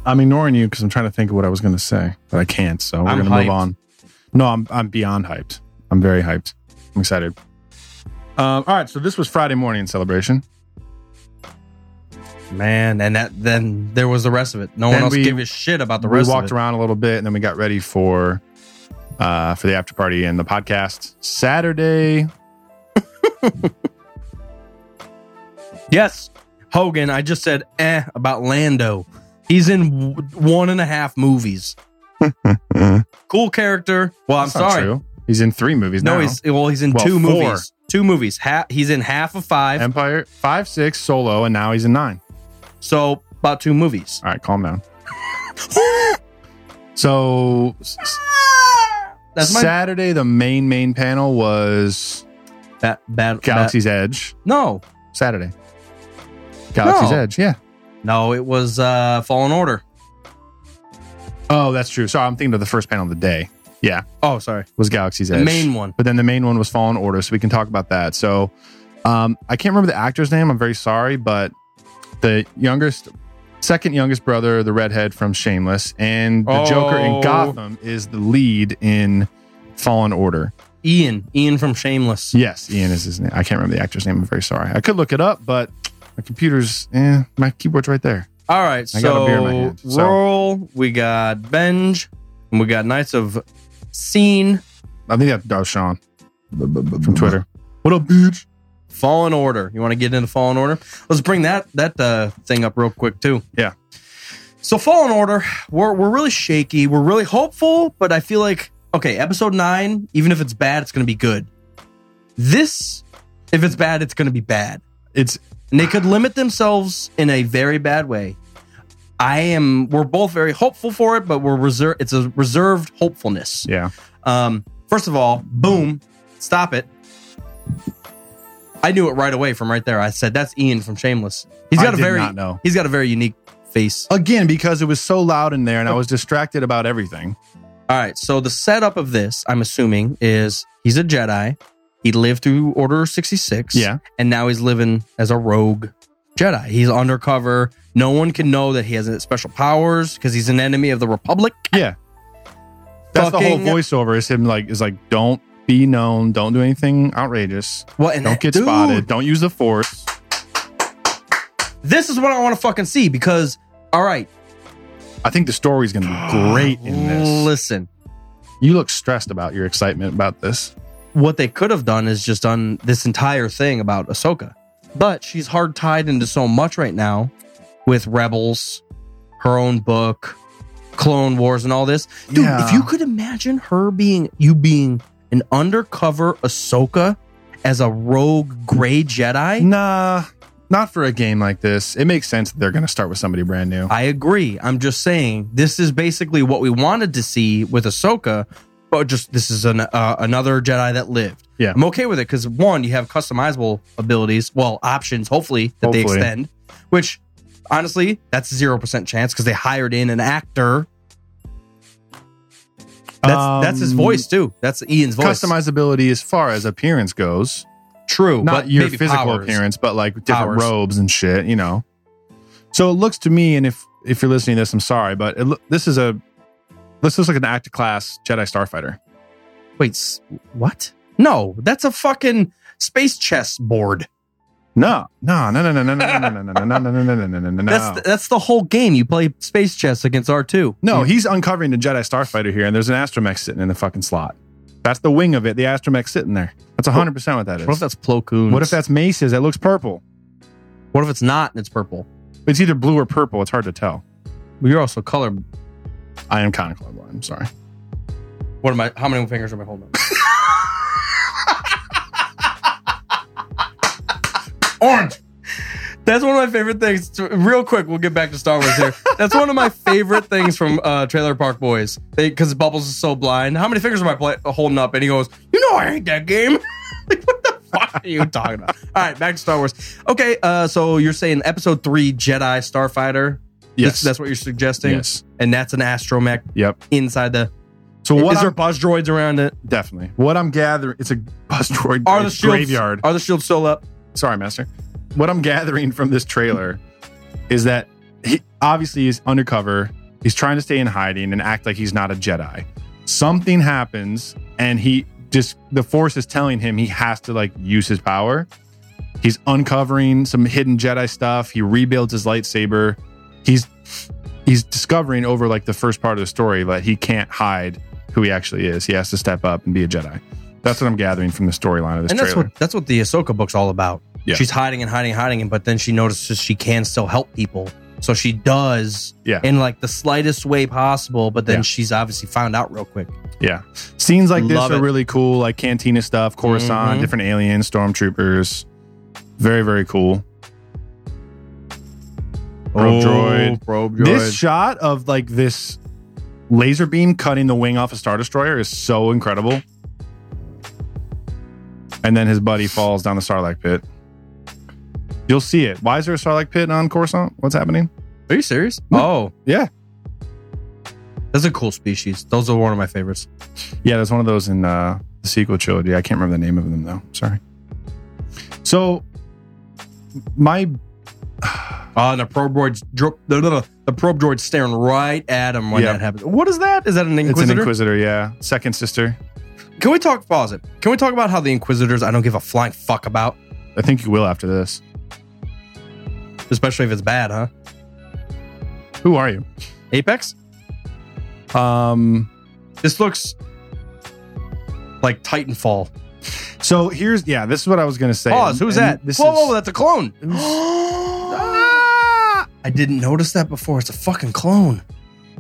[SPEAKER 4] I'm ignoring you because I'm trying to think of what I was gonna say, but I can't. So we're
[SPEAKER 5] I'm
[SPEAKER 4] gonna
[SPEAKER 5] hyped.
[SPEAKER 4] move on. No, I'm I'm beyond hyped. I'm very hyped. I'm excited. Um, all right, so this was Friday morning in celebration.
[SPEAKER 5] Man, and that then there was the rest of it. No one
[SPEAKER 4] Then
[SPEAKER 5] else
[SPEAKER 4] we-
[SPEAKER 5] gave a shit about the
[SPEAKER 4] we
[SPEAKER 5] rest of it.
[SPEAKER 4] walked around a little bit and then we got ready for uh for the after party and the podcast saturday
[SPEAKER 5] Yes, Hogan. I just said eh about Lando. He's in w- one and a half movies. cool character. Well, Oh, I'm
[SPEAKER 4] That's not
[SPEAKER 5] sorry.
[SPEAKER 4] true. he's in three movies
[SPEAKER 5] No,
[SPEAKER 4] now
[SPEAKER 5] he's well, he's in
[SPEAKER 4] Well,
[SPEAKER 5] two
[SPEAKER 4] four.
[SPEAKER 5] movies. Two movies. Ha- he's in half of five.
[SPEAKER 4] empire five six solo and now he's in nine
[SPEAKER 5] so about two movies.
[SPEAKER 4] all right calm down so s-
[SPEAKER 5] That's my
[SPEAKER 4] saturday the main main panel was
[SPEAKER 5] bad. bad
[SPEAKER 4] galaxy's edge
[SPEAKER 5] No,
[SPEAKER 4] saturday galaxy's
[SPEAKER 5] No.
[SPEAKER 4] edge yeah
[SPEAKER 5] no, it was uh Fallen Order.
[SPEAKER 4] oh that's true sorry i'm thinking of the first panel of the day yeah
[SPEAKER 5] Oh, sorry,
[SPEAKER 4] was galaxy's
[SPEAKER 5] the
[SPEAKER 4] edge
[SPEAKER 5] main one.
[SPEAKER 4] But then the main one was Fallen Order, so we can talk about that. So um, I can't remember the actor's name. I'm very sorry, but the youngest, second youngest brother, the redhead from Shameless, and the Joker in
[SPEAKER 5] Oh.
[SPEAKER 4] Gotham is the lead in Fallen Order.
[SPEAKER 5] Ian, Ian from Shameless.
[SPEAKER 4] Yes, Ian is his name. I can't remember the actor's name. I'm very sorry. I could look it up, but my computer's, eh, my keyboard's right there.
[SPEAKER 5] All right,
[SPEAKER 4] I got
[SPEAKER 5] so
[SPEAKER 4] a beer in my hand, so-
[SPEAKER 5] roll. We got Benj, and we got Knights of Scene.
[SPEAKER 4] I think that, that was Sean from Twitter. What up, bitch?
[SPEAKER 5] Fallen Order. You want to get into Fallen Order? Let's bring that that uh, thing up real quick too.
[SPEAKER 4] Yeah.
[SPEAKER 5] So Fallen Order, we're we're really shaky. We're really hopeful, but I feel like okay, episode nine. Even if it's bad, it's going to be good. This, if it's bad, it's going to be bad.
[SPEAKER 4] It's
[SPEAKER 5] And they could limit themselves in a very bad way. I am. We're both very hopeful for it, but we're reserve. It's a reserved hopefulness.
[SPEAKER 4] yeah.
[SPEAKER 5] Um, first of all, boom, stop it. I knew it right away from right there. I said, "That's Ian from Shameless." He's
[SPEAKER 4] I
[SPEAKER 5] got a
[SPEAKER 4] did
[SPEAKER 5] very
[SPEAKER 4] not know.
[SPEAKER 5] he's got a very unique face.
[SPEAKER 4] Again, because it was so loud in there, and I was distracted about everything.
[SPEAKER 5] All right, so the setup of this, I'm assuming, is he's a Jedi. He lived through Order 66.
[SPEAKER 4] Yeah.
[SPEAKER 5] and now he's living as a rogue Jedi. He's undercover. No one can know that he has special powers because he's an enemy of the Republic.
[SPEAKER 4] Yeah. That's the whole
[SPEAKER 5] Fucking-
[SPEAKER 4] voiceover. Is him like is like don't be known, don't do anything outrageous,
[SPEAKER 5] Well, and
[SPEAKER 4] don't
[SPEAKER 5] that-
[SPEAKER 4] get
[SPEAKER 5] dude,
[SPEAKER 4] spotted, don't use the force.
[SPEAKER 5] This is what I want to fucking see because, all right,
[SPEAKER 4] I think the story's gonna be great in this.
[SPEAKER 5] listen.
[SPEAKER 4] You look stressed about your excitement about this.
[SPEAKER 5] what they could have done is just done this entire thing about Ahsoka. But she's hard tied into so much right now with Rebels, her own book, Clone Wars, and all this. Dude,
[SPEAKER 4] Yeah.
[SPEAKER 5] if you could imagine her being, you being an undercover Ahsoka as a rogue gray Jedi.
[SPEAKER 4] Nah, not for a game like this. It makes sense that they're gonna start with somebody brand new.
[SPEAKER 5] I agree. I'm just saying this is basically what we wanted to see with Ahsoka, but just this is an, uh, another Jedi that lived.
[SPEAKER 4] Yeah.
[SPEAKER 5] I'm okay with it because one, you have customizable abilities, well, options, hopefully, that they
[SPEAKER 4] Hopefully.
[SPEAKER 5] extend, which honestly, that's zero percent chance because they hired in an actor. That's that's his
[SPEAKER 4] Um,
[SPEAKER 5] voice too. That's Ian's voice.
[SPEAKER 4] Customizability as far as appearance goes,
[SPEAKER 5] true,
[SPEAKER 4] not
[SPEAKER 5] but
[SPEAKER 4] your
[SPEAKER 5] maybe
[SPEAKER 4] physical
[SPEAKER 5] powers.
[SPEAKER 4] appearance, but like different
[SPEAKER 5] Powers.
[SPEAKER 4] robes and shit, you know. So it looks to me, and if if you're listening to this, I'm sorry, but it, loo- this is a this looks like an active class Jedi starfighter.
[SPEAKER 5] Wait, s- what? No, that's a fucking space chess board.
[SPEAKER 4] No, no, no, no, no, no, no, no, no, no, no, no, no, no, no, no, no, no,
[SPEAKER 5] That's
[SPEAKER 4] no.
[SPEAKER 5] the, that's the whole game. You play space chess against R two.
[SPEAKER 4] No, he's uncovering the Jedi starfighter here, and there's an astromech sitting in the fucking slot. That's the wing of it. The astromech sitting there. That's 100 percent what that is.
[SPEAKER 5] What if that's Plo Koon?
[SPEAKER 4] What if that's Mace's? That looks purple.
[SPEAKER 5] What if it's not and it's purple?
[SPEAKER 4] It's either blue or purple. It's hard to tell.
[SPEAKER 5] Well, you're also color.
[SPEAKER 4] I am kind of colorblind. I'm sorry.
[SPEAKER 5] What am I? How many fingers am I holding? up?
[SPEAKER 4] Orange.
[SPEAKER 5] That's one of my favorite things. to- real quick, we'll get back to Star Wars here. That's one of my favorite things from uh, Trailer Park Boys because Bubbles is so blind. How many fingers am I play, holding up? And he goes, "You know I hate that game." like, what the fuck are you talking about? All right, back to Star Wars. Okay, uh, so you're saying Episode Three Jedi Starfighter.
[SPEAKER 4] Yes.
[SPEAKER 5] That's, that's what you're suggesting.
[SPEAKER 4] Yes.
[SPEAKER 5] And that's an astromech
[SPEAKER 4] Yep.
[SPEAKER 5] inside the.
[SPEAKER 4] So what?
[SPEAKER 5] is there
[SPEAKER 4] I'm-
[SPEAKER 5] buzz droids around it?
[SPEAKER 4] definitely. What I'm gathering. It's a bus droid
[SPEAKER 5] Are the shields
[SPEAKER 4] graveyard.
[SPEAKER 5] Are the shields still up?
[SPEAKER 4] sorry, Master. What I'm gathering from this trailer is that he obviously is undercover. He's trying to stay in hiding and act like he's not a Jedi. Something happens, and he just the Force is telling him he has to like use his power. He's uncovering some hidden Jedi stuff. He rebuilds his lightsaber. He's he's discovering over like the first part of the story that he can't hide who he actually is. He has to step up and be a Jedi. That's what I'm gathering from the storyline of this
[SPEAKER 5] and
[SPEAKER 4] trailer.
[SPEAKER 5] that's what that's what the Ahsoka book's all about.
[SPEAKER 4] Yeah.
[SPEAKER 5] She's hiding and hiding and hiding, but then she notices she can still help people. So she does
[SPEAKER 4] Yeah.
[SPEAKER 5] in like the slightest way possible, but then
[SPEAKER 4] Yeah.
[SPEAKER 5] she's obviously found out real quick.
[SPEAKER 4] Yeah. Scenes like this
[SPEAKER 5] Love
[SPEAKER 4] are
[SPEAKER 5] it.
[SPEAKER 4] really cool, like Cantina stuff, Coruscant,
[SPEAKER 5] Mhm.
[SPEAKER 4] different aliens, stormtroopers. Very, very cool. Rogue droid.
[SPEAKER 5] Oh, Probe
[SPEAKER 4] This shot of like this laser beam cutting the wing off a Star Destroyer is so incredible. And then his buddy falls down the Sarlacc pit. You'll see it. Why is there a Sarlacc pit on Coruscant? What's happening?
[SPEAKER 5] Are you serious? Oh.
[SPEAKER 4] Yeah.
[SPEAKER 5] That's a cool species. Those are one of my favorites.
[SPEAKER 4] Yeah, there's one of those in uh, the sequel trilogy. I can't remember the name of them though. Sorry. So, my
[SPEAKER 5] Oh, and the probe droid's dro- the, the, the probe droid's staring right at him when
[SPEAKER 4] Yeah.
[SPEAKER 5] that happens. What is that? Is that an
[SPEAKER 4] It's an
[SPEAKER 5] inquisitor?
[SPEAKER 4] inquisitor, yeah. Second sister.
[SPEAKER 5] Can we talk pause it? Can we talk about how the inquisitors I don't give a flying fuck about,
[SPEAKER 4] I think you will after this.
[SPEAKER 5] especially if it's bad, huh?
[SPEAKER 4] Who are you?
[SPEAKER 5] Apex?
[SPEAKER 4] Um,
[SPEAKER 5] This looks like Titanfall.
[SPEAKER 4] So here's yeah, this is what I was gonna say.
[SPEAKER 5] Pause.
[SPEAKER 4] And-
[SPEAKER 5] Who's
[SPEAKER 4] and
[SPEAKER 5] that?
[SPEAKER 4] This
[SPEAKER 5] whoa,
[SPEAKER 4] is,
[SPEAKER 5] whoa, that's a clone. Ah! I didn't notice that before. It's a fucking clone.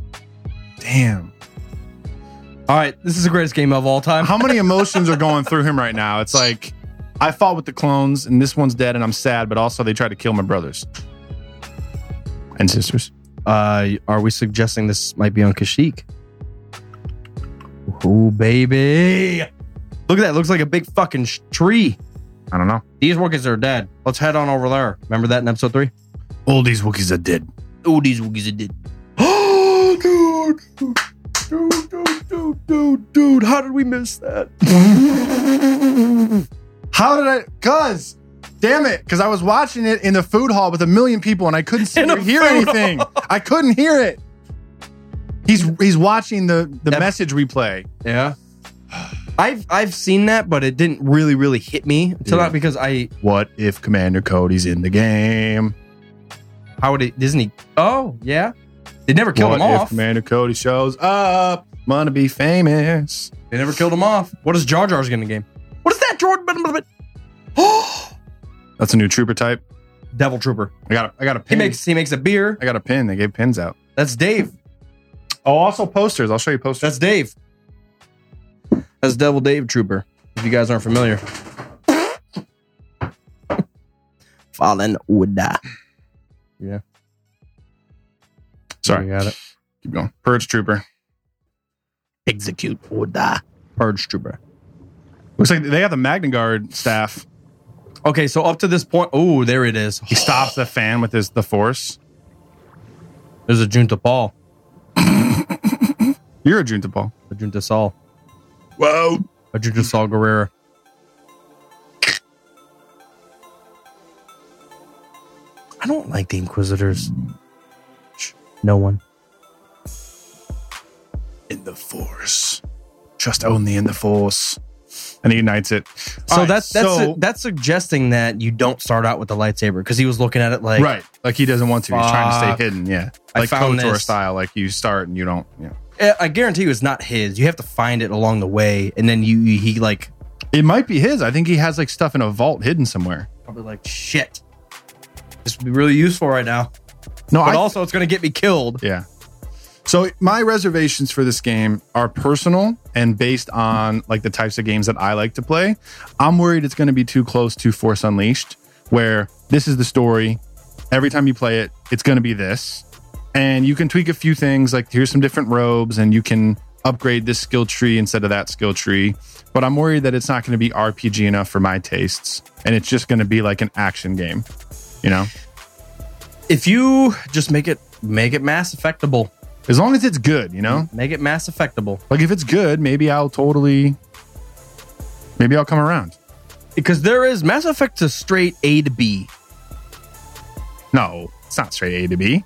[SPEAKER 4] damn.
[SPEAKER 5] All right, this is the greatest game of all time.
[SPEAKER 4] How many emotions are going through him right now? It's like I fought with the clones, and this one's dead, and I'm sad, but also they tried to kill my brothers and sisters.
[SPEAKER 5] Uh, are we suggesting this might be on Kashyyyk? Ooh, baby. Look at that. Looks like a big fucking sh- tree.
[SPEAKER 4] I don't know.
[SPEAKER 5] These Wookiees are dead. Let's head on over there. Remember that in episode three?
[SPEAKER 4] All these Wookiees are dead.
[SPEAKER 5] Oh, these Wookiees are dead.
[SPEAKER 4] Oh, dude.
[SPEAKER 5] Dude, dude, dude, dude, dude. How did we miss that?
[SPEAKER 4] How did I? Cause, damn it, because I was watching it in the food hall with a million people, and I couldn't see
[SPEAKER 5] In
[SPEAKER 4] or
[SPEAKER 5] a
[SPEAKER 4] hear
[SPEAKER 5] food
[SPEAKER 4] anything. I couldn't hear it. He's he's watching the the
[SPEAKER 5] Ep-
[SPEAKER 4] message replay.
[SPEAKER 5] Yeah. I've I've seen that, but it didn't really, really hit me until
[SPEAKER 4] Yeah.
[SPEAKER 5] not because I
[SPEAKER 4] What if Commander Cody's in the game?
[SPEAKER 5] how would it Disney Oh, yeah. They never killed
[SPEAKER 4] what
[SPEAKER 5] him
[SPEAKER 4] if
[SPEAKER 5] off.
[SPEAKER 4] Commander Cody shows up? Wanna be famous?
[SPEAKER 5] They never killed him off. What is Jar Jar's getting in the game? What is that, Jordan? Blah, blah, blah.
[SPEAKER 4] That's a new trooper type.
[SPEAKER 5] Devil Trooper.
[SPEAKER 4] I got a, I got a
[SPEAKER 5] He
[SPEAKER 4] pin.
[SPEAKER 5] makes he makes a beer.
[SPEAKER 4] I got a pin. They gave pins out.
[SPEAKER 5] That's Dave.
[SPEAKER 4] Oh, also posters. I'll show you posters.
[SPEAKER 5] That's Dave. That's Devil Dave Trooper. If you guys aren't familiar. Fallen Uda.
[SPEAKER 4] Sorry,
[SPEAKER 5] got it.
[SPEAKER 4] keep going. Purge trooper.
[SPEAKER 5] Execute Uda. Purge Trooper.
[SPEAKER 4] Looks like they have the Magna Guard staff.
[SPEAKER 5] Okay, so up to this point, oh, there it is.
[SPEAKER 4] He stops the fan with his the force.
[SPEAKER 5] There's a Junta Paul,
[SPEAKER 4] You're a Junta Paul.
[SPEAKER 5] a Junta Saul,
[SPEAKER 4] Whoa.
[SPEAKER 5] a Junta Saul Guerrera. I don't like the Inquisitors. Shh, No one.
[SPEAKER 4] In the force. Trust only in the force. And he unites it.
[SPEAKER 5] So
[SPEAKER 4] All right,
[SPEAKER 5] that's that's
[SPEAKER 4] so-
[SPEAKER 5] that's suggesting that you don't start out with the lightsaber because he was looking at it like
[SPEAKER 4] right. Like he doesn't want to. He's trying to
[SPEAKER 5] Fuck.
[SPEAKER 4] stay hidden. Yeah.
[SPEAKER 5] I
[SPEAKER 4] Like
[SPEAKER 5] found
[SPEAKER 4] KOTOR
[SPEAKER 5] this.
[SPEAKER 4] style. Like you start and you don't. Yeah.
[SPEAKER 5] Eh, I guarantee you, it's not his. You have to find it along the way, and then you, you he like
[SPEAKER 4] It might be his. I think he has like stuff in a vault hidden somewhere.
[SPEAKER 5] probably like shit. This would be really useful right now,
[SPEAKER 4] No, I
[SPEAKER 5] but also it's gonna get me killed.
[SPEAKER 4] Yeah. So my reservations for this game are personal and based on like the types of games that I like to play. I'm worried it's going to be too close to Force Unleashed, where this is the story. Every time you play it, it's going to be this, and you can tweak a few things. Like here's some different robes, and you can upgrade this skill tree instead of that skill tree. But I'm worried that it's not going to be RPG enough for my tastes, and it's just going to be like an action game. You know,
[SPEAKER 5] If you just make it make it mass effectable,
[SPEAKER 4] as long as it's good. You know.
[SPEAKER 5] make it mass effectable
[SPEAKER 4] Like if it's good, maybe I'll totally maybe I'll come around.
[SPEAKER 5] because there is Mass Effect to straight A to B.
[SPEAKER 4] No, it's not straight A to B.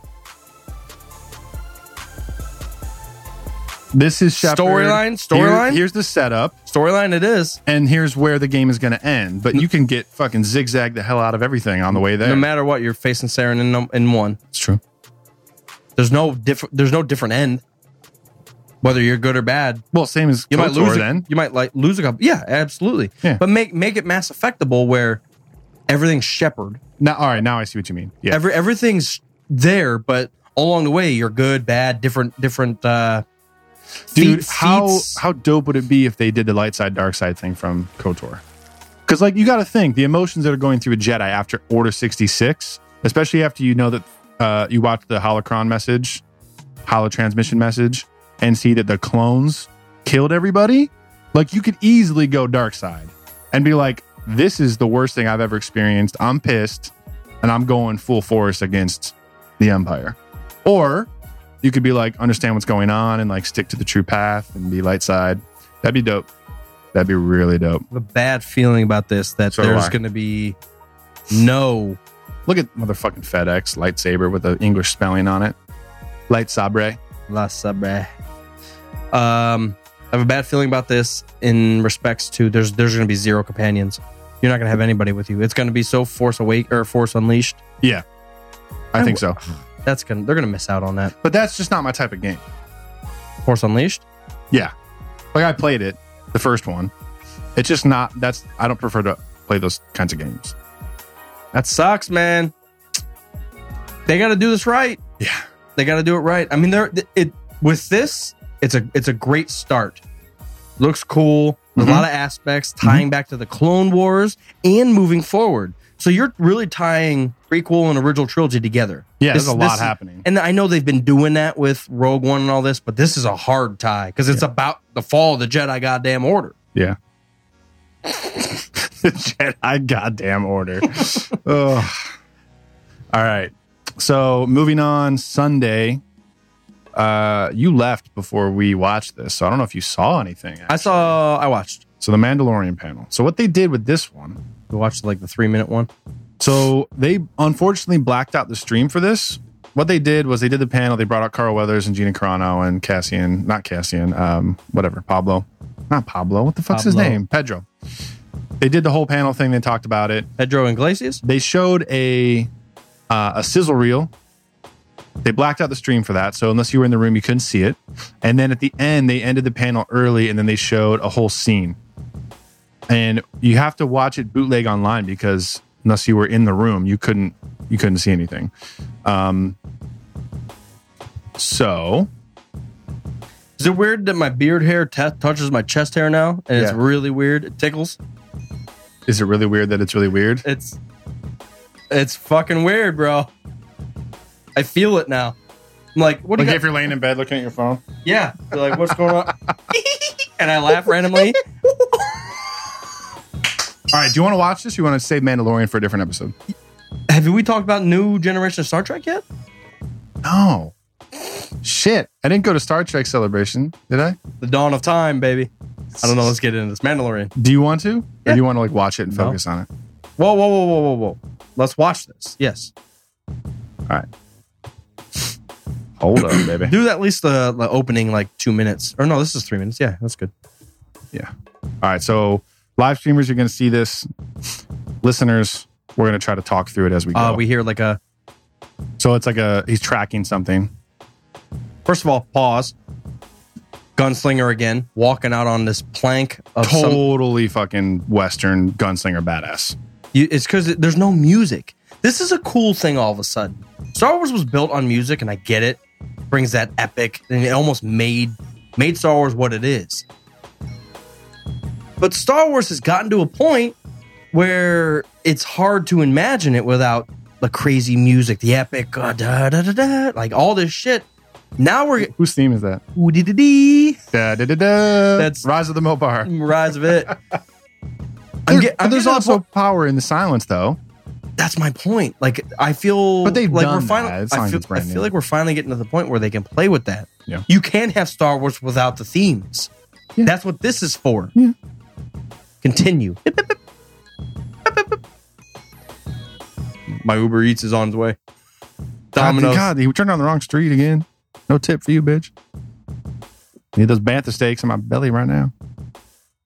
[SPEAKER 4] This is Shepard.
[SPEAKER 5] Storyline? Storyline?
[SPEAKER 4] Here- here's the setup,
[SPEAKER 5] Storyline it is.
[SPEAKER 4] and here's where the game is going to end. But you can get fucking zigzag the hell out of everything on the way there.
[SPEAKER 5] No matter what, you're facing Saren in num- in one.
[SPEAKER 4] it's true.
[SPEAKER 5] There's no different. There's no different end. Whether you're good or bad,
[SPEAKER 4] Well, same as
[SPEAKER 5] you might
[SPEAKER 4] KOTOR
[SPEAKER 5] lose. a-
[SPEAKER 4] then.
[SPEAKER 5] You might like lose a couple. Yeah, absolutely.
[SPEAKER 4] Yeah.
[SPEAKER 5] But make make it mass effectable where everything's shepherd.
[SPEAKER 4] Now, all right, now I see what you mean. Yeah,
[SPEAKER 5] Every everything's there, but along the way you're good, bad, different, different. uh
[SPEAKER 4] dude,
[SPEAKER 5] feats-
[SPEAKER 4] how
[SPEAKER 5] feats.
[SPEAKER 4] how dope would it be if they did the light side dark side thing from Kotor? Because like you got to think the emotions that are going through a Jedi after Order sixty six, especially after you know that uh, you watch the holocron message, holotransmission message, and see that the clones killed everybody. Like you could easily go dark side and be like, "This is the worst thing I've ever experienced. I'm pissed, and I'm going full force against the Empire." Or you could be like understand what's going on and like stick to the true path and be light side. That'd be dope. That'd be really dope.
[SPEAKER 5] I have a bad feeling about this that
[SPEAKER 4] So do
[SPEAKER 5] there's
[SPEAKER 4] I.
[SPEAKER 5] going to be no
[SPEAKER 4] Look at motherfucking FedEx lightsaber with an English spelling on it. Light sabre.
[SPEAKER 5] La Sabre. Um, I have a bad feeling about this in respects to there's there's going to be zero companions. You're not going to have anybody with you. It's going to be so Force Awake or Force Unleashed.
[SPEAKER 4] I think so.
[SPEAKER 5] That's going to they're going to miss out on that.
[SPEAKER 4] But that's just not my type of game.
[SPEAKER 5] Force Unleashed.
[SPEAKER 4] Like I played it, the first one, It's just not. That's I don't prefer to play those kinds of games.
[SPEAKER 5] That sucks, man. They got to do this right.
[SPEAKER 4] Yeah.
[SPEAKER 5] They got to do it right. I mean, they're it with this. It's a it's a great start. Looks cool.
[SPEAKER 4] Mhm.
[SPEAKER 5] A lot of aspects
[SPEAKER 4] Mm-hmm.
[SPEAKER 5] tying back to the Clone Wars and moving forward. So you're really tying prequel and original trilogy together.
[SPEAKER 4] Yeah,
[SPEAKER 5] This-
[SPEAKER 4] there's a lot
[SPEAKER 5] this-
[SPEAKER 4] happening.
[SPEAKER 5] And I know they've been doing that with Rogue One and all this, but this is a hard tie because it's about the fall of the Jedi goddamn order.
[SPEAKER 4] yeah. Jedi goddamn order. Ugh. All right. So moving on Sunday. Uh, you left before we watched this, so I don't know if you saw anything.
[SPEAKER 5] I saw, I watched,
[SPEAKER 4] So the Mandalorian panel. So what they did with this one
[SPEAKER 5] we watched like the three minute one.
[SPEAKER 4] So they unfortunately blacked out the stream for this. What they did was they did the panel. They brought out Carl Weathers and Gina Carano and Cassian, not Cassian, um, whatever, Pablo, not Pablo. What the fuck's his
[SPEAKER 5] Pablo.
[SPEAKER 4] name? Pedro. They did the whole panel thing. They talked about it.
[SPEAKER 5] Pedro Iglesias.
[SPEAKER 4] They showed a uh, a sizzle reel. They blacked out the stream for that, so unless you were in the room, you couldn't see it. And then at the end, they ended the panel early, and then they showed a whole scene. And you have to watch it bootleg online because unless you were in the room, you couldn't you couldn't see anything. Um, so
[SPEAKER 5] Is it weird that my beard hair t- touches my chest hair now? And it's
[SPEAKER 4] Yeah.
[SPEAKER 5] really weird. It tickles.
[SPEAKER 4] is it really weird that it's really weird?
[SPEAKER 5] It's it's fucking weird, bro. I feel it now. I'm like, what do
[SPEAKER 4] Like
[SPEAKER 5] you
[SPEAKER 4] if
[SPEAKER 5] got?
[SPEAKER 4] you're laying in bed looking at your phone.
[SPEAKER 5] Yeah. They're like, what's going on? and I laugh randomly.
[SPEAKER 4] All right, do you want to watch this? Or you want to save Mandalorian for a different episode?
[SPEAKER 5] Have we talked about new generation of Star Trek yet?
[SPEAKER 4] No. Oh. Shit. I didn't go to Star Trek Celebration, did I?
[SPEAKER 5] The dawn of time, baby. I don't know. Let's get into this Mandalorian.
[SPEAKER 4] Do you want to? Or
[SPEAKER 5] Yeah.
[SPEAKER 4] do you want to like watch it and
[SPEAKER 5] No.
[SPEAKER 4] focus on it?
[SPEAKER 5] Whoa, whoa, whoa, whoa, whoa, whoa. Let's watch this. Yes.
[SPEAKER 4] All right. Hold up, baby.
[SPEAKER 5] Do at least the, the opening like two minutes. Or no, this is three minutes. Yeah, that's good.
[SPEAKER 4] Yeah. All right. So live streamers, you're gonna see this. Listeners, we're gonna try to talk through it as we go.
[SPEAKER 5] Uh, we hear like a
[SPEAKER 4] so it's like a he's tracking something.
[SPEAKER 5] First of all, pause. Gunslinger again, walking out on this plank of some.
[SPEAKER 4] Totally fucking Western gunslinger badass.
[SPEAKER 5] You, it's because there's no music. This is a cool thing. All of a sudden, Star Wars was built on music, and I get it. Brings that epic, and it almost made made Star Wars what it is. But Star Wars has gotten to a point where it's hard to imagine it without the crazy music, the epic, uh, da da da da, like all this shit. Now we're
[SPEAKER 4] Whose theme is that?
[SPEAKER 5] ooh, dee, dee, dee.
[SPEAKER 4] Da, da, da, da.
[SPEAKER 5] That's-
[SPEAKER 4] Rise of the Mopar.
[SPEAKER 5] Rise of it.
[SPEAKER 4] There-
[SPEAKER 5] I'm get, I'm
[SPEAKER 4] there's
[SPEAKER 5] getting
[SPEAKER 4] also
[SPEAKER 5] also
[SPEAKER 4] power in the silence, though.
[SPEAKER 5] that's my point. Like I feel,
[SPEAKER 4] But they've
[SPEAKER 5] like
[SPEAKER 4] done
[SPEAKER 5] finally.
[SPEAKER 4] that. It's not
[SPEAKER 5] I
[SPEAKER 4] like
[SPEAKER 5] feel,
[SPEAKER 4] it's brand
[SPEAKER 5] I
[SPEAKER 4] new.
[SPEAKER 5] feel like we're finally getting to the point where they can play with that.
[SPEAKER 4] Yeah.
[SPEAKER 5] You can have Star Wars without the themes.
[SPEAKER 4] Yeah.
[SPEAKER 5] That's what this is for.
[SPEAKER 4] Yeah.
[SPEAKER 5] Continue. My Uber Eats is on its way. Domino's.
[SPEAKER 4] God, he turned on the wrong street again. No tip for you, bitch. Need those bantha steaks in my belly right now.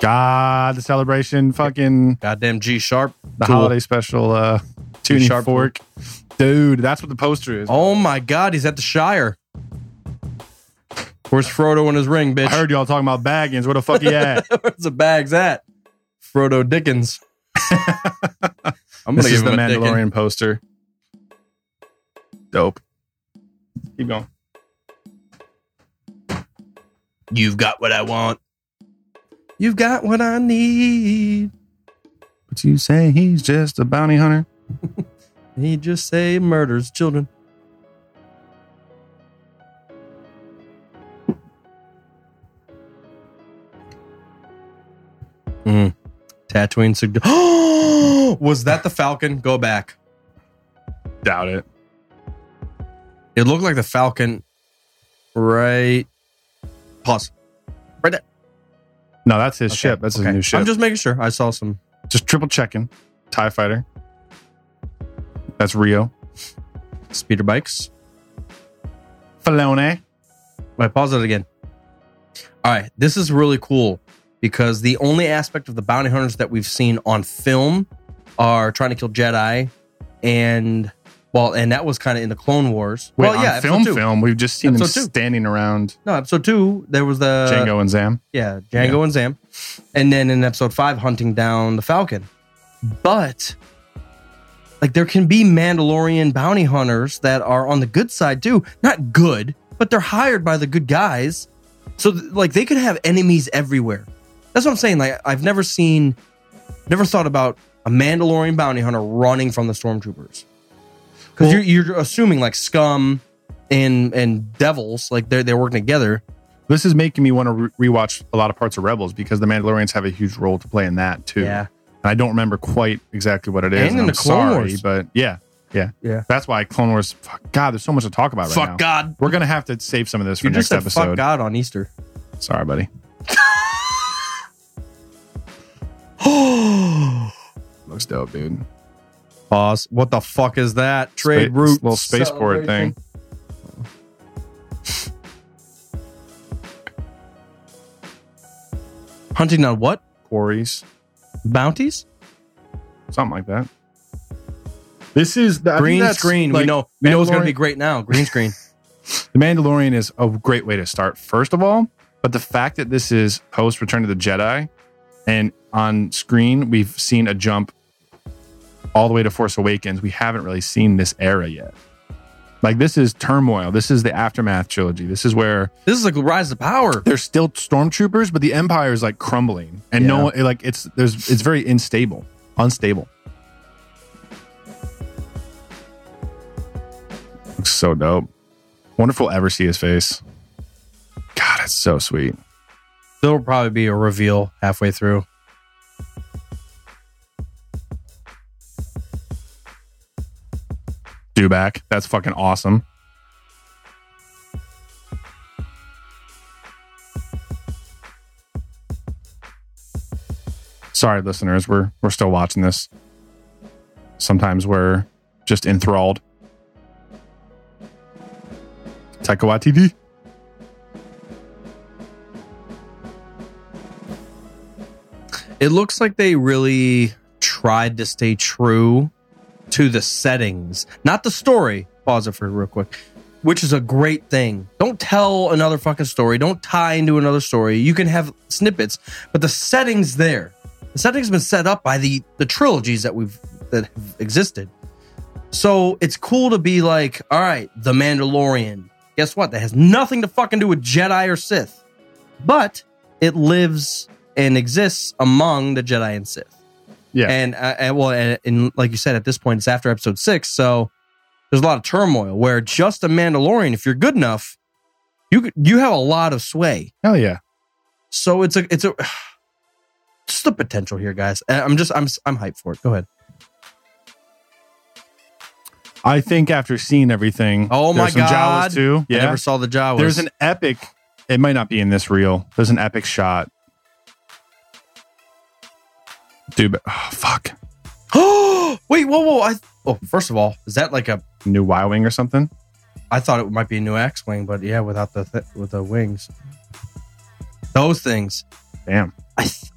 [SPEAKER 4] God, the celebration, fucking
[SPEAKER 5] Goddamn G Sharp.
[SPEAKER 4] the
[SPEAKER 5] Tool.
[SPEAKER 4] holiday special, uh, tuning
[SPEAKER 5] Sharp
[SPEAKER 4] fork, dude. That's what the poster is.
[SPEAKER 5] Oh my God, he's at the Shire. Where's Frodo and his ring, bitch?
[SPEAKER 4] I heard y'all talking about Baggins. Where the fuck he at?
[SPEAKER 5] Where's the bags at? Frodo Dickens. I'm
[SPEAKER 4] this
[SPEAKER 5] gonna
[SPEAKER 4] is
[SPEAKER 5] give
[SPEAKER 4] the
[SPEAKER 5] him a Dickens.
[SPEAKER 4] Mandalorian poster. Dope. Keep going.
[SPEAKER 5] You've got what I want. You've got what I need.
[SPEAKER 4] But you say he's just a bounty hunter.
[SPEAKER 5] He just say murders children. Mm. Tatooine suggests. was that the Falcon? Go back.
[SPEAKER 4] Doubt it.
[SPEAKER 5] It looked like the Falcon. Right. Pause. Right there.
[SPEAKER 4] No, that's his
[SPEAKER 5] Okay,
[SPEAKER 4] ship. That's
[SPEAKER 5] okay.
[SPEAKER 4] his new ship.
[SPEAKER 5] I'm just making sure. I saw some.
[SPEAKER 4] Just triple checking. TIE fighter. That's Rio.
[SPEAKER 5] speeder bikes.
[SPEAKER 4] Filone.
[SPEAKER 5] Wait, pause it again. All right, this is really cool because the only aspect of the bounty hunters that we've seen on film are trying to kill Jedi and Well, and that was kind of in the Clone Wars.
[SPEAKER 4] Wait,
[SPEAKER 5] well, yeah,
[SPEAKER 4] on
[SPEAKER 5] episode
[SPEAKER 4] film,
[SPEAKER 5] two.
[SPEAKER 4] film, we've just seen
[SPEAKER 5] Episode
[SPEAKER 4] him
[SPEAKER 5] two. Uh,
[SPEAKER 4] standing around
[SPEAKER 5] No, episode two, there was the
[SPEAKER 4] Django and Zam.
[SPEAKER 5] Yeah, Django and Zam. And then in episode five, hunting down the Falcon. But like there can be Mandalorian bounty hunters that are on the good side too. Not good, but they're hired by the good guys. So th- like they could have enemies everywhere. That's what I'm saying. Like I've never seen never thought about a Mandalorian bounty hunter running from the stormtroopers. Because
[SPEAKER 4] Well-
[SPEAKER 5] you're, you're assuming like scum and and devils, like they're they're working together.
[SPEAKER 4] This is making me want to re- rewatch a lot of parts of Rebels because the Mandalorians have a huge role to play in that too.
[SPEAKER 5] Yeah.
[SPEAKER 4] And I don't remember quite exactly what it is.
[SPEAKER 5] And in
[SPEAKER 4] I'm
[SPEAKER 5] the Clone
[SPEAKER 4] sorry,
[SPEAKER 5] Wars.
[SPEAKER 4] but yeah, yeah,
[SPEAKER 5] Yeah.
[SPEAKER 4] That's why Clone Wars. Fuck God, there's so much to talk about right
[SPEAKER 5] Fuck
[SPEAKER 4] now.
[SPEAKER 5] God.
[SPEAKER 4] We're gonna have to save some of this for
[SPEAKER 5] you
[SPEAKER 4] next
[SPEAKER 5] just said
[SPEAKER 4] episode.
[SPEAKER 5] fuck God on Easter.
[SPEAKER 4] Sorry, buddy. Looks dope, dude.
[SPEAKER 5] Boss, what the fuck is that? Trade
[SPEAKER 4] Spa-
[SPEAKER 5] route.
[SPEAKER 4] little spaceport
[SPEAKER 5] celebration.
[SPEAKER 4] thing.
[SPEAKER 5] Hunting on what?
[SPEAKER 4] Quarries.
[SPEAKER 5] Bounties?
[SPEAKER 4] something like that. This is the I think
[SPEAKER 5] green
[SPEAKER 4] that's,
[SPEAKER 5] screen. we
[SPEAKER 4] like,
[SPEAKER 5] know we know it's gonna
[SPEAKER 4] Mandalorian-
[SPEAKER 5] be great now. Green screen.
[SPEAKER 4] The Mandalorian is a great way to start, first of all. But the fact that this is post Return of the Jedi, and on screen we've seen a jump all the way to Force Awakens. We haven't really seen this era yet. Like this is turmoil. This is the aftermath trilogy. This is where
[SPEAKER 5] this is like rise of power.
[SPEAKER 4] there's still stormtroopers, but the Empire is like crumbling, and no
[SPEAKER 5] Yeah.
[SPEAKER 4] one like it's there's it's very unstable, unstable. Looks so dope. Wonderful ever see his face. God, it's so sweet.
[SPEAKER 5] There'll probably be a reveal halfway through.
[SPEAKER 4] Dewback, that's fucking awesome. Sorry, listeners, we're we're still watching this. Sometimes we're just enthralled. Taika Waititi.
[SPEAKER 5] It looks like they really tried to stay true to the settings, not the story. Pause it for real quick, which is a great thing. Don't tell another fucking story. Don't tie into another story. You can have snippets, but the setting's there. The setting's been set up by the the trilogies that we've that have existed. So it's cool to be like, all right, The Mandalorian. Guess what? That has nothing to fucking do with Jedi or Sith, but it lives and exists among the Jedi and Sith.
[SPEAKER 4] Yeah.
[SPEAKER 5] And, uh, and well, and, and like you said, at this point, it's after episode six, so there's a lot of turmoil. Where just a Mandalorian, if you're good enough, you could- you have a lot of sway.
[SPEAKER 4] Hell yeah.
[SPEAKER 5] So it's a it's a just the potential here, guys. Uh, I'm just I'm I'm hyped for it. Go ahead.
[SPEAKER 4] I think after seeing everything,
[SPEAKER 5] Oh my
[SPEAKER 4] there's some
[SPEAKER 5] God.
[SPEAKER 4] Jawas too.
[SPEAKER 5] I
[SPEAKER 4] Yeah.
[SPEAKER 5] never saw the Jawas.
[SPEAKER 4] There's an epic. It might not be in this reel. There's an epic shot. Dude, but- oh, fuck.
[SPEAKER 5] oh wait whoa whoa I oh first of all is that like a
[SPEAKER 4] New Y Wing or something?
[SPEAKER 5] I thought it might be a new X wing, but yeah, without the th- with the wings, those things.
[SPEAKER 4] Damn.
[SPEAKER 5] I th-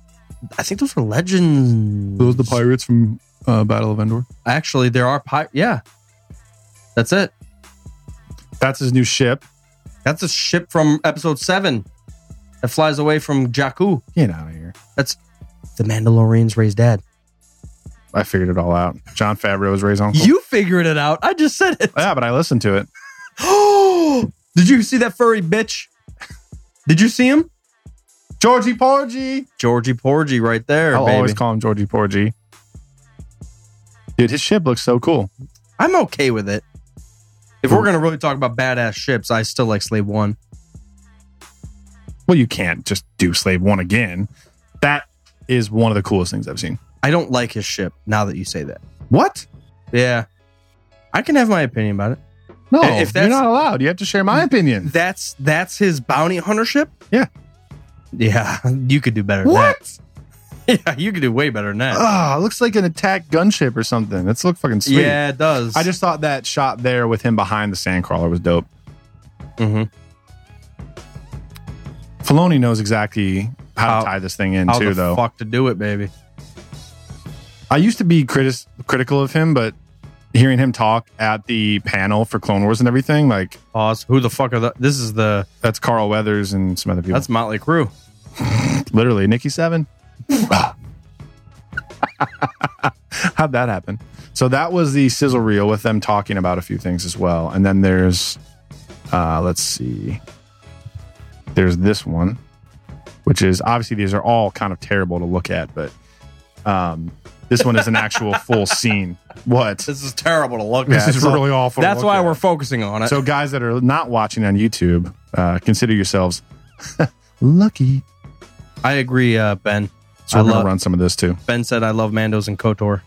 [SPEAKER 5] I think those were legends.
[SPEAKER 4] pirates from uh, Battle of Endor?
[SPEAKER 5] Actually, there are pi- Yeah, that's it.
[SPEAKER 4] That's his new ship.
[SPEAKER 5] That's a ship from episode seven that flies away from Jakku.
[SPEAKER 4] Get out of here.
[SPEAKER 5] The Mandalorian's raised dad.
[SPEAKER 4] I figured it all out. John Favreau's Ray's uncle.
[SPEAKER 5] You figured it out. I just said it.
[SPEAKER 4] yeah, but I listened to it.
[SPEAKER 5] Did you see that furry bitch? Did you see him?
[SPEAKER 4] Georgie Porgy.
[SPEAKER 5] Georgie Porgy right there,
[SPEAKER 4] I'll
[SPEAKER 5] baby.
[SPEAKER 4] always call him Georgie Porgy. Dude, his ship looks so cool.
[SPEAKER 5] I'm okay with it. If we're gonna really talk about badass ships, I still like Slave One.
[SPEAKER 4] Well, you can't just do Slave One again. That is one of the coolest things I've seen.
[SPEAKER 5] I don't like his ship. Now that you say that,
[SPEAKER 4] What?
[SPEAKER 5] yeah, I can have my opinion about it.
[SPEAKER 4] No,
[SPEAKER 5] If
[SPEAKER 4] you're
[SPEAKER 5] that's-
[SPEAKER 4] not allowed. You have to share my opinion.
[SPEAKER 5] That's that's his bounty hunter ship.
[SPEAKER 4] Yeah.
[SPEAKER 5] yeah, you could do better. Than
[SPEAKER 4] What?
[SPEAKER 5] That. Yeah, you could do way better than that.
[SPEAKER 4] Ah, it looks like an attack gunship or something. It's look fucking sweet.
[SPEAKER 5] yeah, it does.
[SPEAKER 4] I just thought that shot there with him behind the sandcrawler was dope.
[SPEAKER 5] Mhm.
[SPEAKER 4] Filoni knows exactly how,
[SPEAKER 5] How-
[SPEAKER 4] to tie this thing in
[SPEAKER 5] how
[SPEAKER 4] too,
[SPEAKER 5] the
[SPEAKER 4] though.
[SPEAKER 5] fuck to do it, baby.
[SPEAKER 4] I used to be critis- critical of him, but hearing him talk at the panel for Clone Wars and everything, like
[SPEAKER 5] Pause. Who the fuck are the? This is the.
[SPEAKER 4] that's Carl Weathers and some other people.
[SPEAKER 5] That's Motley Crue.
[SPEAKER 4] literally Nikki Seven. How'd that happen? So that was the sizzle reel with them talking about a few things as well. And then there's, uh, let's see, there's this one, which is obviously these are all kind of terrible to look at, but um, this one is an actual full scene. What?
[SPEAKER 5] This is terrible to look
[SPEAKER 4] This
[SPEAKER 5] at.
[SPEAKER 4] is
[SPEAKER 5] So
[SPEAKER 4] really awful. to
[SPEAKER 5] That's
[SPEAKER 4] look
[SPEAKER 5] why
[SPEAKER 4] at.
[SPEAKER 5] we're focusing on it.
[SPEAKER 4] So, guys that are not watching on YouTube, uh, consider yourselves lucky.
[SPEAKER 5] I agree, uh, Ben.
[SPEAKER 4] So,
[SPEAKER 5] I
[SPEAKER 4] we're going
[SPEAKER 5] love-
[SPEAKER 4] to run some of this too.
[SPEAKER 5] Ben said I love Mandos and Kotor.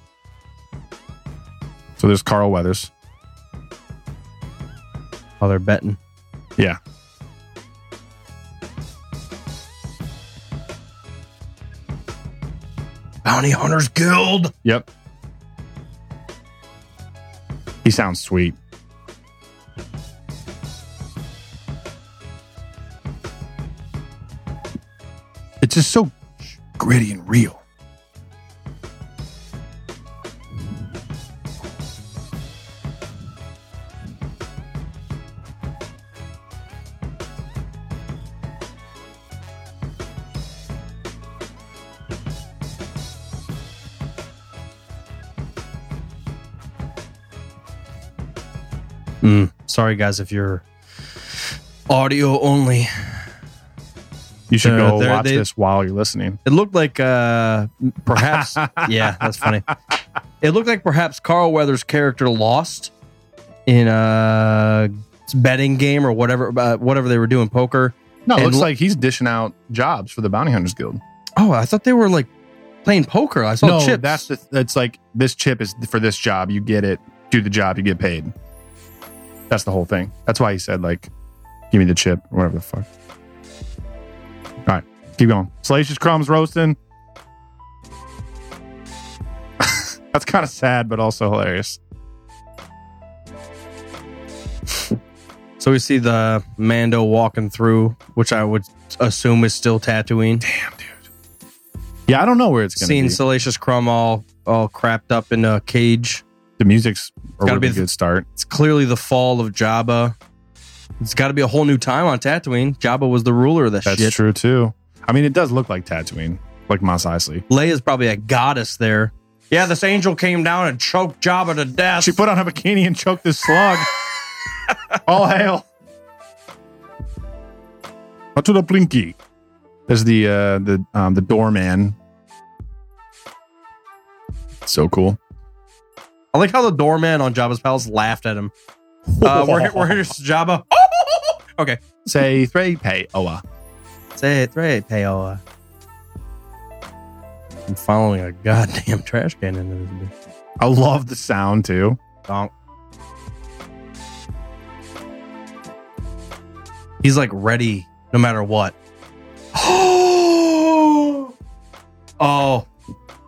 [SPEAKER 4] So, there's Carl Weathers.
[SPEAKER 5] Oh, they're betting.
[SPEAKER 4] Yeah.
[SPEAKER 5] Bounty Hunters Guild.
[SPEAKER 4] Yep. He sounds sweet. It's just so gritty and real.
[SPEAKER 5] Mm, sorry, guys, if you're audio only.
[SPEAKER 4] You should
[SPEAKER 5] Uh,
[SPEAKER 4] go
[SPEAKER 5] there-
[SPEAKER 4] watch
[SPEAKER 5] they-
[SPEAKER 4] this while you're listening.
[SPEAKER 5] It looked like uh, perhaps. yeah, that's funny. It looked like perhaps Carl Weathers' character lost in a betting game or whatever, uh, whatever they were doing poker.
[SPEAKER 4] No, it
[SPEAKER 5] And
[SPEAKER 4] looks
[SPEAKER 5] l-
[SPEAKER 4] like he's dishing out jobs for the Bounty Hunters Guild.
[SPEAKER 5] Oh, I thought they were like playing poker. I saw
[SPEAKER 4] no,
[SPEAKER 5] chips.
[SPEAKER 4] that's the, that's like this chip is for this job. You get it, do the job, you get paid. That's the whole thing. That's why he said like, give me the chip or whatever the fuck. All right, keep going. Salacious crumbs roasting. that's kind of sad, but also hilarious.
[SPEAKER 5] so we see the Mando walking through, which I would assume is still Tatooine.
[SPEAKER 4] Yeah, I don't know where it's going to
[SPEAKER 5] Seeing
[SPEAKER 4] be.
[SPEAKER 5] Salacious Crumb all all crapped up in a cage.
[SPEAKER 4] the music's a
[SPEAKER 5] gotta
[SPEAKER 4] really
[SPEAKER 5] be the-
[SPEAKER 4] good start.
[SPEAKER 5] It's clearly the fall of Jabba. It's got to be a whole new time on Tatooine. Jabba was the ruler of that
[SPEAKER 4] That's
[SPEAKER 5] shit.
[SPEAKER 4] true too. I mean, it does look like Tatooine, like Mos Eisley.
[SPEAKER 5] Leia's probably a goddess there. Yeah, this angel came down and choked Jabba to death.
[SPEAKER 4] She put on a bikini and choked this slug. All hail. Up to the plinky. There's the uh, the um, the doorman. So cool.
[SPEAKER 5] I like how the doorman on Jabba's palace laughed at him. Uh, we're here, we're here, Jabba. okay.
[SPEAKER 4] Say three pay oa.
[SPEAKER 5] Say it right, Paola. I'm following a goddamn trash can into this bitch.
[SPEAKER 4] I love the sound too.
[SPEAKER 5] Donk. He's like ready no matter what. oh,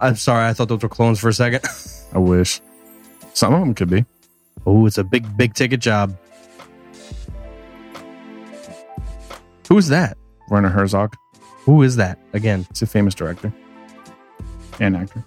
[SPEAKER 5] I'm sorry. I thought those were clones for a second.
[SPEAKER 4] I wish. Some of them could be.
[SPEAKER 5] Oh, it's a big, big ticket job. Who's that?
[SPEAKER 4] Werner Herzog.
[SPEAKER 5] Who is that again?
[SPEAKER 4] He's a famous director and actor.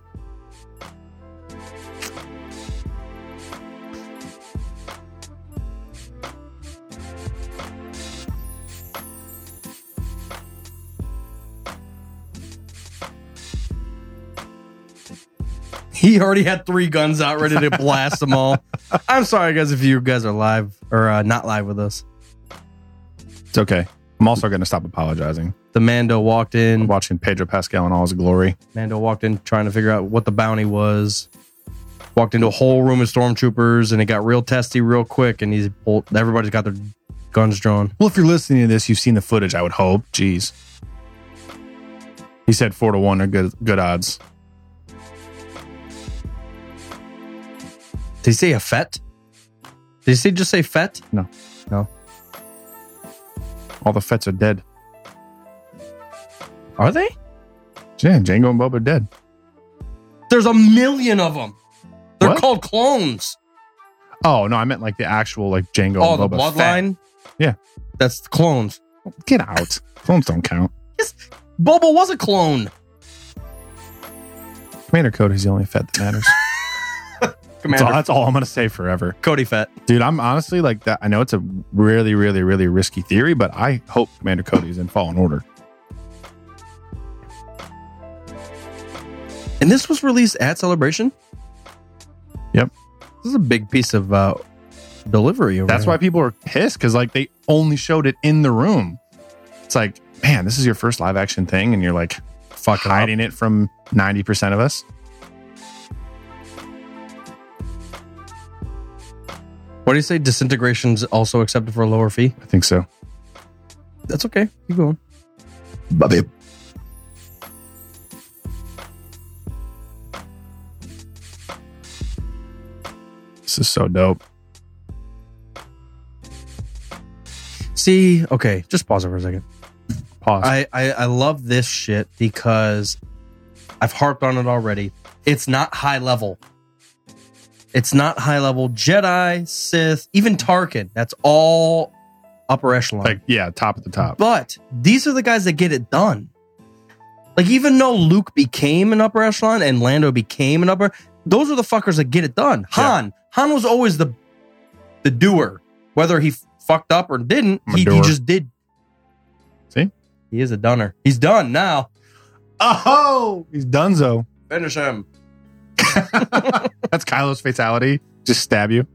[SPEAKER 5] He already had three guns out, ready to blast them all. I'm sorry, guys, if you guys are live or uh, not live with us.
[SPEAKER 4] It's okay. I'm also going to stop apologizing.
[SPEAKER 5] The Mando walked
[SPEAKER 4] I'm
[SPEAKER 5] in.
[SPEAKER 4] watching Pedro Pascal in all his glory.
[SPEAKER 5] Mando walked in trying to figure out what the bounty was. Walked into a whole room of stormtroopers, and it got real testy real quick. And he's pulled. Everybody's got their guns drawn.
[SPEAKER 4] Well, if you're listening to this, you've seen the footage, I would hope. Jeez. He said four to one are good good odds.
[SPEAKER 5] Did he say a fet? Did he say just say fet?
[SPEAKER 4] All the Fets are dead.
[SPEAKER 5] Are they?
[SPEAKER 4] Yeah, Django and Bob are dead.
[SPEAKER 5] There's a million of them. They're
[SPEAKER 4] What?
[SPEAKER 5] called clones.
[SPEAKER 4] Oh no, I meant like the actual like Django.
[SPEAKER 5] Oh, the
[SPEAKER 4] and Boba Fett.
[SPEAKER 5] bloodline.
[SPEAKER 4] Yeah.
[SPEAKER 5] that's the clones.
[SPEAKER 4] Get out. Clones don't count.
[SPEAKER 5] Boba was a clone.
[SPEAKER 4] Commander Code is the only Fett that matters. That's all,
[SPEAKER 5] Commander
[SPEAKER 4] that's all I'm gonna say forever,
[SPEAKER 5] Cody Fett.
[SPEAKER 4] dude. I'm honestly like that. I know it's a really, really, really risky theory, but I hope Commander Cody is in Fallen Order.
[SPEAKER 5] And this was released at Celebration.
[SPEAKER 4] Yep.
[SPEAKER 5] This is a big piece of uh, delivery. Over
[SPEAKER 4] That's
[SPEAKER 5] here.
[SPEAKER 4] why people are pissed because like they only showed it in the room. It's like, man, this is your first live action thing, and you're like, fuck,
[SPEAKER 5] up.
[SPEAKER 4] hiding it from ninety percent of us.
[SPEAKER 5] What do you say? Disintegration's also accepted for a lower fee.
[SPEAKER 4] I think so.
[SPEAKER 5] That's okay. Keep going.
[SPEAKER 4] Bobby. This is so dope.
[SPEAKER 5] See, okay, just pause it for a second.
[SPEAKER 4] Pause.
[SPEAKER 5] I, I, I love this shit because I've harped on it already. It's not high level. It's not high level. Jedi, Sith, even Tarkin. That's all upper echelon.
[SPEAKER 4] like, yeah, top of the top.
[SPEAKER 5] But these are the guys that get it done. Like, even though Luke became an upper echelon and Lando became an upper, those are the fuckers that get it done. Han, Han was always the the doer, whether he fucked up or didn't.
[SPEAKER 4] I'm a
[SPEAKER 5] He, he
[SPEAKER 4] doer.
[SPEAKER 5] just did.
[SPEAKER 4] See?
[SPEAKER 5] he is a dunner. He's done now.
[SPEAKER 4] Oh, he's donezo.
[SPEAKER 5] Finish him.
[SPEAKER 4] That's Kylo's fatality. Just stab you.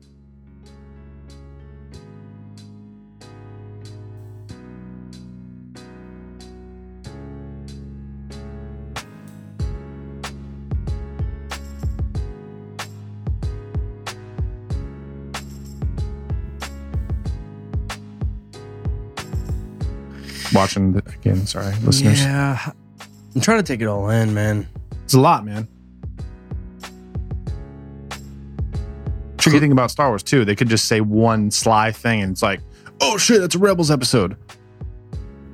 [SPEAKER 4] Watching the, again, sorry, listeners.
[SPEAKER 5] Yeah, I'm trying to take it all in, man.
[SPEAKER 4] It's a lot, man. Tricky thing about Star Wars too, they could just say one sly thing and it's like, oh shit, that's a Rebels episode.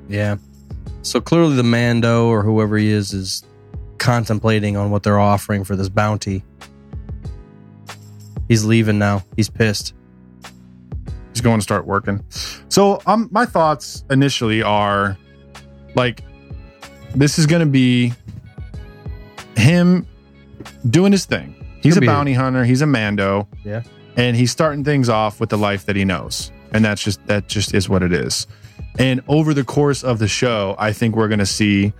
[SPEAKER 5] Yeah. So clearly, the Mando or whoever he is is contemplating on what they're offering for this bounty. He's leaving now. He's pissed.
[SPEAKER 4] He's going to start working. So um my thoughts initially are like this is gonna be him doing his thing. He's
[SPEAKER 5] Could
[SPEAKER 4] a
[SPEAKER 5] be.
[SPEAKER 4] bounty hunter, he's a Mando.
[SPEAKER 5] Yeah.
[SPEAKER 4] And he's starting things off with the life that he knows. And that's just that just is what it is. And over the course of the show, I think we're gonna see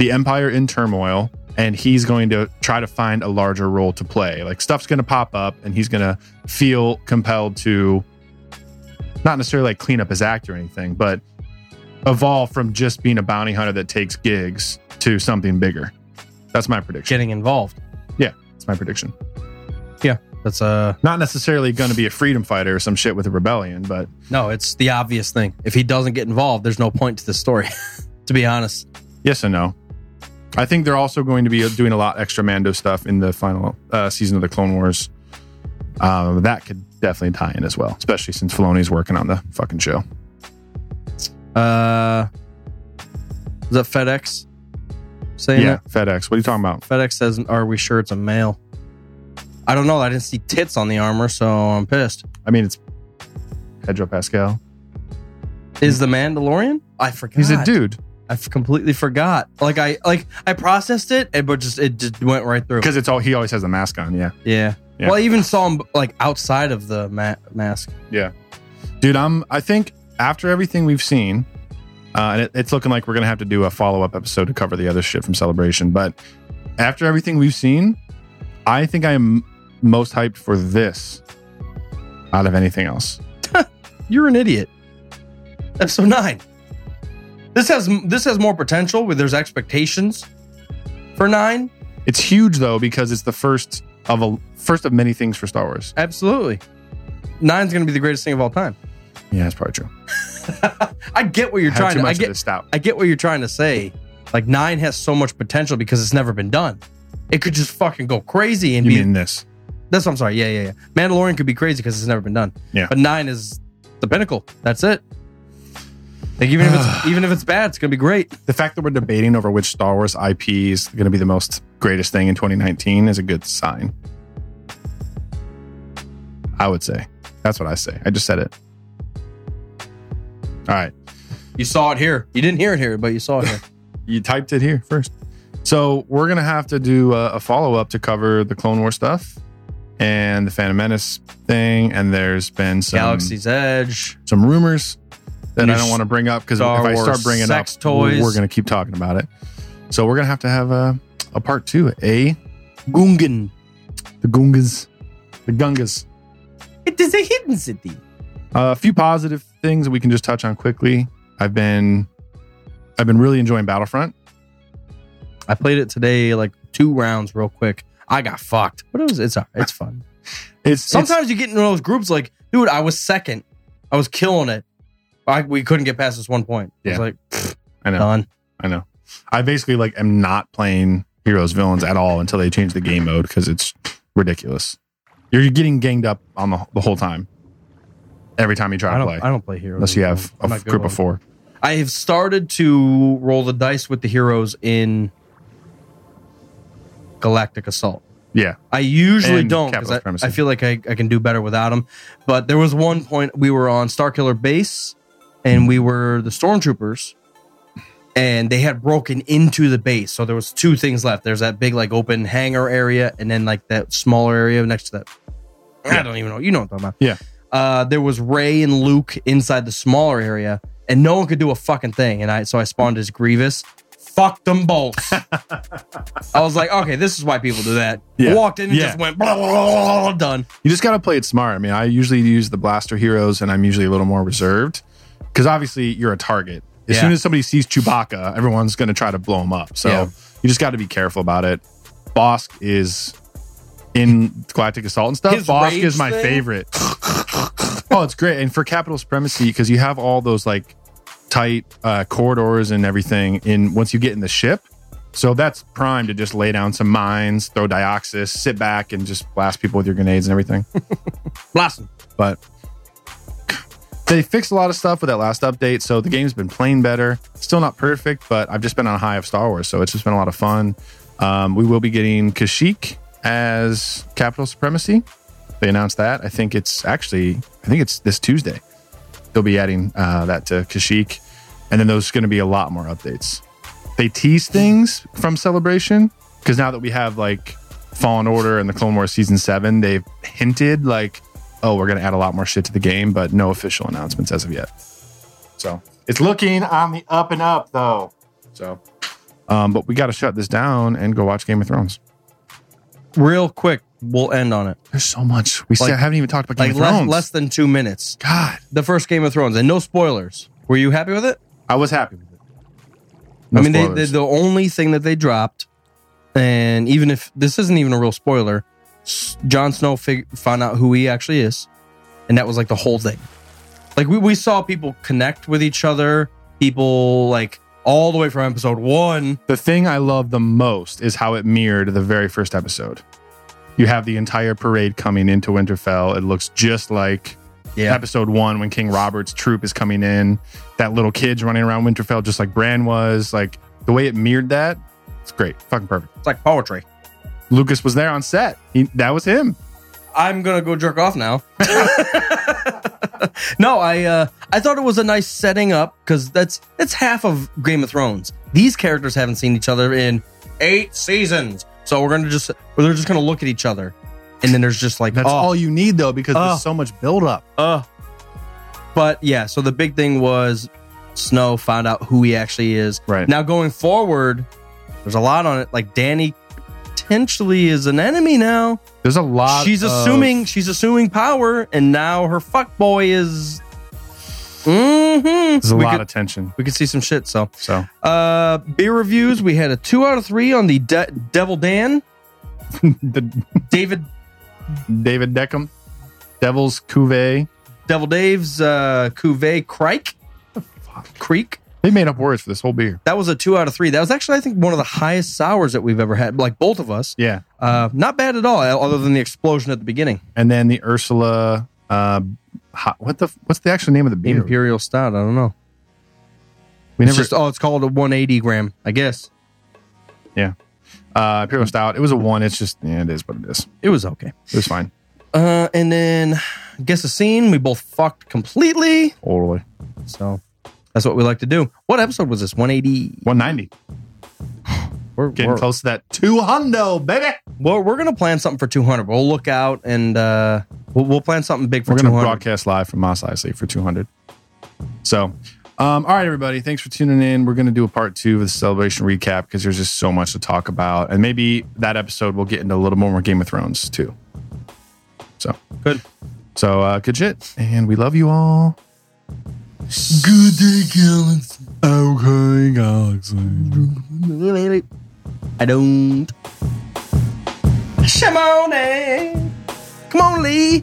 [SPEAKER 4] the empire in turmoil and he's going to try to find a larger role to play like stuff's going to pop up and he's going to feel compelled to not necessarily like clean up his act or anything but evolve from just being a bounty hunter that takes gigs to something bigger that's my prediction
[SPEAKER 5] Getting involved.
[SPEAKER 4] that's my prediction
[SPEAKER 5] That's uh
[SPEAKER 4] not necessarily going to be a freedom fighter or some shit with a rebellion but
[SPEAKER 5] no. It's the obvious thing. If he doesn't get involved, there's no point to the story. to be honest,
[SPEAKER 4] yes and no i think they're also going to be doing a lot extra mando stuff in the final uh, season of the clone wars um, that could definitely tie in as well especially since Filoni's working on the fucking show
[SPEAKER 5] uh, is that FedEx saying
[SPEAKER 4] yeah
[SPEAKER 5] that?
[SPEAKER 4] fedex what are you talking about
[SPEAKER 5] FedEx says, "Are we sure it's a male?" I don't know. I didn't see tits on the armor, so I'm pissed.
[SPEAKER 4] i mean it's pedro pascal
[SPEAKER 5] Is the Mandalorian? I forgot.
[SPEAKER 4] he's a dude
[SPEAKER 5] I've completely forgot. Like I like I processed it, and but just it just went right through.
[SPEAKER 4] because it's all he always has a mask on yeah
[SPEAKER 5] Yeah.
[SPEAKER 4] Yeah.
[SPEAKER 5] Well, I even saw him like outside of the ma- mask.
[SPEAKER 4] dude i'm i think after everything we've seen uh, and it, it's looking like we're gonna have to do a follow-up episode to cover the other shit from celebration but after everything we've seen i think i am most hyped for this out of anything else
[SPEAKER 5] You're an idiot. Episode nine. This has this has more potential. Where there's expectations for nine.
[SPEAKER 4] it's huge though because it's the first of a first of many things for star wars
[SPEAKER 5] Absolutely. Nine's going to be the greatest thing of all time.
[SPEAKER 4] yeah that's probably true
[SPEAKER 5] I get what you're
[SPEAKER 4] Had
[SPEAKER 5] trying
[SPEAKER 4] too
[SPEAKER 5] to.
[SPEAKER 4] much
[SPEAKER 5] I
[SPEAKER 4] of
[SPEAKER 5] get.
[SPEAKER 4] this stout
[SPEAKER 5] I get what you're trying to say. Like nine has so much potential because it's never been done. It could just fucking go crazy and
[SPEAKER 4] you
[SPEAKER 5] be
[SPEAKER 4] mean this
[SPEAKER 5] That's what I'm sorry. Yeah, yeah, yeah. Mandalorian could be crazy because it's never been done.
[SPEAKER 4] Yeah.
[SPEAKER 5] But nine is the pinnacle. That's it. Like even if it's even if it's bad, it's gonna be great.
[SPEAKER 4] the fact that we're debating over which star wars ip is going to be the most greatest thing in 2019 is a good sign i would say that's what i say i just said it all right
[SPEAKER 5] You saw it here. You didn't hear it here, but you saw it here.
[SPEAKER 4] you typed it here first so we're going to have to do a, a follow-up to cover the clone war stuff and the Phantom Menace thing, and there's been some
[SPEAKER 5] Galaxy's Edge.
[SPEAKER 4] some rumors that
[SPEAKER 5] New
[SPEAKER 4] I don't want to bring up because if
[SPEAKER 5] Star
[SPEAKER 4] I
[SPEAKER 5] Wars
[SPEAKER 4] start bringing up,
[SPEAKER 5] sex toys.
[SPEAKER 4] we're going to keep talking about it. So we're going to have to have a, a part two. eh? A
[SPEAKER 5] Gungan.
[SPEAKER 4] the Gungas, the Gungas.
[SPEAKER 5] It is a hidden city.
[SPEAKER 4] a few positive things that we can just touch on quickly. I've been I've been really enjoying Battlefront.
[SPEAKER 5] I played it today, like two rounds, real quick. I got fucked, but it was it's all right. it's fun.
[SPEAKER 4] It's
[SPEAKER 5] Sometimes you get into those groups, like, dude, I was second, I was killing it. I, we couldn't get past this one point. It was
[SPEAKER 4] Yeah.
[SPEAKER 5] like pfft,
[SPEAKER 4] I know.
[SPEAKER 5] done.
[SPEAKER 4] I know. I basically like am not playing heroes villains at all until they change the game mode because it's ridiculous. You're getting ganged up on the, the whole time. Every time you try
[SPEAKER 5] I
[SPEAKER 4] to
[SPEAKER 5] don't.
[SPEAKER 4] play,
[SPEAKER 5] I don't play heroes
[SPEAKER 4] unless you have
[SPEAKER 5] I'm
[SPEAKER 4] a
[SPEAKER 5] not good
[SPEAKER 4] group
[SPEAKER 5] with
[SPEAKER 4] of
[SPEAKER 5] them.
[SPEAKER 4] four.
[SPEAKER 5] I have started to roll the dice with the heroes in Galactic Assault.
[SPEAKER 4] Yeah,
[SPEAKER 5] I usually
[SPEAKER 4] And
[SPEAKER 5] don't because
[SPEAKER 4] Capitalist
[SPEAKER 5] I,
[SPEAKER 4] Supremacy.
[SPEAKER 5] I feel like I, I can do better without them. But there was one point we were on Starkiller Base and we were the stormtroopers and they had broken into the base. So there was two things left. There's that big like open hangar area and then like that smaller area next to that. I don't even know. You know what I'm talking about.
[SPEAKER 4] Yeah.
[SPEAKER 5] Uh, there was Ray and Luke inside the smaller area and no one could do a fucking thing. And I so I spawned as Grievous. Fuck them both. I was like, okay, this is why people do that.
[SPEAKER 4] Yeah.
[SPEAKER 5] Walked in and
[SPEAKER 4] Yeah.
[SPEAKER 5] just went blah, blah, blah, blah, done.
[SPEAKER 4] you just got to play it smart. I mean, I usually use the blaster heroes, and I'm usually a little more reserved because obviously you're a target. As
[SPEAKER 5] Yeah.
[SPEAKER 4] soon as somebody sees Chewbacca, everyone's going to try to blow him up. So
[SPEAKER 5] Yeah.
[SPEAKER 4] you just got to be careful about it. Bosk is in Galactic Assault and stuff.
[SPEAKER 5] His
[SPEAKER 4] Bosk
[SPEAKER 5] rage
[SPEAKER 4] is my
[SPEAKER 5] thing?
[SPEAKER 4] favorite. oh, it's great. And for Capital Supremacy, because you have all those like tight uh, corridors and everything in once you get in the ship. So that's prime to just lay down some mines, throw dioxys, sit back and just blast people with your grenades and everything.
[SPEAKER 5] Blossom.
[SPEAKER 4] But they fixed a lot of stuff with that last update. So the game's been playing better. Still not perfect, but I've just been on a high of Star Wars. So it's just been a lot of fun. Um, we will be getting Kashyyyk as Capital Supremacy. They announced that. I think it's actually, I think it's this Tuesday. They'll be adding uh, that to Kashyyyk. And then there's going to be a lot more updates. They tease things from Celebration because now that we have like Fallen Order and the Clone Wars Season 7, they've hinted like, oh, we're going to add a lot more shit to the game, but no official announcements as of yet. So it's looking on the up and up though. So, um, but we got to shut this down and go watch Game of Thrones.
[SPEAKER 5] Real quick, we'll end on it.
[SPEAKER 4] There's so much. We still
[SPEAKER 5] Like-
[SPEAKER 4] haven't even talked about Game
[SPEAKER 5] Like
[SPEAKER 4] of
[SPEAKER 5] less,
[SPEAKER 4] Thrones.
[SPEAKER 5] less than two minutes.
[SPEAKER 4] God,
[SPEAKER 5] The first Game of Thrones and no spoilers. Were you happy with it?
[SPEAKER 4] I was happy with it.
[SPEAKER 5] I mean, they, they,
[SPEAKER 4] spoilers.
[SPEAKER 5] the only thing that they dropped, and even if this isn't even a real spoiler, S- Jon Snow fig- found out who he actually is, and that was like the whole thing. Like we, we saw people connect with each other, people like all the way from episode one.
[SPEAKER 4] The thing I love the most is how it mirrored the very first episode. You have the entire parade coming into Winterfell. It looks just like episode one when King Robert's troop is coming in. That little kid's running around Winterfell just like Bran was. Like the way it mirrored that, it's great. Fucking perfect.
[SPEAKER 5] it's like poetry.
[SPEAKER 4] Lucas was there on set. He, that was him.
[SPEAKER 5] I'm gonna go jerk off now. no, I uh, I thought it was a nice setting up because that's that's half of Game of Thrones. These characters haven't seen each other in eight seasons, so we're gonna just we're just gonna look at each other, and then there's just like
[SPEAKER 4] That's
[SPEAKER 5] oh,
[SPEAKER 4] all you need though, because
[SPEAKER 5] Oh.
[SPEAKER 4] there's so much buildup.
[SPEAKER 5] uh. But yeah, so the big thing was Snow found out who he actually is.
[SPEAKER 4] Right.
[SPEAKER 5] Now going forward, there's a lot on it. Like Danny potentially is an enemy now.
[SPEAKER 4] There's a lot.
[SPEAKER 5] she's
[SPEAKER 4] of-
[SPEAKER 5] assuming she's assuming power, and now her fuck boy is. hmm
[SPEAKER 4] there's a
[SPEAKER 5] we
[SPEAKER 4] lot
[SPEAKER 5] could,
[SPEAKER 4] of tension.
[SPEAKER 5] we could see some shit. So,
[SPEAKER 4] So
[SPEAKER 5] uh, beer reviews. We had a two out of three on the De- Devil Dan,
[SPEAKER 4] the
[SPEAKER 5] David
[SPEAKER 4] David Deckham, Devil's Cuvée.
[SPEAKER 5] Devil Dave's uh, Cuvée Crike Creek.
[SPEAKER 4] They made up words for this whole beer.
[SPEAKER 5] That was a two out of three. That was actually, I think, one of the highest sours that we've ever had. Like both of us,
[SPEAKER 4] Yeah.
[SPEAKER 5] uh, not bad at all. Other than the explosion at the beginning,
[SPEAKER 4] And then the Ursula. Uh, hot, what the? What's the actual name of the beer?
[SPEAKER 5] Imperial Stout. I don't know.
[SPEAKER 4] we
[SPEAKER 5] It's
[SPEAKER 4] never.
[SPEAKER 5] just oh, it's called a 180 gram, I guess.
[SPEAKER 4] uh, Imperial Stout. It was a one. It's just yeah, it is what it is.
[SPEAKER 5] It was okay.
[SPEAKER 4] It was fine.
[SPEAKER 5] Uh, and then guess a scene. We both fucked completely.
[SPEAKER 4] Totally.
[SPEAKER 5] So that's what we like to do. What episode was this? 180.
[SPEAKER 4] 190.
[SPEAKER 5] We're,
[SPEAKER 4] Getting
[SPEAKER 5] we're-
[SPEAKER 4] close to that 200, baby.
[SPEAKER 5] Well, we're gonna plan something for 200. We'll look out and uh, we'll, we'll plan something big for
[SPEAKER 4] We're
[SPEAKER 5] 200.
[SPEAKER 4] going to broadcast live from Moss Isley for 200. So, um, all right, everybody, thanks for tuning in. We're going to do a part two of the celebration recap because there's just so much to talk about, and maybe that episode we'll get into a little more Game of Thrones too. So
[SPEAKER 5] Good.
[SPEAKER 4] So uh, good shit, and we love you all.
[SPEAKER 3] Good day, Galaxy.
[SPEAKER 4] Okay, Galaxy.
[SPEAKER 5] I don't. Shimone, come on, Lee.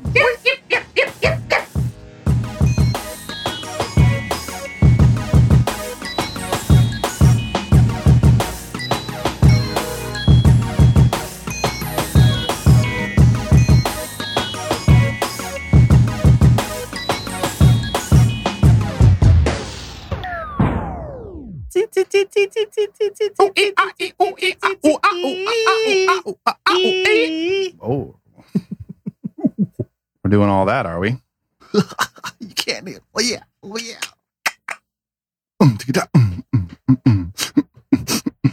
[SPEAKER 4] Oh, we're doing all that, are we?
[SPEAKER 3] You can't hear. Oh, yeah. Oh, yeah.
[SPEAKER 4] Mm, tick-a-tock, mm, mm, mm, mm.